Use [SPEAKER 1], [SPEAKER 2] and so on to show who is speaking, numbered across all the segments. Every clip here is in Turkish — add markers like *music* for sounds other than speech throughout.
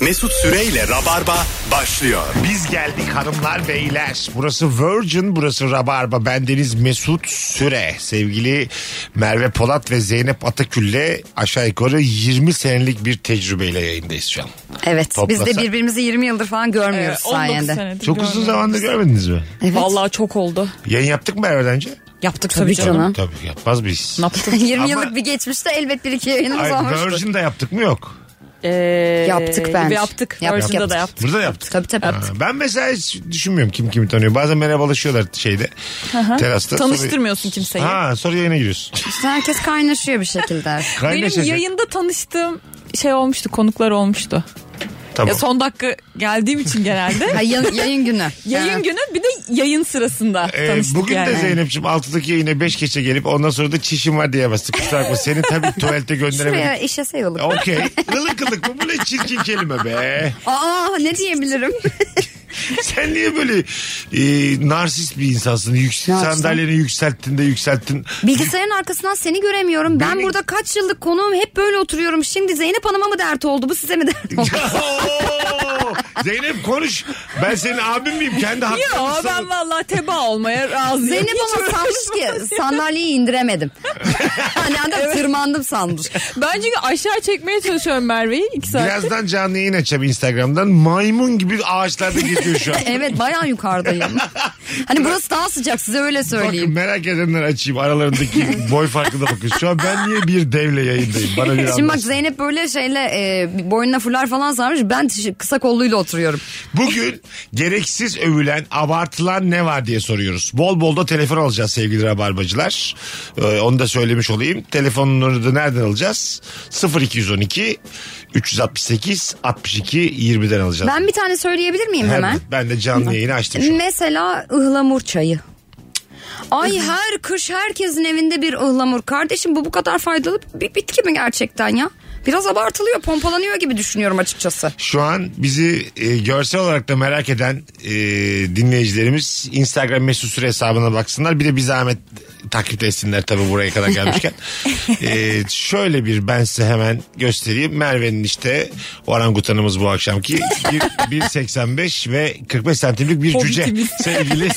[SPEAKER 1] Mesut Süreyle Rabarba başlıyor.
[SPEAKER 2] Biz geldik hanımlar beyler. Burası Virgin, burası Rabarba. Bendeniz Mesut Süre. Sevgili Merve Polat ve Zeynep Atakül'le aşağı yukarı 20 senelik bir tecrübeyle yayındayız şu an.
[SPEAKER 3] Evet.
[SPEAKER 2] Toplasa-
[SPEAKER 3] Biz de birbirimizi 20 yıldır falan görmüyoruz
[SPEAKER 4] Ee, 19
[SPEAKER 3] sayende.
[SPEAKER 4] senedir
[SPEAKER 2] Çok uzun
[SPEAKER 4] görmüyorum.
[SPEAKER 2] zamandır görmediniz mi?
[SPEAKER 3] Evet. *laughs*
[SPEAKER 4] Vallahi çok oldu.
[SPEAKER 2] Yayın yaptık mı Merve'den önce?
[SPEAKER 4] Yaptık tabii,
[SPEAKER 3] Tabii
[SPEAKER 4] canım.
[SPEAKER 3] canım.
[SPEAKER 2] Tabii yapmaz mıyız.
[SPEAKER 4] Ne yaptık?
[SPEAKER 3] 20
[SPEAKER 2] Ama-
[SPEAKER 3] yıllık bir geçmişte elbet bir iki yayınımız
[SPEAKER 2] Ay,
[SPEAKER 3] olmuştur.
[SPEAKER 2] Virgin'de yaptık mı yok?
[SPEAKER 4] Ee,
[SPEAKER 3] Yaptık bence.
[SPEAKER 4] ve Yaptık.
[SPEAKER 3] Yaptık,
[SPEAKER 4] Virgin'de
[SPEAKER 3] yaptık.
[SPEAKER 4] de yaptık.
[SPEAKER 2] Burada yaptık.
[SPEAKER 3] Tabii tabii.
[SPEAKER 2] Ha, Ben mesela hiç düşünmüyorum kim kimi tanıyor. Bazen merhabalaşıyorlar şeyde. Terasta. Sonra-
[SPEAKER 4] Tanıştırmıyorsun kimseyi.
[SPEAKER 2] Ha sonra yayına giriyorsun.
[SPEAKER 3] İşte herkes kaynaşıyor bir şekilde.
[SPEAKER 2] Kaynaşacak.
[SPEAKER 4] Benim yayında tanıştığım şey olmuştu, konuklar olmuştu.
[SPEAKER 2] Tamam.
[SPEAKER 4] Ya son dakika geldiğim için genelde.
[SPEAKER 2] *laughs*
[SPEAKER 3] Ha, yayın, yayın günü.
[SPEAKER 4] yayın
[SPEAKER 3] Evet.
[SPEAKER 4] günü bir de yayın sırasında
[SPEAKER 2] Ee,
[SPEAKER 4] tanıştık
[SPEAKER 2] bugün
[SPEAKER 4] yani.
[SPEAKER 2] de Zeynep'ciğim 6'daki yayına 5 geçe gelip ondan sonra da çişim var diyemezsin. Kusura bakma seni tabii
[SPEAKER 4] *laughs*
[SPEAKER 2] tuvalete
[SPEAKER 3] Şuraya
[SPEAKER 2] gönderemedim.
[SPEAKER 3] işese yoluk.
[SPEAKER 2] Okey. Ilık ılık mı bu ne çirkin kelime be.
[SPEAKER 3] Aa ne diyebilirim? *laughs*
[SPEAKER 2] Sen niye böyle e, narsist bir insansın? Yüks-
[SPEAKER 3] Ne yapsam?
[SPEAKER 2] sandalyeni yükselttin de yükselttin.
[SPEAKER 3] Bilgisayarın arkasından seni göremiyorum. Ben
[SPEAKER 2] Beni-
[SPEAKER 3] burada kaç yıllık konuğum hep böyle oturuyorum. Şimdi Zeynep Hanım'a mı dert oldu? Bu size
[SPEAKER 2] *laughs*
[SPEAKER 3] mi dert
[SPEAKER 4] Oh.
[SPEAKER 3] oldu?
[SPEAKER 2] Oo! Zeynep konuş. Ben senin abim miyim? Kendi hakkımı
[SPEAKER 4] Yo ben
[SPEAKER 2] savun.
[SPEAKER 4] vallahi teba olmaya razıyım.
[SPEAKER 3] Zeynep
[SPEAKER 4] Hiç
[SPEAKER 3] ama sanmış ki sandalyeyi indiremedim. hani adam tırmandım sanmış.
[SPEAKER 4] Ben çünkü aşağı çekmeye çalışıyorum Merve'yi. iki saat.
[SPEAKER 2] Birazdan canlı yayın açacağım Instagram'dan. Maymun gibi ağaçlarda geziyor şu an.
[SPEAKER 3] Evet
[SPEAKER 2] *laughs*
[SPEAKER 3] bayağı yukarıdayım. hani burası daha sıcak size öyle
[SPEAKER 2] Bakın
[SPEAKER 3] söyleyeyim.
[SPEAKER 2] merak edenler açayım.
[SPEAKER 3] *laughs*
[SPEAKER 2] Aralarındaki boy farkına bakın. Şu an ben niye bir devle yayındayım? Bana bir
[SPEAKER 3] Şimdi bak
[SPEAKER 2] anlasın.
[SPEAKER 3] Zeynep böyle şeyle e, boynuna fular falan sarmış. Ben tiş- kısa kolluyla oturuyorum.
[SPEAKER 2] Bugün gereksiz övülen, abartılan ne var diye soruyoruz. Bol bol da telefon alacağız sevgili rabarbacılar. Ee, onu da söylemiş olayım. Telefonları da nereden alacağız? 0212 368 62 20'den alacağız.
[SPEAKER 3] Ben bir tane söyleyebilir miyim hemen?
[SPEAKER 2] Ben de canlı yayını açtım şu an.
[SPEAKER 3] Mesela ıhlamur çayı. Ay her kış herkesin evinde bir ıhlamur. Kardeşim bu bu kadar faydalı bir bitki mi gerçekten ya? Biraz abartılıyor, pompalanıyor gibi düşünüyorum açıkçası.
[SPEAKER 2] Şu an bizi e, görsel olarak da merak eden e, dinleyicilerimiz Instagram mesut süre hesabına baksınlar. Bir de bir zahmet takip etsinler tabii buraya kadar gelmişken. E, şöyle bir ben size hemen göstereyim. Merve'nin işte orangutanımız bu akşamki bir- 1.85 ve 45 santimlik bir cüce
[SPEAKER 4] Hobbitimiz.
[SPEAKER 2] sevgili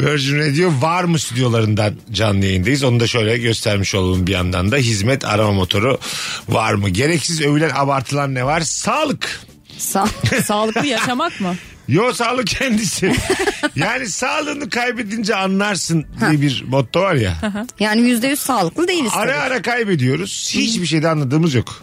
[SPEAKER 2] Virgin Radio var mı stüdyolarından canlı yayındayız. Onu da şöyle göstermiş olalım bir yandan da. Hizmet arama motoru var mı? Gereksiz övülen abartılan ne var? Sağlık. *laughs*
[SPEAKER 3] Sa-
[SPEAKER 4] Sağlıklı yaşamak mı?
[SPEAKER 2] Yo sağlık
[SPEAKER 4] *laughs*
[SPEAKER 2] kendisi. yani sağlığını kaybedince anlarsın diye bir motto var ya.
[SPEAKER 3] yani yüzde yüz sağlıklı değiliz.
[SPEAKER 2] Ara
[SPEAKER 3] tabii.
[SPEAKER 2] ara kaybediyoruz. Hiçbir şeyde anladığımız yok.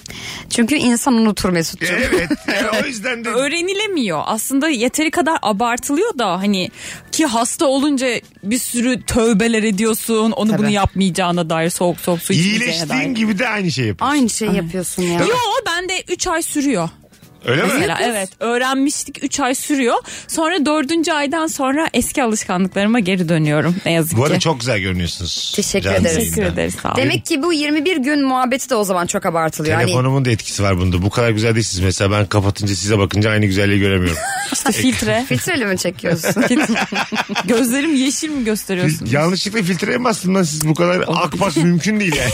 [SPEAKER 3] Çünkü insan unutur Mesut'cum.
[SPEAKER 2] Evet. Yani *laughs* o yüzden de
[SPEAKER 4] *laughs* öğrenilemiyor. Aslında yeteri kadar abartılıyor da hani ki hasta olunca bir sürü tövbeler ediyorsun. Onu
[SPEAKER 3] Tabii.
[SPEAKER 4] bunu yapmayacağına dair soğuk soğuk su içmeyeceğine
[SPEAKER 2] iyileştiğin
[SPEAKER 4] şey dair.
[SPEAKER 2] gibi de aynı şey yapıyorsun.
[SPEAKER 3] Aynı şey yapıyorsun ya.
[SPEAKER 4] Yo bende 3 ay sürüyor.
[SPEAKER 2] Öyle mi?
[SPEAKER 4] Mesela evet öğrenmiştik 3 ay sürüyor. Sonra 4. aydan sonra eski alışkanlıklarıma geri dönüyorum ne yazık
[SPEAKER 2] Bu arada
[SPEAKER 4] ki.
[SPEAKER 2] çok güzel görünüyorsunuz.
[SPEAKER 3] Teşekkür
[SPEAKER 2] canlı
[SPEAKER 3] ederiz.
[SPEAKER 4] Teşekkür
[SPEAKER 2] yayında.
[SPEAKER 4] ederiz sağ olun.
[SPEAKER 3] Demek ki bu 21 gün muhabbeti de o zaman çok abartılıyor. Hani
[SPEAKER 2] Telefonumun da etkisi var bunda. Bu kadar güzel değilsiniz. Mesela ben kapatınca size bakınca aynı güzelliği
[SPEAKER 4] *laughs*
[SPEAKER 2] göremiyorum.
[SPEAKER 4] İşte filtre.
[SPEAKER 3] filtreli
[SPEAKER 2] *laughs*
[SPEAKER 3] mi çekiyorsun?
[SPEAKER 4] *laughs* Gözlerim yeşil mi gösteriyorsun?
[SPEAKER 2] Yanlışlıkla filtreye bastım lan siz bu kadar akbas mümkün değil
[SPEAKER 4] *laughs*
[SPEAKER 2] yani.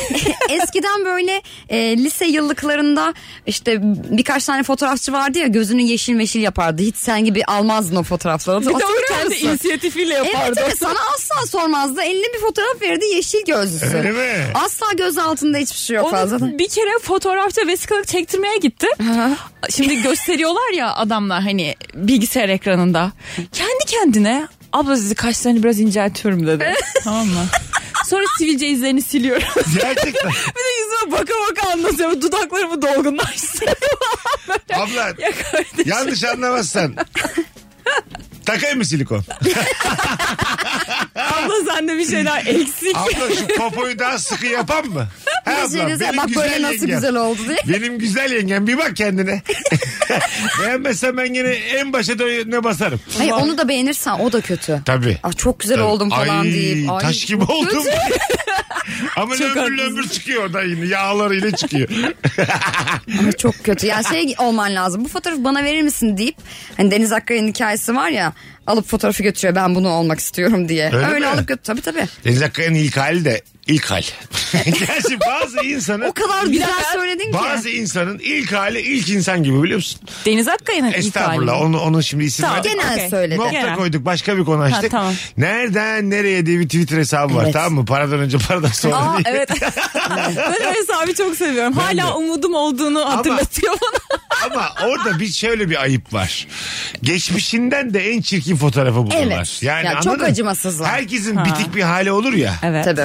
[SPEAKER 3] Eskiden böyle e, lise yıllıklarında işte birkaç tane fotoğrafçı vardı ya gözünü yeşil meşil yapardı. Hiç sen gibi almazdın o fotoğrafları.
[SPEAKER 4] Bir de
[SPEAKER 3] Hatırlıyor
[SPEAKER 4] öğrenci
[SPEAKER 3] musun?
[SPEAKER 4] inisiyatifiyle
[SPEAKER 3] Evet
[SPEAKER 4] yapardı.
[SPEAKER 3] evet sana asla sormazdı. Eline bir fotoğraf verirdi yeşil gözlüsü.
[SPEAKER 2] Öyle mi?
[SPEAKER 3] Asla göz altında hiçbir şey yok fazla.
[SPEAKER 2] *laughs*
[SPEAKER 4] Onu bir kere fotoğrafta vesikalık çektirmeye gitti.
[SPEAKER 3] *laughs*
[SPEAKER 4] Şimdi gösteriyorlar ya adamlar hani bilgisayar ekranında. Kendi kendine abla sizi kaşlarını biraz inceltiyorum dedi. tamam mı? Sonra sivilce izlerini siliyorum. *laughs*
[SPEAKER 2] Gerçekten.
[SPEAKER 4] bir de yüzüme baka baka anlatıyorum.
[SPEAKER 3] *laughs*
[SPEAKER 4] Dudaklarımı dolgunlaştırıyorum.
[SPEAKER 2] Abla
[SPEAKER 4] ya kardeşim.
[SPEAKER 2] yanlış anlamazsan. Takayım mı silikon?
[SPEAKER 4] Abla sende bir şeyler eksik.
[SPEAKER 2] Abla şu popoyu daha sıkı yapan mı? He abla,
[SPEAKER 3] Düşünsenize, bak böyle nasıl
[SPEAKER 2] yengem.
[SPEAKER 3] güzel oldu diye.
[SPEAKER 2] Benim güzel yengem bir bak
[SPEAKER 3] *laughs*
[SPEAKER 2] kendine. Beğenmezsen ben yine en başa ne basarım.
[SPEAKER 3] Hayır, onu da beğenirsen o da kötü.
[SPEAKER 2] Tabii.
[SPEAKER 3] Ah, çok güzel
[SPEAKER 2] Tabii.
[SPEAKER 3] oldum falan
[SPEAKER 2] Ay,
[SPEAKER 3] *laughs* deyip. Ay,
[SPEAKER 2] Taş gibi oldum. Ama
[SPEAKER 4] Çok
[SPEAKER 2] lömbür
[SPEAKER 4] haklısın.
[SPEAKER 2] lömbür çıkıyor oradan yine. Yağlarıyla çıkıyor.
[SPEAKER 3] Ama çok kötü. Ya şey olman lazım. Bu fotoğrafı bana verir misin deyip hani Deniz Akkaya'nın hikayesi var ya alıp fotoğrafı götürüyor ben bunu olmak istiyorum diye.
[SPEAKER 2] Öyle
[SPEAKER 3] Öyle,
[SPEAKER 2] mi?
[SPEAKER 3] alıp götür. Tabii tabii.
[SPEAKER 2] Deniz Akkaya'nın ilk hali de ilk hal. *laughs* Gerçi bazı insanın
[SPEAKER 3] O kadar güzel
[SPEAKER 4] dakika.
[SPEAKER 3] söyledin ki.
[SPEAKER 2] bazı insanın ilk hali ilk insan gibi biliyor musun?
[SPEAKER 4] Deniz Akkaya'nın ilk hali.
[SPEAKER 2] Estağfurullah. Onu, onun şimdi isim
[SPEAKER 4] Tamam.
[SPEAKER 2] verdik.
[SPEAKER 3] Genel
[SPEAKER 4] Okey.
[SPEAKER 3] söyledi.
[SPEAKER 2] Nokta
[SPEAKER 4] Genel.
[SPEAKER 2] koyduk başka bir konu açtık.
[SPEAKER 4] Ha, tamam.
[SPEAKER 2] Nereden nereye diye bir Twitter hesabı var
[SPEAKER 3] Evet.
[SPEAKER 2] tamam mı? Paradan önce paradan sonra
[SPEAKER 4] Aa
[SPEAKER 2] diye. *laughs*
[SPEAKER 4] evet. ben o hesabı çok seviyorum. Hala
[SPEAKER 2] de.
[SPEAKER 4] umudum olduğunu hatırlatıyor bana.
[SPEAKER 2] Ama orada bir şöyle bir ayıp var. Geçmişinden de en çirkin fotoğrafı bulurlar.
[SPEAKER 3] Evet.
[SPEAKER 2] Yani
[SPEAKER 3] Ya çok
[SPEAKER 2] anladın mı?
[SPEAKER 3] acımasızlar.
[SPEAKER 2] Herkesin bitik bir hali olur ya.
[SPEAKER 4] Evet.
[SPEAKER 3] Tabii.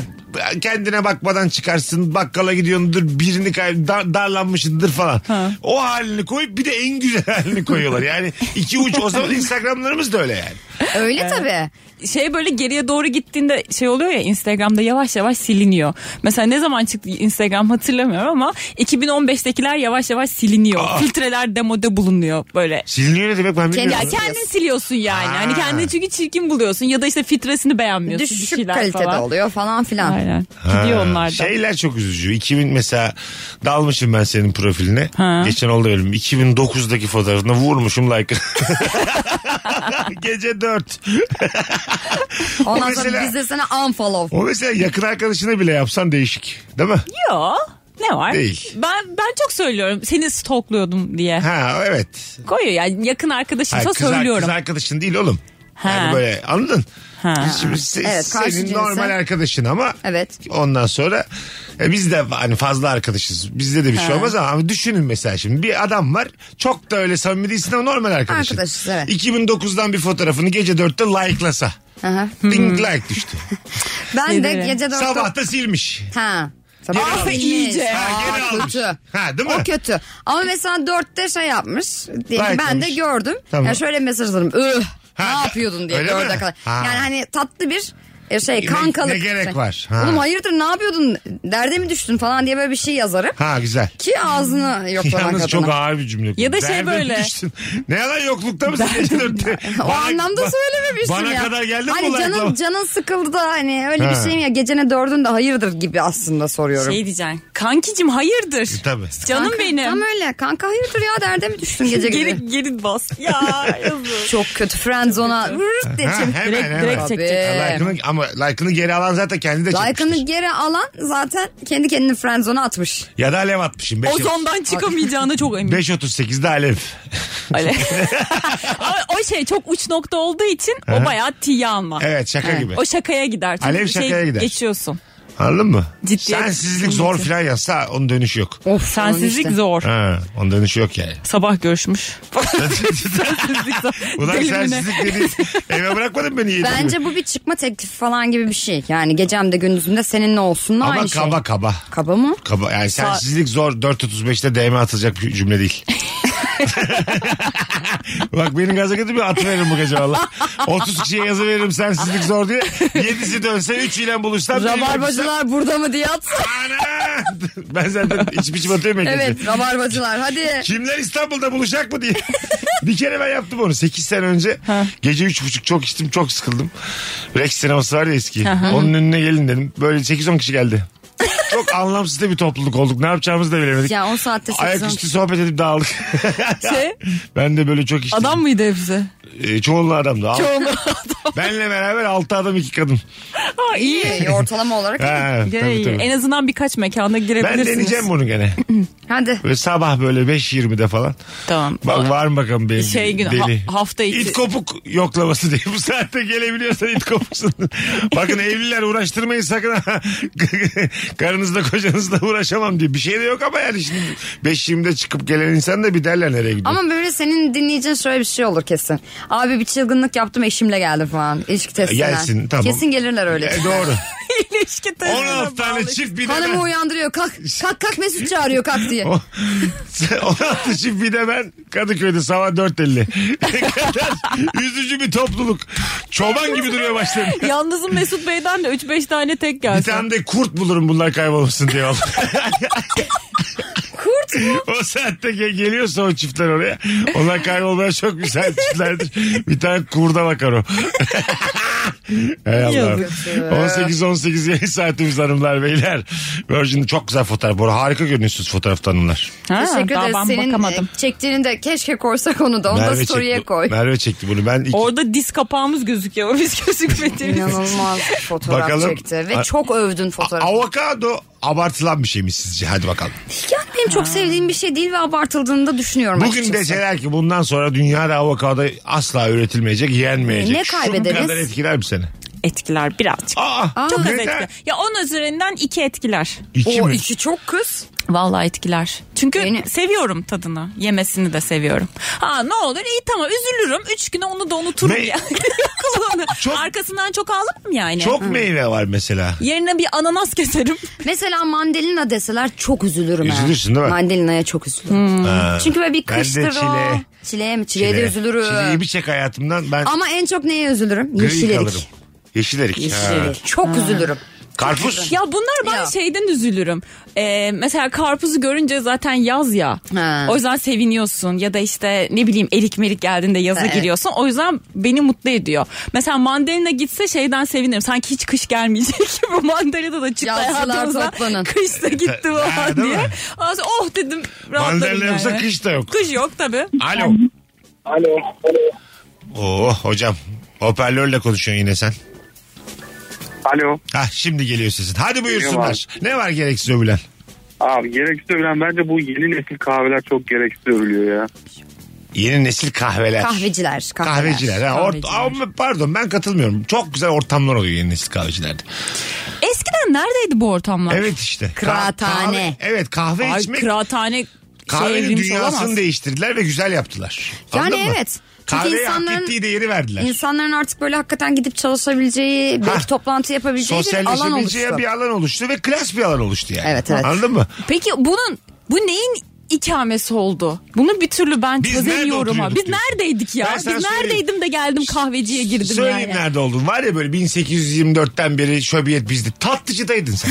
[SPEAKER 2] Kendine bakmadan çıkarsın bakkala gidiyordur birini kay- dar- darlanmışındır falan. O halini koyup bir de en güzel halini koyuyorlar. Yani iki uç o
[SPEAKER 4] *laughs*
[SPEAKER 2] zaman Instagramlarımız da öyle yani.
[SPEAKER 3] Öyle tabii.
[SPEAKER 4] şey böyle geriye doğru gittiğinde şey oluyor ya Instagram'da yavaş yavaş siliniyor. Mesela ne zaman çıktı Instagram hatırlamıyorum ama 2015'tekiler yavaş yavaş siliniyor. Filtreler demode bulunuyor böyle.
[SPEAKER 2] Siliniyor ne demek ben bilmiyorum.
[SPEAKER 4] Ya kendin siliyorsun yani.
[SPEAKER 2] Ha.
[SPEAKER 4] Hani kendini çünkü çirkin buluyorsun ya da işte filtresini beğenmiyorsun. bir
[SPEAKER 3] Düşük
[SPEAKER 4] şeyler
[SPEAKER 3] kalitede
[SPEAKER 4] falan.
[SPEAKER 3] oluyor falan filan.
[SPEAKER 4] Aynen. Gidiyor
[SPEAKER 2] Ha, Şey-
[SPEAKER 4] onlar da.
[SPEAKER 2] Ee, Şeyler çok üzücü. 2000 mesela dalmışım ben senin profiline.
[SPEAKER 4] Ha.
[SPEAKER 2] Geçen oldu ölüm. 2009'daki fotoğrafına vurmuşum like. *laughs* Gece 4.
[SPEAKER 3] *laughs* Ondan
[SPEAKER 2] Mesela-
[SPEAKER 3] sonra biz de sana unfollow.
[SPEAKER 2] O mesela yakın arkadaşına bile yapsan değişik. Değil mi?
[SPEAKER 4] Yo. Ne var?
[SPEAKER 2] Değil.
[SPEAKER 4] Ben ben çok söylüyorum. Seni stalkluyordum diye.
[SPEAKER 2] Ha evet.
[SPEAKER 4] Koyuyor yani yakın
[SPEAKER 2] Ay,
[SPEAKER 4] arkadaşımsa
[SPEAKER 2] kız,
[SPEAKER 4] söylüyorum.
[SPEAKER 2] kız arkadaşın değil oğlum.
[SPEAKER 4] Ha.
[SPEAKER 2] Yani böyle anladın?
[SPEAKER 4] Ha.
[SPEAKER 2] Şimdi se-
[SPEAKER 3] Evet, karşı
[SPEAKER 2] senin
[SPEAKER 3] cinse-
[SPEAKER 2] normal arkadaşın ama
[SPEAKER 3] Evet.
[SPEAKER 2] ondan sonra e, biz de hani fazla arkadaşız. Bizde de bir şey olmaz ama hani düşünün mesela şimdi bir adam var çok da öyle samimi değilsin ama normal arkadaşın.
[SPEAKER 3] Arkadaşız, evet.
[SPEAKER 2] 2009'dan bir fotoğrafını gece 4'te like'lasa.
[SPEAKER 3] Aha.
[SPEAKER 2] Ding like
[SPEAKER 3] *laughs*
[SPEAKER 2] düştü.
[SPEAKER 3] Ben de
[SPEAKER 4] Sinirlerim.
[SPEAKER 3] gece dörtte...
[SPEAKER 2] Sabah da silmiş.
[SPEAKER 3] Ha. Sabah
[SPEAKER 2] Gene
[SPEAKER 3] almış.
[SPEAKER 2] almış.
[SPEAKER 4] iyice.
[SPEAKER 3] Aa,
[SPEAKER 2] Ha, gene almış.
[SPEAKER 3] kötü.
[SPEAKER 2] Ha, değil mi?
[SPEAKER 3] O kötü. Ama mesela dörtte şey yapmış. Diyelim
[SPEAKER 2] Like
[SPEAKER 3] ben de
[SPEAKER 2] demiş.
[SPEAKER 3] gördüm.
[SPEAKER 2] Tamam.
[SPEAKER 3] Ya şöyle mesaj alırım. Üh,
[SPEAKER 2] Ha,
[SPEAKER 3] ne yapıyordun diye
[SPEAKER 2] öyle
[SPEAKER 3] dörde
[SPEAKER 2] mi?
[SPEAKER 3] kadar.
[SPEAKER 2] Ha.
[SPEAKER 3] Yani hani tatlı bir e, şey
[SPEAKER 2] Ne-
[SPEAKER 3] kankalık.
[SPEAKER 2] ne gerek
[SPEAKER 3] şey.
[SPEAKER 2] var? Ha.
[SPEAKER 3] Oğlum hayırdır ne yapıyordun? Derde mi düştün falan diye böyle bir şey yazarım.
[SPEAKER 2] Ha güzel.
[SPEAKER 3] Ki ağzını yoklamak
[SPEAKER 2] Yalnız
[SPEAKER 3] adına.
[SPEAKER 2] çok ağır bir cümle.
[SPEAKER 4] Ya da şey
[SPEAKER 2] Derdin
[SPEAKER 4] böyle.
[SPEAKER 2] düştün. Ne yalan yoklukta
[SPEAKER 3] *laughs*
[SPEAKER 2] mısın? gece dörtte?
[SPEAKER 3] O
[SPEAKER 2] Bana-
[SPEAKER 3] anlamda
[SPEAKER 2] ba-
[SPEAKER 3] söylememiştim
[SPEAKER 2] bana
[SPEAKER 3] ya.
[SPEAKER 2] kadar geldi mi
[SPEAKER 3] hani
[SPEAKER 2] bu
[SPEAKER 3] canın,
[SPEAKER 2] ayaklama?
[SPEAKER 3] canın sıkıldı da hani öyle
[SPEAKER 2] Ha.
[SPEAKER 3] bir şey mi ya gecene dördün de hayırdır gibi aslında soruyorum.
[SPEAKER 4] Şey diyeceksin. Kankicim hayırdır?
[SPEAKER 2] E, tabii.
[SPEAKER 4] Canım
[SPEAKER 3] Kanka,
[SPEAKER 4] benim.
[SPEAKER 3] Tam öyle kanka hayırdır ya derde mi düştün gece gibi.
[SPEAKER 4] geri, *laughs* geri bas. Ya
[SPEAKER 2] *laughs*
[SPEAKER 4] yazık.
[SPEAKER 3] Çok kötü friendzone'a vırt diye
[SPEAKER 2] Ha,
[SPEAKER 3] çekti.
[SPEAKER 2] hemen,
[SPEAKER 4] Direkt-
[SPEAKER 2] hemen.
[SPEAKER 4] direkt
[SPEAKER 3] Tabii.
[SPEAKER 4] çekecek.
[SPEAKER 2] Like'ını, ama like'ını geri alan zaten kendi de çekmiştir.
[SPEAKER 3] Like'ını geri alan zaten kendi kendini friendzone'a atmış.
[SPEAKER 2] Ya da alev atmışım. Beş-
[SPEAKER 4] Ozondan çıkamayacağına çok eminim.
[SPEAKER 2] 5.38'de alev. *laughs*
[SPEAKER 4] Ale. Ama o şey çok uç nokta olduğu için o bayağı tiye alma.
[SPEAKER 2] Evet şaka gibi.
[SPEAKER 4] O şakaya gider. Çünkü
[SPEAKER 2] Alev
[SPEAKER 4] şey,
[SPEAKER 2] şakaya gider.
[SPEAKER 4] Geçiyorsun.
[SPEAKER 2] Anladın mı?
[SPEAKER 4] Ciddiyet.
[SPEAKER 2] Sensizlik zor filan yazsa onun dönüşü yok.
[SPEAKER 3] Of
[SPEAKER 4] Sensizlik zor.
[SPEAKER 2] Ha, onun dönüşü yok yani. *laughs*
[SPEAKER 4] Sabah görüşmüş. sensizlik zor.
[SPEAKER 2] Ulan
[SPEAKER 4] Delimine.
[SPEAKER 2] sensizlik
[SPEAKER 4] *laughs*
[SPEAKER 2] dediğin eve bırakmadın beni yedi.
[SPEAKER 3] Bence bu bir çıkma teklifi falan gibi bir şey. Yani gecemde gündüzümde seninle olsun
[SPEAKER 2] Ama
[SPEAKER 3] aynı
[SPEAKER 2] kaba
[SPEAKER 3] şey.
[SPEAKER 2] kaba.
[SPEAKER 3] Kaba mı?
[SPEAKER 2] Kaba yani sensizlik zor 4.35'te DM atılacak bir cümle değil.
[SPEAKER 3] *laughs*
[SPEAKER 2] Bak benim gaza getirip bir atıveririm bu gece valla. 30 kişiye yazı veririm sensizlik zor diye. 7'si dönse 3 ile buluşsam. biri buluşsam-
[SPEAKER 3] Rabarbacılar burada mı diye atsın.
[SPEAKER 2] Ana! Ben zaten içip içip atıyorum ya gece.
[SPEAKER 3] Evet
[SPEAKER 2] *laughs*
[SPEAKER 3] rabarbacılar hadi.
[SPEAKER 2] Kimler İstanbul'da buluşacak mı diye. bir kere ben yaptım onu 8 sene önce. Gece üç buçuk çok içtim çok sıkıldım. Rex sineması var ya eski. Onun önüne gelin dedim. Böyle 8-10 kişi geldi. çok anlamsız da bir topluluk olduk. Ne yapacağımızı da bilemedik.
[SPEAKER 3] Ya o saatte sekiz
[SPEAKER 2] Ayaküstü sohbet edip dağıldık.
[SPEAKER 4] *laughs* Şey,
[SPEAKER 2] ben de böyle çok içtim.
[SPEAKER 4] adam mıydı hepsi?
[SPEAKER 2] Ee, çoğunluğu adamdı. Al-
[SPEAKER 4] Çoğunluğu
[SPEAKER 2] *laughs* Benle beraber 6 adam 2 kadın.
[SPEAKER 3] İyi ortalama olarak. iyi.
[SPEAKER 2] Ha,
[SPEAKER 4] Gene
[SPEAKER 2] tabii,
[SPEAKER 4] iyi.
[SPEAKER 2] tabii.
[SPEAKER 4] En azından birkaç mekana
[SPEAKER 2] Ben
[SPEAKER 4] girebilirsiniz.
[SPEAKER 2] deneyeceğim bunu gene.
[SPEAKER 3] Hadi.
[SPEAKER 2] Böyle sabah böyle 5.20'de falan.
[SPEAKER 4] Tamam.
[SPEAKER 2] Bak var mı bakalım benim
[SPEAKER 4] Şey günü,
[SPEAKER 2] deli.
[SPEAKER 4] ha- hafta içi-
[SPEAKER 2] İt kopuk yoklaması diye bu saatte gelebiliyorsan it
[SPEAKER 4] *laughs*
[SPEAKER 2] kopuksun. Bakın evliler uğraştırmayın sakın ha. *laughs* Karınızla kocanızla uğraşamam diye. Bir şey de yok ama yani şimdi 5.20'de çıkıp gelen insan da bir derler nereye gidiyor.
[SPEAKER 3] Ama böyle senin dinleyicin şöyle bir şey olur kesin. Abi bir çılgınlık yaptım eşimle geldi falan. İlişki testinden.
[SPEAKER 2] Gelsin, tamam.
[SPEAKER 3] Kesin gelirler öyle.
[SPEAKER 2] E,
[SPEAKER 4] *laughs*
[SPEAKER 2] doğru.
[SPEAKER 4] İlişki testine
[SPEAKER 2] 16 tane
[SPEAKER 4] bağlı.
[SPEAKER 2] çift bir de
[SPEAKER 3] Hanımı
[SPEAKER 2] ben.
[SPEAKER 3] uyandırıyor kalk kalk kalk Mesut çağırıyor kalk diye.
[SPEAKER 2] O- *laughs* 16 çift bir de ben Kadıköy'de sabah 4.50. Ne kadar *laughs* Yüzücü bir topluluk. Çoban gibi duruyor başlarında.
[SPEAKER 4] Yalnızım Mesut Bey'den de 3-5 tane tek
[SPEAKER 2] Bir
[SPEAKER 3] *laughs*
[SPEAKER 4] gelsin.
[SPEAKER 2] tane de kurt bulurum bunlar kaybolmasın diye. o saatte gel- geliyorsa o çiftler oraya. Onlar kaybolmaya çok müsait çiftlerdir. Bir tane kurda bakar o. *laughs* Hay Allah'ım. 18-18 yayın saatimiz hanımlar beyler. Virgin'de çok güzel fotoğraf. Bu arada harika görünüyorsunuz fotoğrafta hanımlar.
[SPEAKER 4] Ha,
[SPEAKER 3] Teşekkür
[SPEAKER 4] daha
[SPEAKER 3] ederiz.
[SPEAKER 4] ben
[SPEAKER 3] Senin
[SPEAKER 4] bakamadım.
[SPEAKER 3] e, çektiğini de keşke koysak onu da. Onu da story'e
[SPEAKER 2] çekti,
[SPEAKER 3] koy.
[SPEAKER 2] Merve çekti bunu. Ben iki,
[SPEAKER 4] Orada diz kapağımız gözüküyor. *laughs* Biz gözükmediğimiz.
[SPEAKER 3] İnanılmaz fotoğraf
[SPEAKER 2] Bakalım.
[SPEAKER 3] çekti. Ve
[SPEAKER 2] A-
[SPEAKER 3] çok övdün
[SPEAKER 2] A-
[SPEAKER 3] fotoğrafı.
[SPEAKER 2] avokado abartılan bir şey mi sizce? Hadi bakalım.
[SPEAKER 3] Yani benim çok sevdiğim bir şey değil ve abartıldığını da düşünüyorum
[SPEAKER 2] Bugün
[SPEAKER 3] açıkçası.
[SPEAKER 2] deseler ki bundan sonra dünyada avokado asla üretilmeyecek, yenmeyecek.
[SPEAKER 3] Ne kaybederiz?
[SPEAKER 2] Şu kadar etkiler mi seni?
[SPEAKER 4] etkiler birazcık.
[SPEAKER 2] Aa,
[SPEAKER 4] Çok az
[SPEAKER 2] neden?
[SPEAKER 4] etkiler. Ya 10 üzerinden 2 etkiler.
[SPEAKER 2] İki
[SPEAKER 3] O
[SPEAKER 2] mi?
[SPEAKER 3] iki çok kız.
[SPEAKER 4] Vallahi etkiler. Çünkü
[SPEAKER 3] Beni-
[SPEAKER 4] seviyorum tadını. Yemesini de seviyorum. Ha ne olur iyi tamam üzülürüm. Üç güne onu da unuturum
[SPEAKER 2] Ne?
[SPEAKER 4] *laughs* yani. Kulağını.
[SPEAKER 2] Çok-
[SPEAKER 4] Arkasından çok ağlarım yani.
[SPEAKER 2] Çok meyve var mesela.
[SPEAKER 4] Yerine bir ananas keserim.
[SPEAKER 3] Mesela mandalina deseler çok üzülürüm. ha.
[SPEAKER 2] Üzülürsün değil mi? Hmm.
[SPEAKER 3] Mandalina'ya çok üzülürüm. Çünkü böyle bir
[SPEAKER 2] Ben de
[SPEAKER 3] kıştır o.
[SPEAKER 2] çile.
[SPEAKER 3] Çileye mi? Çileye de üzülürüm.
[SPEAKER 2] Çileği bir çek hayatımdan ben
[SPEAKER 3] Ama en çok neye üzülürüm?
[SPEAKER 2] gri
[SPEAKER 3] Yeşil
[SPEAKER 2] kalırım.
[SPEAKER 3] erik.
[SPEAKER 2] Yeşil erik. Ha.
[SPEAKER 3] Yeşil erik. Çok üzülürüm.
[SPEAKER 2] Karpuz.
[SPEAKER 4] Ya bunlar ben
[SPEAKER 3] Ya.
[SPEAKER 4] şeyden üzülürüm. Ee, mesela karpuzu görünce zaten yaz ya.
[SPEAKER 3] Ha.
[SPEAKER 4] O yüzden seviniyorsun ya da işte ne bileyim erik merik geldiğinde yaza
[SPEAKER 3] Evet.
[SPEAKER 4] giriyorsun. O yüzden beni mutlu ediyor. Mesela mandalina gitse şeyden sevinirim. Sanki hiç kış gelmeyecek gibi *laughs* mandalina da çıktı
[SPEAKER 3] Yazlılar
[SPEAKER 4] hayatımıza.
[SPEAKER 3] toplanın.
[SPEAKER 4] Kış da gitti
[SPEAKER 2] *laughs* Ha,
[SPEAKER 4] falan
[SPEAKER 2] değil
[SPEAKER 4] diye.
[SPEAKER 2] mi?
[SPEAKER 4] Ondan sonra oh dedim rahatladım
[SPEAKER 2] Mandalina
[SPEAKER 4] yani.
[SPEAKER 2] yoksa kış da yok.
[SPEAKER 4] Kış yok tabii.
[SPEAKER 2] Alo.
[SPEAKER 5] Alo.
[SPEAKER 2] Oo hocam. Hoparlörle konuşuyorsun yine sen.
[SPEAKER 5] Alo.
[SPEAKER 2] Ha şimdi geliyor sesin. Hadi buyursunlar.
[SPEAKER 5] Geliyor
[SPEAKER 2] Ne var gereksiz övülen?
[SPEAKER 5] Abi gereksiz övülen bence bu yeni nesil kahveler çok gereksiz övülüyor ya.
[SPEAKER 2] Yeni nesil kahveler.
[SPEAKER 3] Kahveciler. kahveler.
[SPEAKER 2] Kahveciler. Ha, Ort- Ama pardon ben katılmıyorum. Çok güzel ortamlar oluyor yeni nesil kahvecilerde.
[SPEAKER 4] Eskiden neredeydi bu ortamlar?
[SPEAKER 2] Evet işte. Ka-
[SPEAKER 3] Kıraathane.
[SPEAKER 2] kahve- evet kahve
[SPEAKER 4] Ay
[SPEAKER 2] içmek
[SPEAKER 4] kıraathane şey
[SPEAKER 2] kahvenin
[SPEAKER 4] evrilmiş
[SPEAKER 2] dünyasını
[SPEAKER 4] olamaz.
[SPEAKER 2] değiştirdiler ve güzel yaptılar.
[SPEAKER 3] Yani
[SPEAKER 2] Anladın mı?
[SPEAKER 3] evet. Çünkü
[SPEAKER 2] Kahveye hak
[SPEAKER 3] insanların-
[SPEAKER 2] ettiği değeri verdiler.
[SPEAKER 3] İnsanların artık böyle hakikaten gidip çalışabileceği, belki toplantı yapabileceği bir alan
[SPEAKER 2] Sosyalleşebileceği
[SPEAKER 3] oluştu.
[SPEAKER 2] bir alan oluştu ve klas bir alan oluştu yani.
[SPEAKER 3] Evet, evet.
[SPEAKER 2] Anladın mı?
[SPEAKER 4] Peki bunun bu neyin ikamesi oldu? Bunu bir türlü ben
[SPEAKER 2] Biz nerede
[SPEAKER 4] çözemiyorum ha.
[SPEAKER 2] oturuyorduk
[SPEAKER 4] Biz
[SPEAKER 2] diyorsun?
[SPEAKER 4] neredeydik ya?
[SPEAKER 2] Ben
[SPEAKER 4] Biz
[SPEAKER 2] sana söyleyeyim.
[SPEAKER 4] neredeydim de geldim kahveciye girdim
[SPEAKER 2] Söyleyeyim
[SPEAKER 4] yani.
[SPEAKER 2] nerede oldun. Var ya böyle 1824'ten beri şöbiyet bizde. Tatlıcıdaydın
[SPEAKER 3] *laughs*
[SPEAKER 2] sen.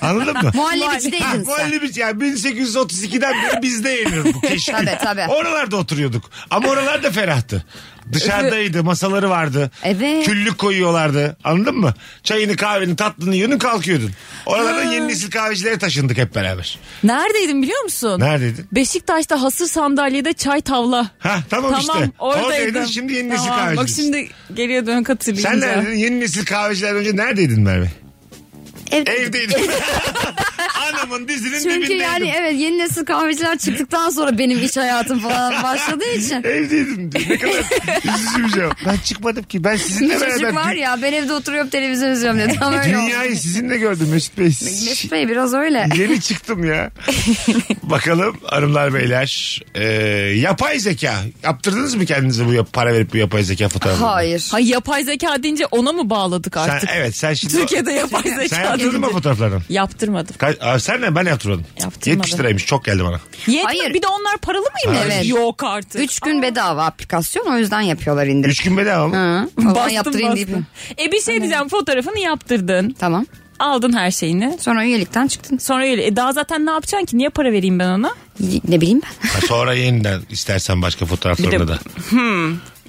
[SPEAKER 2] Anladın mı?
[SPEAKER 3] Muhallebicideydin
[SPEAKER 2] Ha,
[SPEAKER 3] sen.
[SPEAKER 2] muhallebici. yani 1832'den beri bizde yeniyor bu keşke.
[SPEAKER 3] Tabii, tabii.
[SPEAKER 2] Oralarda oturuyorduk. Ama oralar da ferahtı. Dışarıdaydı, masaları vardı.
[SPEAKER 3] Evet.
[SPEAKER 2] Küllük koyuyorlardı. Anladın mı? Çayını, kahveni, tatlını yiyordun, kalkıyordun. Oralardan yeni nesil kahvecilere taşındık hep beraber.
[SPEAKER 4] Neredeydim biliyor musun?
[SPEAKER 2] Neredeydin?
[SPEAKER 4] Beşiktaş'ta hasır sandalyede çay tavla.
[SPEAKER 2] Ha tamam,
[SPEAKER 4] Tamam
[SPEAKER 2] işte.
[SPEAKER 4] oradaydım.
[SPEAKER 2] şimdi yeni nesil
[SPEAKER 4] Tamam,
[SPEAKER 2] kahveciler.
[SPEAKER 4] Bak şimdi geriye dön hatırlayınca.
[SPEAKER 2] Sen neredeydin? Yeni nesil kahvecilerden önce neredeydin Merve?
[SPEAKER 3] *laughs*
[SPEAKER 2] Evdeydin. Anamın dizinin
[SPEAKER 3] Çünkü
[SPEAKER 2] dibindeydim.
[SPEAKER 3] yani evet yeni nesil kahveciler çıktıktan sonra benim iş hayatım falan başladığı
[SPEAKER 2] *laughs*
[SPEAKER 3] için.
[SPEAKER 2] Evdeydim diyor. Ne kadar üzücü bir şey. Ben çıkmadım ki. Ben sizinle
[SPEAKER 3] Çocuk
[SPEAKER 2] beraber
[SPEAKER 3] var ya ben evde oturuyorum televizyon izliyorum dedi. Ama öyle oldu.
[SPEAKER 2] Dünyayı sizinle gördüm Mesut Bey.
[SPEAKER 3] Mesut Bey biraz öyle.
[SPEAKER 2] Yeni çıktım ya. Bakalım hanımlar beyler. Ee, yapay zeka. Yaptırdınız mı kendinize bu yap- para verip bu yapay zeka fotoğrafını?
[SPEAKER 3] Hayır.
[SPEAKER 4] Hay yapay zeka deyince ona mı bağladık
[SPEAKER 2] Sen,
[SPEAKER 4] artık?
[SPEAKER 2] evet sen şimdi...
[SPEAKER 4] Türkiye'de yapay
[SPEAKER 2] Sen
[SPEAKER 4] zeka
[SPEAKER 2] yaptırdın mı
[SPEAKER 4] deyince-
[SPEAKER 2] fotoğraflarını?
[SPEAKER 4] Yaptırmadım.
[SPEAKER 2] Ka- Aa, sen ne? Ben yaptırmadım.
[SPEAKER 4] Yaptırmadım.
[SPEAKER 2] 70 liraymış. Çok geldi bana.
[SPEAKER 4] Yetmedi.
[SPEAKER 3] Hayır.
[SPEAKER 4] Bir de onlar paralı mıymış?
[SPEAKER 3] Evet.
[SPEAKER 4] Yok artık.
[SPEAKER 3] Üç gün bedava aplikasyon o yüzden yapıyorlar indirim.
[SPEAKER 2] 3 gün bedava mı?
[SPEAKER 3] Hı, o zaman
[SPEAKER 4] Bastım,
[SPEAKER 3] yaptırayım
[SPEAKER 4] bastım.
[SPEAKER 3] deyip.
[SPEAKER 4] E bir şey diyeceğim fotoğrafını yaptırdın.
[SPEAKER 3] Tamam.
[SPEAKER 4] Aldın her şeyini.
[SPEAKER 3] Sonra üyelikten çıktın.
[SPEAKER 4] Sonra öyle. E daha zaten ne yapacaksın ki? Niye para vereyim ben ona?
[SPEAKER 3] Y- Ne bileyim ben.
[SPEAKER 2] Ha, sonra yeniden istersen başka fotoğraflarını
[SPEAKER 4] Bir de-
[SPEAKER 2] da.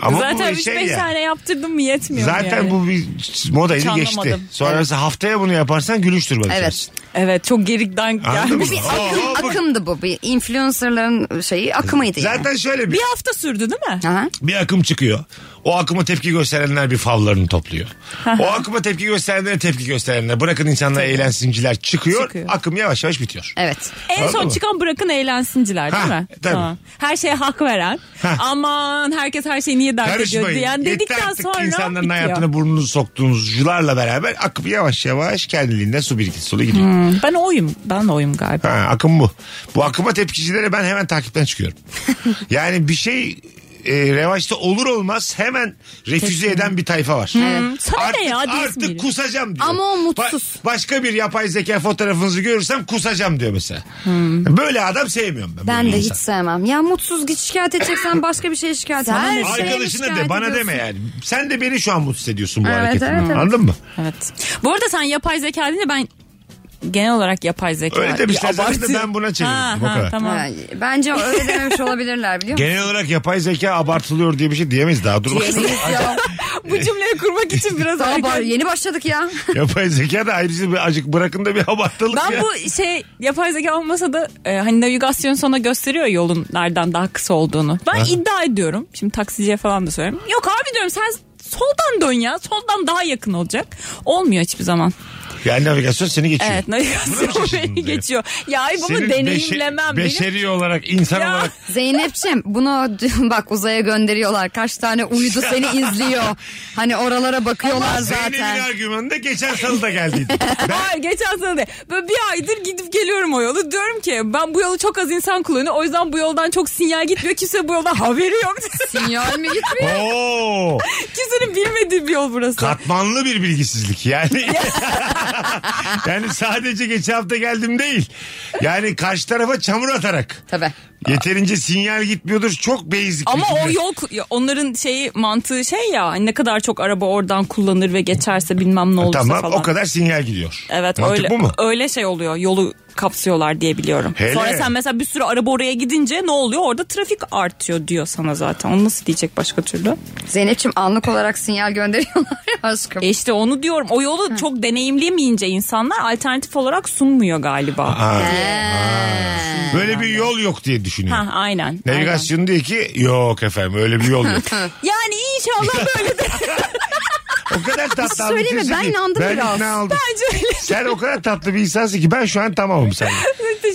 [SPEAKER 2] Ama
[SPEAKER 4] zaten
[SPEAKER 2] bu
[SPEAKER 4] 3-5
[SPEAKER 2] şey ya.
[SPEAKER 4] tane yaptırdım mı yetmiyor mu
[SPEAKER 2] Zaten
[SPEAKER 4] yani?
[SPEAKER 2] bu bir modaydı
[SPEAKER 4] Hiç
[SPEAKER 2] geçti.
[SPEAKER 4] anlamadım.
[SPEAKER 2] Sonra mesela haftaya bunu yaparsan gülüştür bakacağız.
[SPEAKER 3] Evet.
[SPEAKER 4] Evet çok gerikten
[SPEAKER 2] Anladın mı?
[SPEAKER 4] gelmiş.
[SPEAKER 2] Oo, oo, bu-
[SPEAKER 3] Akımdı bu. Bir influencerların şeyi akımıydı yani.
[SPEAKER 2] Zaten şöyle bir,
[SPEAKER 4] Bir hafta sürdü değil mi?
[SPEAKER 3] Aha.
[SPEAKER 2] bir akım çıkıyor. O akıma tepki gösterenler bir favlarını topluyor. o akıma tepki gösterenlere tepki gösterenler. Bırakın insanlar eğlensinciler çıkıyor,
[SPEAKER 4] Çıkıyor.
[SPEAKER 2] Akım yavaş yavaş bitiyor.
[SPEAKER 3] Evet.
[SPEAKER 4] En
[SPEAKER 2] Anladın
[SPEAKER 4] son
[SPEAKER 2] mı?
[SPEAKER 4] çıkan bırakın eğlensinciler değil
[SPEAKER 2] Ha,
[SPEAKER 4] mi?
[SPEAKER 2] tabii.
[SPEAKER 4] Her şeye hak veren. Aman herkes her şeyi niye dert ediyor
[SPEAKER 2] Karışmayın.
[SPEAKER 4] diyen
[SPEAKER 2] Yeter
[SPEAKER 4] dedikten
[SPEAKER 2] artık
[SPEAKER 4] sonra
[SPEAKER 2] insanların
[SPEAKER 4] bitiyor.
[SPEAKER 2] hayatına burnunuzu soktuğunuzcularla beraber akım yavaş yavaş kendiliğinden su birikintisi oluyor gidiyor.
[SPEAKER 4] Ben oyum. Ben oyum galiba.
[SPEAKER 2] Ha, akım bu. Bu akıma tepkicilere ben hemen takipten çıkıyorum. yani bir şey e, revaçta olur olmaz hemen refüze eden bir tayfa var.
[SPEAKER 4] Sana
[SPEAKER 2] Artık,
[SPEAKER 4] ne ya? diyorsun
[SPEAKER 2] artık
[SPEAKER 4] biri.
[SPEAKER 2] kusacağım diyor.
[SPEAKER 3] Ama o mutsuz.
[SPEAKER 2] Ba- başka bir yapay zeka fotoğrafınızı görürsem kusacağım diyor mesela. Böyle adam sevmiyorum ben.
[SPEAKER 3] Ben
[SPEAKER 2] böyle
[SPEAKER 3] de
[SPEAKER 2] insan.
[SPEAKER 3] hiç sevmem. Ya mutsuz git şikayet edeceksen başka bir şeye şikayet et. Her şeye mi
[SPEAKER 2] Arkadaşına
[SPEAKER 3] şikayet
[SPEAKER 2] de bana
[SPEAKER 3] ediyorsun?
[SPEAKER 2] deme yani. Sen de beni şu an mutsuz ediyorsun bu
[SPEAKER 3] Evet,
[SPEAKER 2] hareketle.
[SPEAKER 3] evet, evet.
[SPEAKER 2] Anladın mı?
[SPEAKER 4] Evet. Bu arada sen yapay zeka deyince ben genel olarak yapay zeka.
[SPEAKER 2] Öyle demişler
[SPEAKER 4] Bir
[SPEAKER 2] zaten de
[SPEAKER 4] abartı.
[SPEAKER 2] ben buna çevirdim.
[SPEAKER 4] Ha,
[SPEAKER 2] Bu
[SPEAKER 4] ha,
[SPEAKER 2] kadar.
[SPEAKER 4] Tamam.
[SPEAKER 3] Ha, Bence öyle dememiş olabilirler biliyor musun?
[SPEAKER 2] Genel olarak yapay zeka abartılıyor diye bir şey diyemeyiz daha dur bakalım.
[SPEAKER 3] Ya,
[SPEAKER 4] *laughs* Bu cümleyi kurmak için biraz
[SPEAKER 3] daha
[SPEAKER 4] erken.
[SPEAKER 3] bar- yeni başladık *laughs* ya.
[SPEAKER 2] *laughs* yapay zeka da ayrıca bir acık bırakın da bir abartalım
[SPEAKER 4] Ben
[SPEAKER 2] ya.
[SPEAKER 4] bu şey yapay zeka olmasa da e, hani navigasyon sana gösteriyor ya yolun nereden daha kısa olduğunu. Ben iddia ediyorum. Şimdi taksiciye falan da söylüyorum. Yok abi diyorum sen soldan dön ya. Soldan daha yakın olacak. Olmuyor hiçbir zaman.
[SPEAKER 2] Yani navigasyon seni geçiyor.
[SPEAKER 4] Evet *laughs*
[SPEAKER 2] Buna mı
[SPEAKER 4] navigasyon
[SPEAKER 2] şaşırdın
[SPEAKER 4] beni
[SPEAKER 2] diye?
[SPEAKER 4] geçiyor. Ya ay bunu
[SPEAKER 2] şey? Senin
[SPEAKER 4] deneyimlemem.
[SPEAKER 2] beşe-
[SPEAKER 4] benim.
[SPEAKER 2] Beşeri olarak insan
[SPEAKER 4] Ya.
[SPEAKER 2] olarak
[SPEAKER 3] Zeynep'ciğim bunu *laughs* bak uzaya gönderiyorlar. Kaç tane uydu seni izliyor. Hani oralara bakıyorlar
[SPEAKER 2] Zeynep'in
[SPEAKER 3] zaten.
[SPEAKER 2] argümanı da geçen salı da geldiydi.
[SPEAKER 4] *laughs* Hayır geçen sene de böyle bir aydır gidip geliyorum o yolu. Diyorum ki ben bu yolu çok az insan kullanıyor. O yüzden bu yoldan çok sinyal gitmiyor. Kimse bu yoldan haberi yok. *laughs*
[SPEAKER 3] Sinyal mi gitmiyor?
[SPEAKER 2] Oo,
[SPEAKER 4] Kimsenin bilmediği bir yol burası.
[SPEAKER 2] katmanlı bir bilgisizlik yani. *laughs* yani sadece geçen hafta geldim değil. Yani karşı tarafa çamur atarak.
[SPEAKER 3] Tabii.
[SPEAKER 2] Yeterince sinyal gitmiyordur. Çok basic.
[SPEAKER 4] Ama o
[SPEAKER 2] bilgiler.
[SPEAKER 4] yol ya onların şeyi mantığı şey ya hani ne kadar çok araba oradan kullanır ve geçerse bilmem ne olursa
[SPEAKER 2] E, Tamam
[SPEAKER 4] falan.
[SPEAKER 2] o kadar sinyal gidiyor.
[SPEAKER 4] Evet
[SPEAKER 2] Mantık
[SPEAKER 4] öyle
[SPEAKER 2] bu mu?
[SPEAKER 4] öyle şey oluyor. Yolu kapsıyorlar diye biliyorum.
[SPEAKER 2] Hele.
[SPEAKER 4] Sonra sen mesela bir sürü araba oraya gidince ne oluyor? Orada trafik artıyor diyor sana zaten. Onu nasıl diyecek başka türlü?
[SPEAKER 3] Zeynep'ciğim anlık olarak sinyal gönderiyorlar ya aşkım.
[SPEAKER 4] E işte onu diyorum. O yolu çok deneyimlemeyince insanlar alternatif olarak sunmuyor galiba.
[SPEAKER 2] Ha. Böyle bir yol yok diye düşünüyor.
[SPEAKER 4] Ha aynen. aynen.
[SPEAKER 2] Navigasyon diyor ki yok efendim öyle bir yol yok.
[SPEAKER 4] *laughs* Yani inşallah böyle de
[SPEAKER 2] *laughs* o kadar tatlı
[SPEAKER 3] söyleyeyim mi?
[SPEAKER 2] anlatıyorsun
[SPEAKER 3] Ben
[SPEAKER 2] ki
[SPEAKER 3] inandım
[SPEAKER 2] ben
[SPEAKER 3] biraz.
[SPEAKER 2] ikna oldum.
[SPEAKER 4] bence öyle.
[SPEAKER 2] Sen o kadar tatlı bir insansın ki ben şu an tamamım seninle.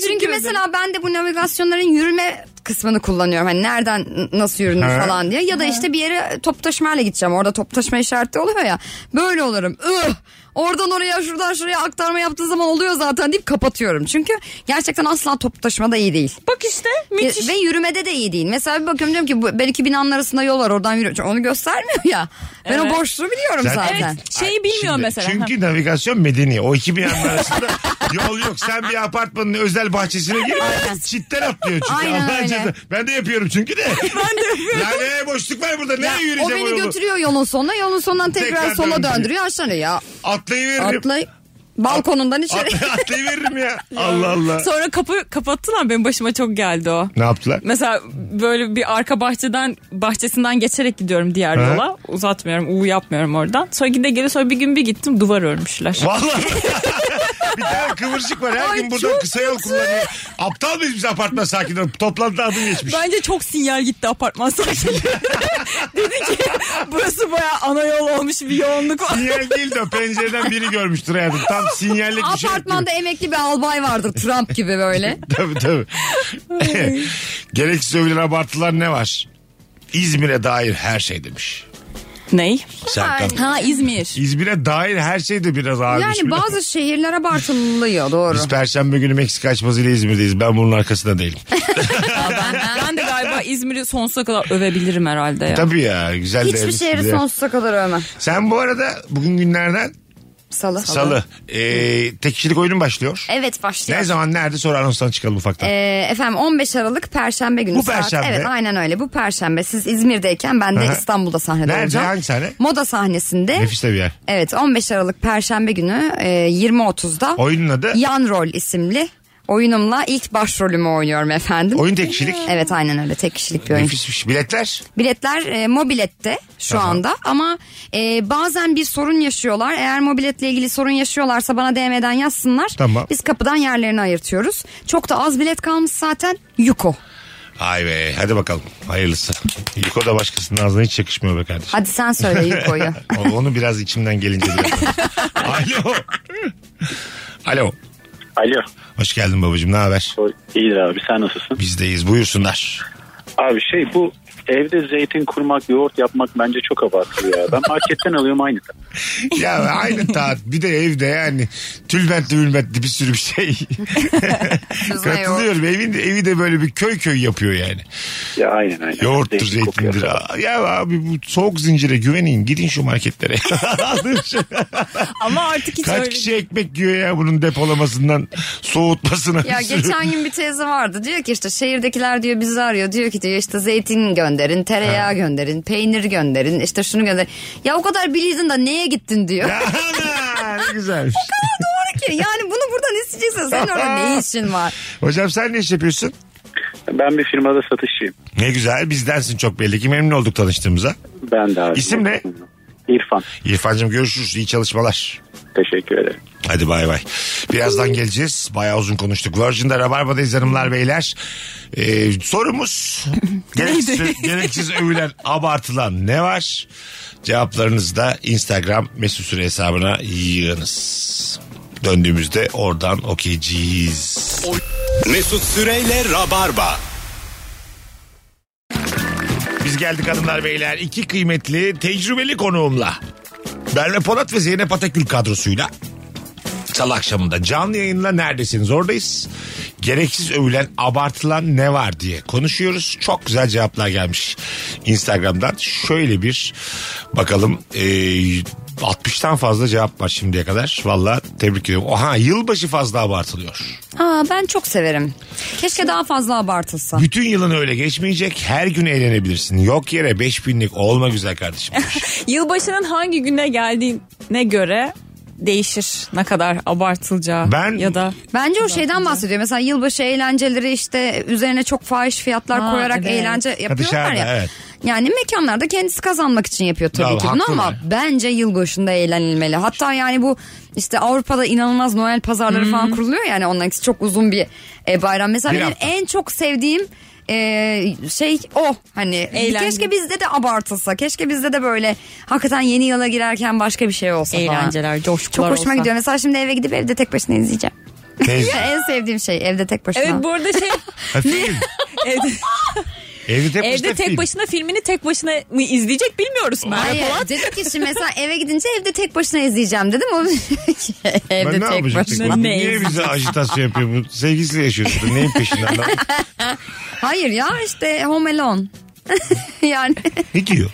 [SPEAKER 3] Çünkü mesela ben de bu navigasyonların yürüme kısmını kullanıyorum. Hani nereden n- nasıl yürünür
[SPEAKER 2] Ha.
[SPEAKER 3] falan diye. Ya da işte bir yere top taşımayla gideceğim. Orada top taşıma işareti oluyor ya. Böyle olurum. Ih! Oradan oraya şuradan şuraya aktarma yaptığı zaman oluyor zaten deyip kapatıyorum. Çünkü gerçekten asla top taşımada iyi değil.
[SPEAKER 4] Bak işte müthiş.
[SPEAKER 3] Ve yürümede de iyi değil. Mesela bir bakıyorum diyorum ki bu, ben iki binanın arasında yol var oradan yürüyorum. Çünkü Onu göstermiyor ya. Ben
[SPEAKER 4] Evet.
[SPEAKER 3] o boşluğu biliyorum
[SPEAKER 2] Zaten-
[SPEAKER 3] zaten.
[SPEAKER 4] Evet şeyi bilmiyor
[SPEAKER 2] Şimdi,
[SPEAKER 4] mesela.
[SPEAKER 2] Çünkü navigasyon medeni. O iki binanın arasında *laughs* yol yok. Sen bir apartmanın özel bahçesine gir. Çitten atlıyor çünkü.
[SPEAKER 3] Aynen
[SPEAKER 2] Allah'ın
[SPEAKER 3] öyle.
[SPEAKER 2] cezası. Ben de yapıyorum çünkü de. ben de yapıyorum. Yani ee, boşluk var burada. Nereye
[SPEAKER 3] O
[SPEAKER 2] yürüyeceğim o,
[SPEAKER 3] beni
[SPEAKER 2] yolu?
[SPEAKER 3] götürüyor yolun sonuna. Yolun sonundan tekrar,
[SPEAKER 2] Tekrar
[SPEAKER 3] sola
[SPEAKER 2] döndürüyor.
[SPEAKER 3] döndürüyor. Aşağıya ya.
[SPEAKER 2] Atlayıveririm.
[SPEAKER 3] Atlay. Balkonundan içeri.
[SPEAKER 2] Atla- *laughs* atlayıveririm ya. Allah Allah.
[SPEAKER 4] Sonra kapı kapattılar benim başıma çok geldi o.
[SPEAKER 2] Ne yaptılar?
[SPEAKER 4] Mesela böyle bir arka bahçeden bahçesinden geçerek gidiyorum diğer
[SPEAKER 2] Hı.
[SPEAKER 4] yola. Uzatmıyorum, u yapmıyorum oradan. Sonra gide gele sonra bir gün bir gittim duvar örmüşler.
[SPEAKER 2] Vallahi. *laughs* bir tane kıvırcık var. Her
[SPEAKER 4] Ay,
[SPEAKER 2] gün buradan
[SPEAKER 4] çok
[SPEAKER 2] kısa yol kullanıyor. Aptal mıyız biz apartman sakinleri? Toplantıda adım geçmiş.
[SPEAKER 4] Bence çok sinyal gitti
[SPEAKER 2] *laughs*
[SPEAKER 4] apartman sakinlerine. Dedi ki burası baya ana yol olmuş bir yoğunluk var.
[SPEAKER 2] Sinyal değil de pencereden biri görmüştür hayatım. Tam sinyallik bir şey.
[SPEAKER 3] Apartmanda emekli bir albay vardır Trump
[SPEAKER 2] *laughs*
[SPEAKER 3] gibi böyle.
[SPEAKER 2] tabii tabii. *laughs* Gereksiz övülen abartılar ne var? İzmir'e dair her şey demiş.
[SPEAKER 4] Ney?
[SPEAKER 2] Serkan.
[SPEAKER 4] Ha
[SPEAKER 2] *laughs*
[SPEAKER 4] İzmir.
[SPEAKER 2] İzmir'e dair her şey de biraz ağırmış.
[SPEAKER 3] Yani
[SPEAKER 2] biliyor musun?
[SPEAKER 3] bazı şehirler abartılıyor doğru.
[SPEAKER 2] Biz Perşembe günü Meksika açmasıyla İzmir'deyiz. Ben bunun arkasında
[SPEAKER 3] *laughs*
[SPEAKER 2] değilim.
[SPEAKER 4] Ya ben, ben de galiba İzmir'i sonsuza kadar övebilirim herhalde ya.
[SPEAKER 2] Tabii ya güzel de
[SPEAKER 3] Hiçbir
[SPEAKER 2] evlisin
[SPEAKER 3] şehri
[SPEAKER 2] de.
[SPEAKER 3] sonsuza kadar övme.
[SPEAKER 2] Sen bu arada bugün günlerden
[SPEAKER 3] Salı.
[SPEAKER 2] salı. Ee, tek kişilik oyunun başlıyor.
[SPEAKER 3] Evet başlıyor.
[SPEAKER 2] Ne zaman nerede sonra anonstan çıkalım ufaktan.
[SPEAKER 3] Ee, efendim 15 Aralık Perşembe günü
[SPEAKER 2] Bu
[SPEAKER 3] saat.
[SPEAKER 2] Perşembe.
[SPEAKER 3] Evet aynen öyle bu Perşembe. Siz İzmir'deyken ben de
[SPEAKER 2] Aha.
[SPEAKER 3] İstanbul'da sahnede
[SPEAKER 2] Nerede?
[SPEAKER 3] olacağım.
[SPEAKER 2] Hangi sahne?
[SPEAKER 3] Moda sahnesinde.
[SPEAKER 2] Nefis de bir yer.
[SPEAKER 3] Evet 15 Aralık Perşembe günü e, 20.30'da.
[SPEAKER 2] Oyunun adı?
[SPEAKER 3] Yan Rol isimli oyunumla ilk başrolümü oynuyorum efendim.
[SPEAKER 2] Oyun tek kişilik.
[SPEAKER 3] Evet aynen öyle tek kişilik bir oyun.
[SPEAKER 2] Nefismiş. Biletler?
[SPEAKER 3] Biletler e, mobilette şu
[SPEAKER 2] Aha.
[SPEAKER 3] anda ama e, bazen bir sorun yaşıyorlar. Eğer mobiletle ilgili sorun yaşıyorlarsa bana DM'den yazsınlar.
[SPEAKER 2] Tamam.
[SPEAKER 3] Biz kapıdan yerlerini ayırtıyoruz. Çok da az bilet kalmış zaten. Yuko.
[SPEAKER 2] Ay be hadi bakalım hayırlısı. Yiko da başkasının ağzına hiç yakışmıyor be kardeşim.
[SPEAKER 3] Hadi sen
[SPEAKER 2] *laughs*
[SPEAKER 3] söyle Yuko'yu.
[SPEAKER 2] O- Onu biraz içimden gelince biraz. Alo. Alo.
[SPEAKER 6] Alo.
[SPEAKER 2] Hoş geldin babacığım ne haber?
[SPEAKER 6] İyidir abi sen nasılsın?
[SPEAKER 2] Bizdeyiz buyursunlar.
[SPEAKER 6] Abi şey bu evde zeytin kurmak, yoğurt yapmak bence çok abartılı ya. Ben *laughs* marketten alıyorum aynı.
[SPEAKER 2] Ya aynı taat bir de evde yani tülbentli mülbentli bir sürü bir şey. Katılıyorum evin, evi de böyle bir köy köy yapıyor yani.
[SPEAKER 6] Ya aynen aynen.
[SPEAKER 2] Yoğurttur
[SPEAKER 6] Zeytin kokuyor
[SPEAKER 2] zeytindir.
[SPEAKER 6] falan.
[SPEAKER 2] Aa, Ya abi bu soğuk zincire güvenin gidin şu marketlere. *laughs* Alın şu-
[SPEAKER 4] Ama artık hiç
[SPEAKER 2] Kaç
[SPEAKER 4] öyle
[SPEAKER 2] kişi ekmek yiyor ya bunun depolamasından soğutmasına.
[SPEAKER 3] Ya
[SPEAKER 2] *laughs* bir sürü-
[SPEAKER 3] geçen gün bir teyze vardı. Diyor ki işte şehirdekiler diyor bizi arıyor. Diyor ki diyor işte zeytin gönderin, tereyağı gönderin, peynir gönderin, işte şunu gönderin. Ya o *laughs* kadar bilirdin da neye gittin diyor.
[SPEAKER 2] Ya ana, ne güzelmiş.
[SPEAKER 3] Doğru ki yani bunu buradan isteyeceksin. Senin orada
[SPEAKER 2] *laughs*
[SPEAKER 3] ne işin var?
[SPEAKER 2] Hocam sen ne iş yapıyorsun?
[SPEAKER 6] Ben bir firmada satışçıyım.
[SPEAKER 2] Ne güzel bizdensin çok belli ki memnun olduk tanıştığımıza.
[SPEAKER 6] Ben de abi.
[SPEAKER 2] İsim ne?
[SPEAKER 6] İrfan.
[SPEAKER 2] İrfan'cığım görüşürüz iyi çalışmalar.
[SPEAKER 6] Teşekkür ederim.
[SPEAKER 2] Hadi bay bay. Birazdan geleceğiz. Bayağı uzun konuştuk. Virgin'de Rabarba'dayız hanımlar beyler. Ee, sorumuz gereksiz, gereksiz övülen abartılan ne var? Cevaplarınızı da Instagram mesut süre hesabına yığınız. Döndüğümüzde oradan okuyacağız.
[SPEAKER 1] Mesut Süreyle Rabarba.
[SPEAKER 2] Biz geldik hanımlar beyler. İki kıymetli tecrübeli konuğumla. Merve Polat ve Zeynep Atakül kadrosuyla. Salı akşamında canlı yayınla neredesiniz oradayız. Gereksiz övülen abartılan ne var diye konuşuyoruz. Çok güzel cevaplar gelmiş Instagram'dan. Şöyle bir bakalım e, 60'tan fazla cevap var şimdiye kadar. Valla tebrik ediyorum. Oha yılbaşı fazla abartılıyor.
[SPEAKER 3] Aa, ben çok severim. Keşke daha fazla abartılsa.
[SPEAKER 2] Bütün yılın öyle geçmeyecek. Her gün eğlenebilirsin. Yok yere 5000'lik olma güzel kardeşim.
[SPEAKER 4] Yılbaşının hangi güne geldiğine göre değişir ne kadar abartılacağı
[SPEAKER 2] Ben-
[SPEAKER 4] ya da
[SPEAKER 3] Bence o şeyden bahsediyor. Mesela yılbaşı eğlenceleri işte üzerine çok fahiş fiyatlar
[SPEAKER 4] Ha,
[SPEAKER 3] koyarak
[SPEAKER 4] evet.
[SPEAKER 3] eğlence yapıyorlar
[SPEAKER 2] dışarıda,
[SPEAKER 3] ya.
[SPEAKER 2] evet.
[SPEAKER 3] Yani mekanlarda kendisi kazanmak için yapıyor tabii
[SPEAKER 2] Ya,
[SPEAKER 3] ki bunu
[SPEAKER 2] haklı
[SPEAKER 3] ama
[SPEAKER 2] be.
[SPEAKER 3] bence yılbaşında eğlenilmeli. Hatta yani bu işte Avrupa'da inanılmaz Noel pazarları falan kuruluyor yani onların ikisi çok uzun bir e, bayram. Mesela
[SPEAKER 2] Bir
[SPEAKER 3] benim
[SPEAKER 2] hafta.
[SPEAKER 3] en çok sevdiğim e, şey o hani
[SPEAKER 4] Eğlence.
[SPEAKER 3] keşke bizde de abartılsa keşke bizde de böyle hakikaten yeni yıla girerken başka bir şey olsa falan.
[SPEAKER 4] eğlenceler, coşkular
[SPEAKER 3] Çok hoşuma
[SPEAKER 4] olsa.
[SPEAKER 3] gidiyor. Mesela şimdi eve gidip evde tek başına izleyeceğim.
[SPEAKER 2] Neyse.
[SPEAKER 3] en sevdiğim şey evde tek başına.
[SPEAKER 4] Evet bu
[SPEAKER 2] *laughs*
[SPEAKER 4] arada şey
[SPEAKER 2] Ha, film.
[SPEAKER 4] evde,
[SPEAKER 2] Evde tek,
[SPEAKER 4] evde
[SPEAKER 2] başına
[SPEAKER 4] tek
[SPEAKER 2] film.
[SPEAKER 4] başına filmini tek başına mı izleyecek bilmiyoruz Merve
[SPEAKER 3] Hayır
[SPEAKER 4] Polat.
[SPEAKER 3] dedi ki şimdi mesela eve gidince evde tek başına izleyeceğim dedim. O *laughs*
[SPEAKER 2] Ben
[SPEAKER 3] evde
[SPEAKER 2] ne
[SPEAKER 3] tek
[SPEAKER 2] yapacağım?
[SPEAKER 3] başına.
[SPEAKER 4] başına.
[SPEAKER 2] Niye
[SPEAKER 4] Neyse.
[SPEAKER 2] bize ajitasyon yapıyor bu? Sevgilisiyle yaşıyorsun. Neyin peşinde? adam?
[SPEAKER 3] Hayır ya işte Home Alone. *laughs* yani
[SPEAKER 2] Ne diyor?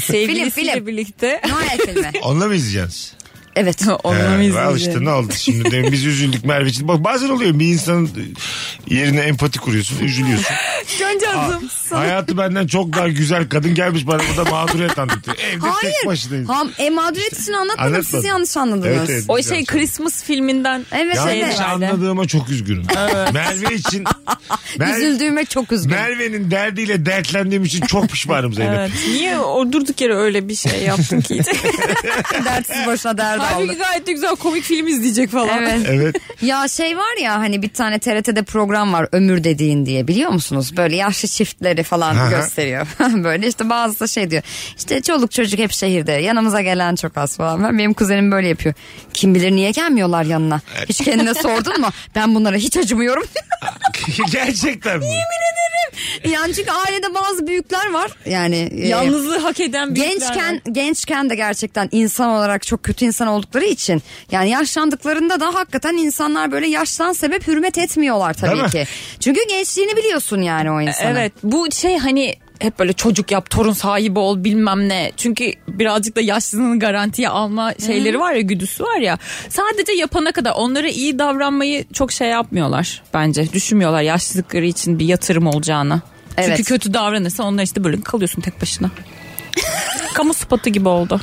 [SPEAKER 4] Sevgilisiyle
[SPEAKER 3] Film, film.
[SPEAKER 4] birlikte.
[SPEAKER 3] Noel filmi.
[SPEAKER 2] *laughs* Onunla mı izleyeceksiniz?
[SPEAKER 3] Evet.
[SPEAKER 4] *laughs* Onunla mı
[SPEAKER 2] He, al
[SPEAKER 4] izleyeceğiz?
[SPEAKER 2] işte ne oldu şimdi demin biz üzüldük Merve için. Bak bazen oluyor bir insanın yerine empati kuruyorsun
[SPEAKER 4] *laughs*
[SPEAKER 2] üzülüyorsun.
[SPEAKER 4] Cancancığım.
[SPEAKER 2] Hayatı benden çok daha güzel kadın gelmiş bana burada mağduriyet anlatıyor. Evde
[SPEAKER 3] Hayır.
[SPEAKER 2] tek başınayız.
[SPEAKER 3] Ham, e, mağduriyet için anlatmadım. Siz
[SPEAKER 2] Anlatmadım.
[SPEAKER 3] yanlış anladınız.
[SPEAKER 2] Evet, evet.
[SPEAKER 4] O
[SPEAKER 2] Güzel
[SPEAKER 4] şey
[SPEAKER 2] soru.
[SPEAKER 4] Christmas filminden.
[SPEAKER 3] Evet,
[SPEAKER 2] Yanlış
[SPEAKER 3] evet.
[SPEAKER 4] şey herhalde.
[SPEAKER 2] anladığıma çok üzgünüm. Merve
[SPEAKER 4] *laughs*
[SPEAKER 2] için Mer-
[SPEAKER 3] Üzüldüğüme çok üzgünüm.
[SPEAKER 2] Merve'nin derdiyle dertlendiğim için çok pişmanım Zeynep.
[SPEAKER 4] Evet. Niye o durduk yere öyle bir şey
[SPEAKER 3] *laughs*
[SPEAKER 4] yaptın ki?
[SPEAKER 3] Dertsiz boşuna dert
[SPEAKER 4] Halbuki
[SPEAKER 3] aldım.
[SPEAKER 4] gayet de güzel komik film izleyecek falan.
[SPEAKER 3] Evet.
[SPEAKER 2] Evet.
[SPEAKER 3] Ya şey var ya hani bir tane TRT'de program var ömür dediğin diye biliyor musunuz? Böyle yaşlı çiftleri falan
[SPEAKER 2] Aha.
[SPEAKER 3] gösteriyor. *laughs* böyle işte bazısı şey diyor. İşte çoluk çocuk hep şehirde yanımıza gelen çok az falan. Ben, benim kuzenim böyle yapıyor. Kim bilir niye gelmiyorlar yanına? Hiç kendine sordun mu? Ben bunlara hiç acımıyorum. *laughs*
[SPEAKER 2] *laughs* Gerçekten mi?
[SPEAKER 3] yani çünkü ailede bazı büyükler var. Yani e,
[SPEAKER 4] Yalnızlığı hak eden bir
[SPEAKER 3] Gençken gençken de gerçekten insan olarak çok kötü insan oldukları için yani yaşlandıklarında da hakikaten insanlar böyle yaştan sebep hürmet etmiyorlar
[SPEAKER 2] Değil mi?
[SPEAKER 3] tabii ki. Çünkü gençliğini biliyorsun yani o insanın.
[SPEAKER 4] Evet bu şey hani hep böyle çocuk yap torun sahibi ol bilmem ne. Çünkü birazcık da yaşlılığını garantiye alma şeyleri var ya güdüsü var ya. Sadece yapana kadar onlara iyi davranmayı çok şey yapmıyorlar bence. Düşünmüyorlar yaşlılıkları için bir yatırım olacağını.
[SPEAKER 3] Evet.
[SPEAKER 4] Çünkü kötü davranırsa onlar işte böyle kalıyorsun tek başına. *laughs* kamu spotu gibi oldu.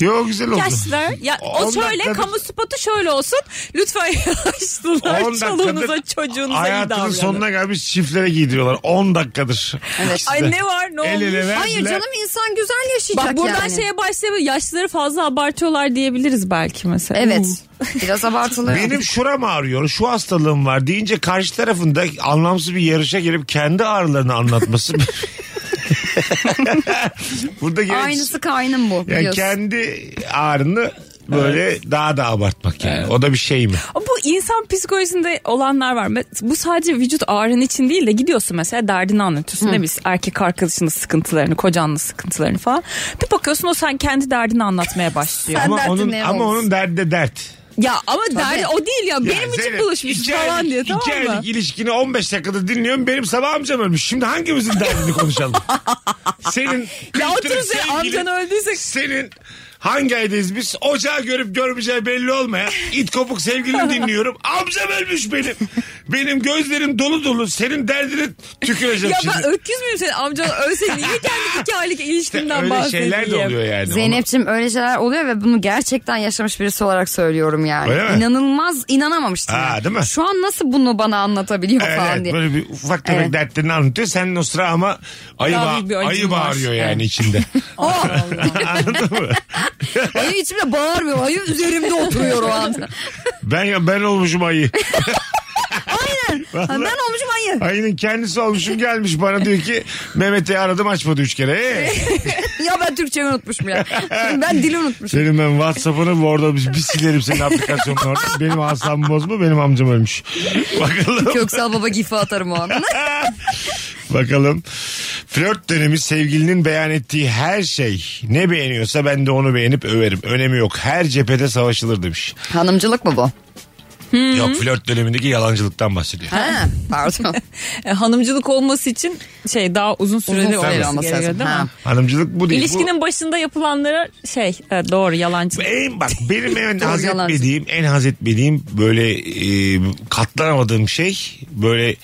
[SPEAKER 2] Yo güzel oldu.
[SPEAKER 4] Yaşlılar ya, o
[SPEAKER 2] On
[SPEAKER 4] şöyle
[SPEAKER 2] dakikadır-
[SPEAKER 4] kamu spotu şöyle olsun. Lütfen *laughs* yaşlılar
[SPEAKER 2] 10
[SPEAKER 4] çoluğunuza
[SPEAKER 2] dakikadır
[SPEAKER 4] çocuğunuza iyi
[SPEAKER 2] Hayatının
[SPEAKER 4] davranın.
[SPEAKER 2] sonuna gelmiş çiftlere giydiriyorlar. 10 dakikadır.
[SPEAKER 3] Evet.
[SPEAKER 4] Ay ne var ne
[SPEAKER 2] El
[SPEAKER 4] olmuş?
[SPEAKER 2] ele verdiler.
[SPEAKER 3] Hayır canım insan güzel yaşayacak
[SPEAKER 4] Bak buradan şey
[SPEAKER 3] yani.
[SPEAKER 4] şeye başlayabilir. Yaşlıları fazla abartıyorlar diyebiliriz belki mesela.
[SPEAKER 3] Evet.
[SPEAKER 4] Hmm.
[SPEAKER 3] Biraz abartılıyor.
[SPEAKER 2] Benim şuram ağrıyor, şu hastalığım var deyince karşı tarafında anlamsız bir yarışa gelip kendi ağrılarını anlatması. *laughs* Burada gerek...
[SPEAKER 3] *laughs* Aynısı kaynım bu
[SPEAKER 2] Yani
[SPEAKER 3] biliyorsun.
[SPEAKER 2] kendi ağrını böyle daha da abartmak yani. O da bir şey mi?
[SPEAKER 4] Ama Bu insan psikolojisinde olanlar var. Mes- Bu sadece vücut ağrın için değil de gidiyorsun mesela derdini anlatıyorsun değil mi? Erkek arkadaşının sıkıntılarını, kocanın sıkıntılarını falan. Bir bakıyorsun o sen kendi derdini anlatmaya başlıyor.
[SPEAKER 3] Sen
[SPEAKER 2] ama
[SPEAKER 3] derdin
[SPEAKER 2] onun
[SPEAKER 3] ne
[SPEAKER 2] ama
[SPEAKER 3] olsun?
[SPEAKER 2] onun derdi de dert.
[SPEAKER 4] ya ama derdi o değil ya.
[SPEAKER 2] Ya
[SPEAKER 4] Benim için
[SPEAKER 2] Zeynep,
[SPEAKER 4] buluşmuş
[SPEAKER 2] iki
[SPEAKER 4] falan
[SPEAKER 2] aylık-
[SPEAKER 4] diye tamam
[SPEAKER 2] iki
[SPEAKER 4] mı?
[SPEAKER 2] aylık ilişkini 15 dakikada dinliyorum. Benim sabah amcam ölmüş. Şimdi hangimizin derdini
[SPEAKER 4] *laughs*
[SPEAKER 2] konuşalım? Senin
[SPEAKER 4] Ya
[SPEAKER 2] kırk yıllık
[SPEAKER 4] otur sen
[SPEAKER 2] sevgilin-
[SPEAKER 4] amcan öldüyse
[SPEAKER 2] Senin hangi aydayız biz?
[SPEAKER 4] *laughs*
[SPEAKER 2] Ocağı görüp görmeyeceği belli olmayan it kopuk sevgilini dinliyorum. Amcam ölmüş benim. Benim gözlerim dolu dolu senin derdine tüküreceğim
[SPEAKER 4] Ya
[SPEAKER 2] şimdi.
[SPEAKER 4] ben öküz müyüm senin amcan ölse niye kendi iki aylık
[SPEAKER 2] İşte
[SPEAKER 4] ilişkinden
[SPEAKER 2] öyle
[SPEAKER 4] bahsedeyim?
[SPEAKER 2] şeyler de oluyor yani.
[SPEAKER 3] Zeynep'ciğim öyle şeyler oluyor ve bunu gerçekten yaşamış birisi olarak söylüyorum yani.
[SPEAKER 2] Öyle mi?
[SPEAKER 3] İnanılmaz inanamamıştım.
[SPEAKER 2] Ha,
[SPEAKER 3] yani.
[SPEAKER 2] değil mi?
[SPEAKER 3] Şu an nasıl bunu bana anlatabiliyor
[SPEAKER 2] Evet,
[SPEAKER 3] falan
[SPEAKER 2] evet,
[SPEAKER 3] diye.
[SPEAKER 2] böyle bir ufak tefek
[SPEAKER 3] Evet.
[SPEAKER 2] dertlerini anlatıyor. Sen o sıra ama ayı,
[SPEAKER 4] Daha
[SPEAKER 2] ba-
[SPEAKER 4] büyük bir acın
[SPEAKER 2] ayı
[SPEAKER 4] var.
[SPEAKER 2] bağırıyor yani içinde.
[SPEAKER 4] *laughs*
[SPEAKER 2] Anladın mı?
[SPEAKER 3] Ayı içimde bağırmıyor. Ayı üzerimde oturuyor o
[SPEAKER 2] *laughs*
[SPEAKER 3] an.
[SPEAKER 2] Ben ben olmuşum ayı.
[SPEAKER 3] Ha, ben olmuşum ayı.
[SPEAKER 2] Ayının kendisi olmuşum gelmiş bana diyor ki Mehmet'i aradım açmadı üç kere. Ee,
[SPEAKER 3] ya ben Türkçeyi
[SPEAKER 2] *laughs*
[SPEAKER 3] unutmuşum ya. ben dili unutmuşum.
[SPEAKER 2] senin ben Whatsapp'ını bu orada bir, bir silerim senin aplikasyonunu orada. Benim asabımı bozma benim amcam ölmüş. *laughs* Bakalım.
[SPEAKER 3] Köksal baba gifi atarım
[SPEAKER 4] *laughs*
[SPEAKER 3] o an.
[SPEAKER 2] Bakalım. Flört dönemi sevgilinin beyan ettiği her şey. Ne beğeniyorsa ben de onu beğenip överim. Önemi yok. Her cephede savaşılır demiş.
[SPEAKER 3] Hanımcılık mı bu?
[SPEAKER 2] Yok flört dönemindeki yalancılıktan bahsediyor.
[SPEAKER 3] Ha, *laughs* pardon.
[SPEAKER 4] E, hanımcılık olması için şey daha uzun süreli
[SPEAKER 3] Uzun süreli
[SPEAKER 4] olması
[SPEAKER 3] olması
[SPEAKER 4] gerekiyor
[SPEAKER 3] lazım.
[SPEAKER 4] değil mi?
[SPEAKER 3] Ha.
[SPEAKER 2] Hanımcılık bu değil.
[SPEAKER 4] İlişkinin başında yapılanlara şey e, doğru
[SPEAKER 2] Bu
[SPEAKER 4] yalancılık.
[SPEAKER 2] en bak benim en haz
[SPEAKER 3] yalancı.
[SPEAKER 2] etmediğim en haz etmediğim böyle e, katlanamadığım şey böyle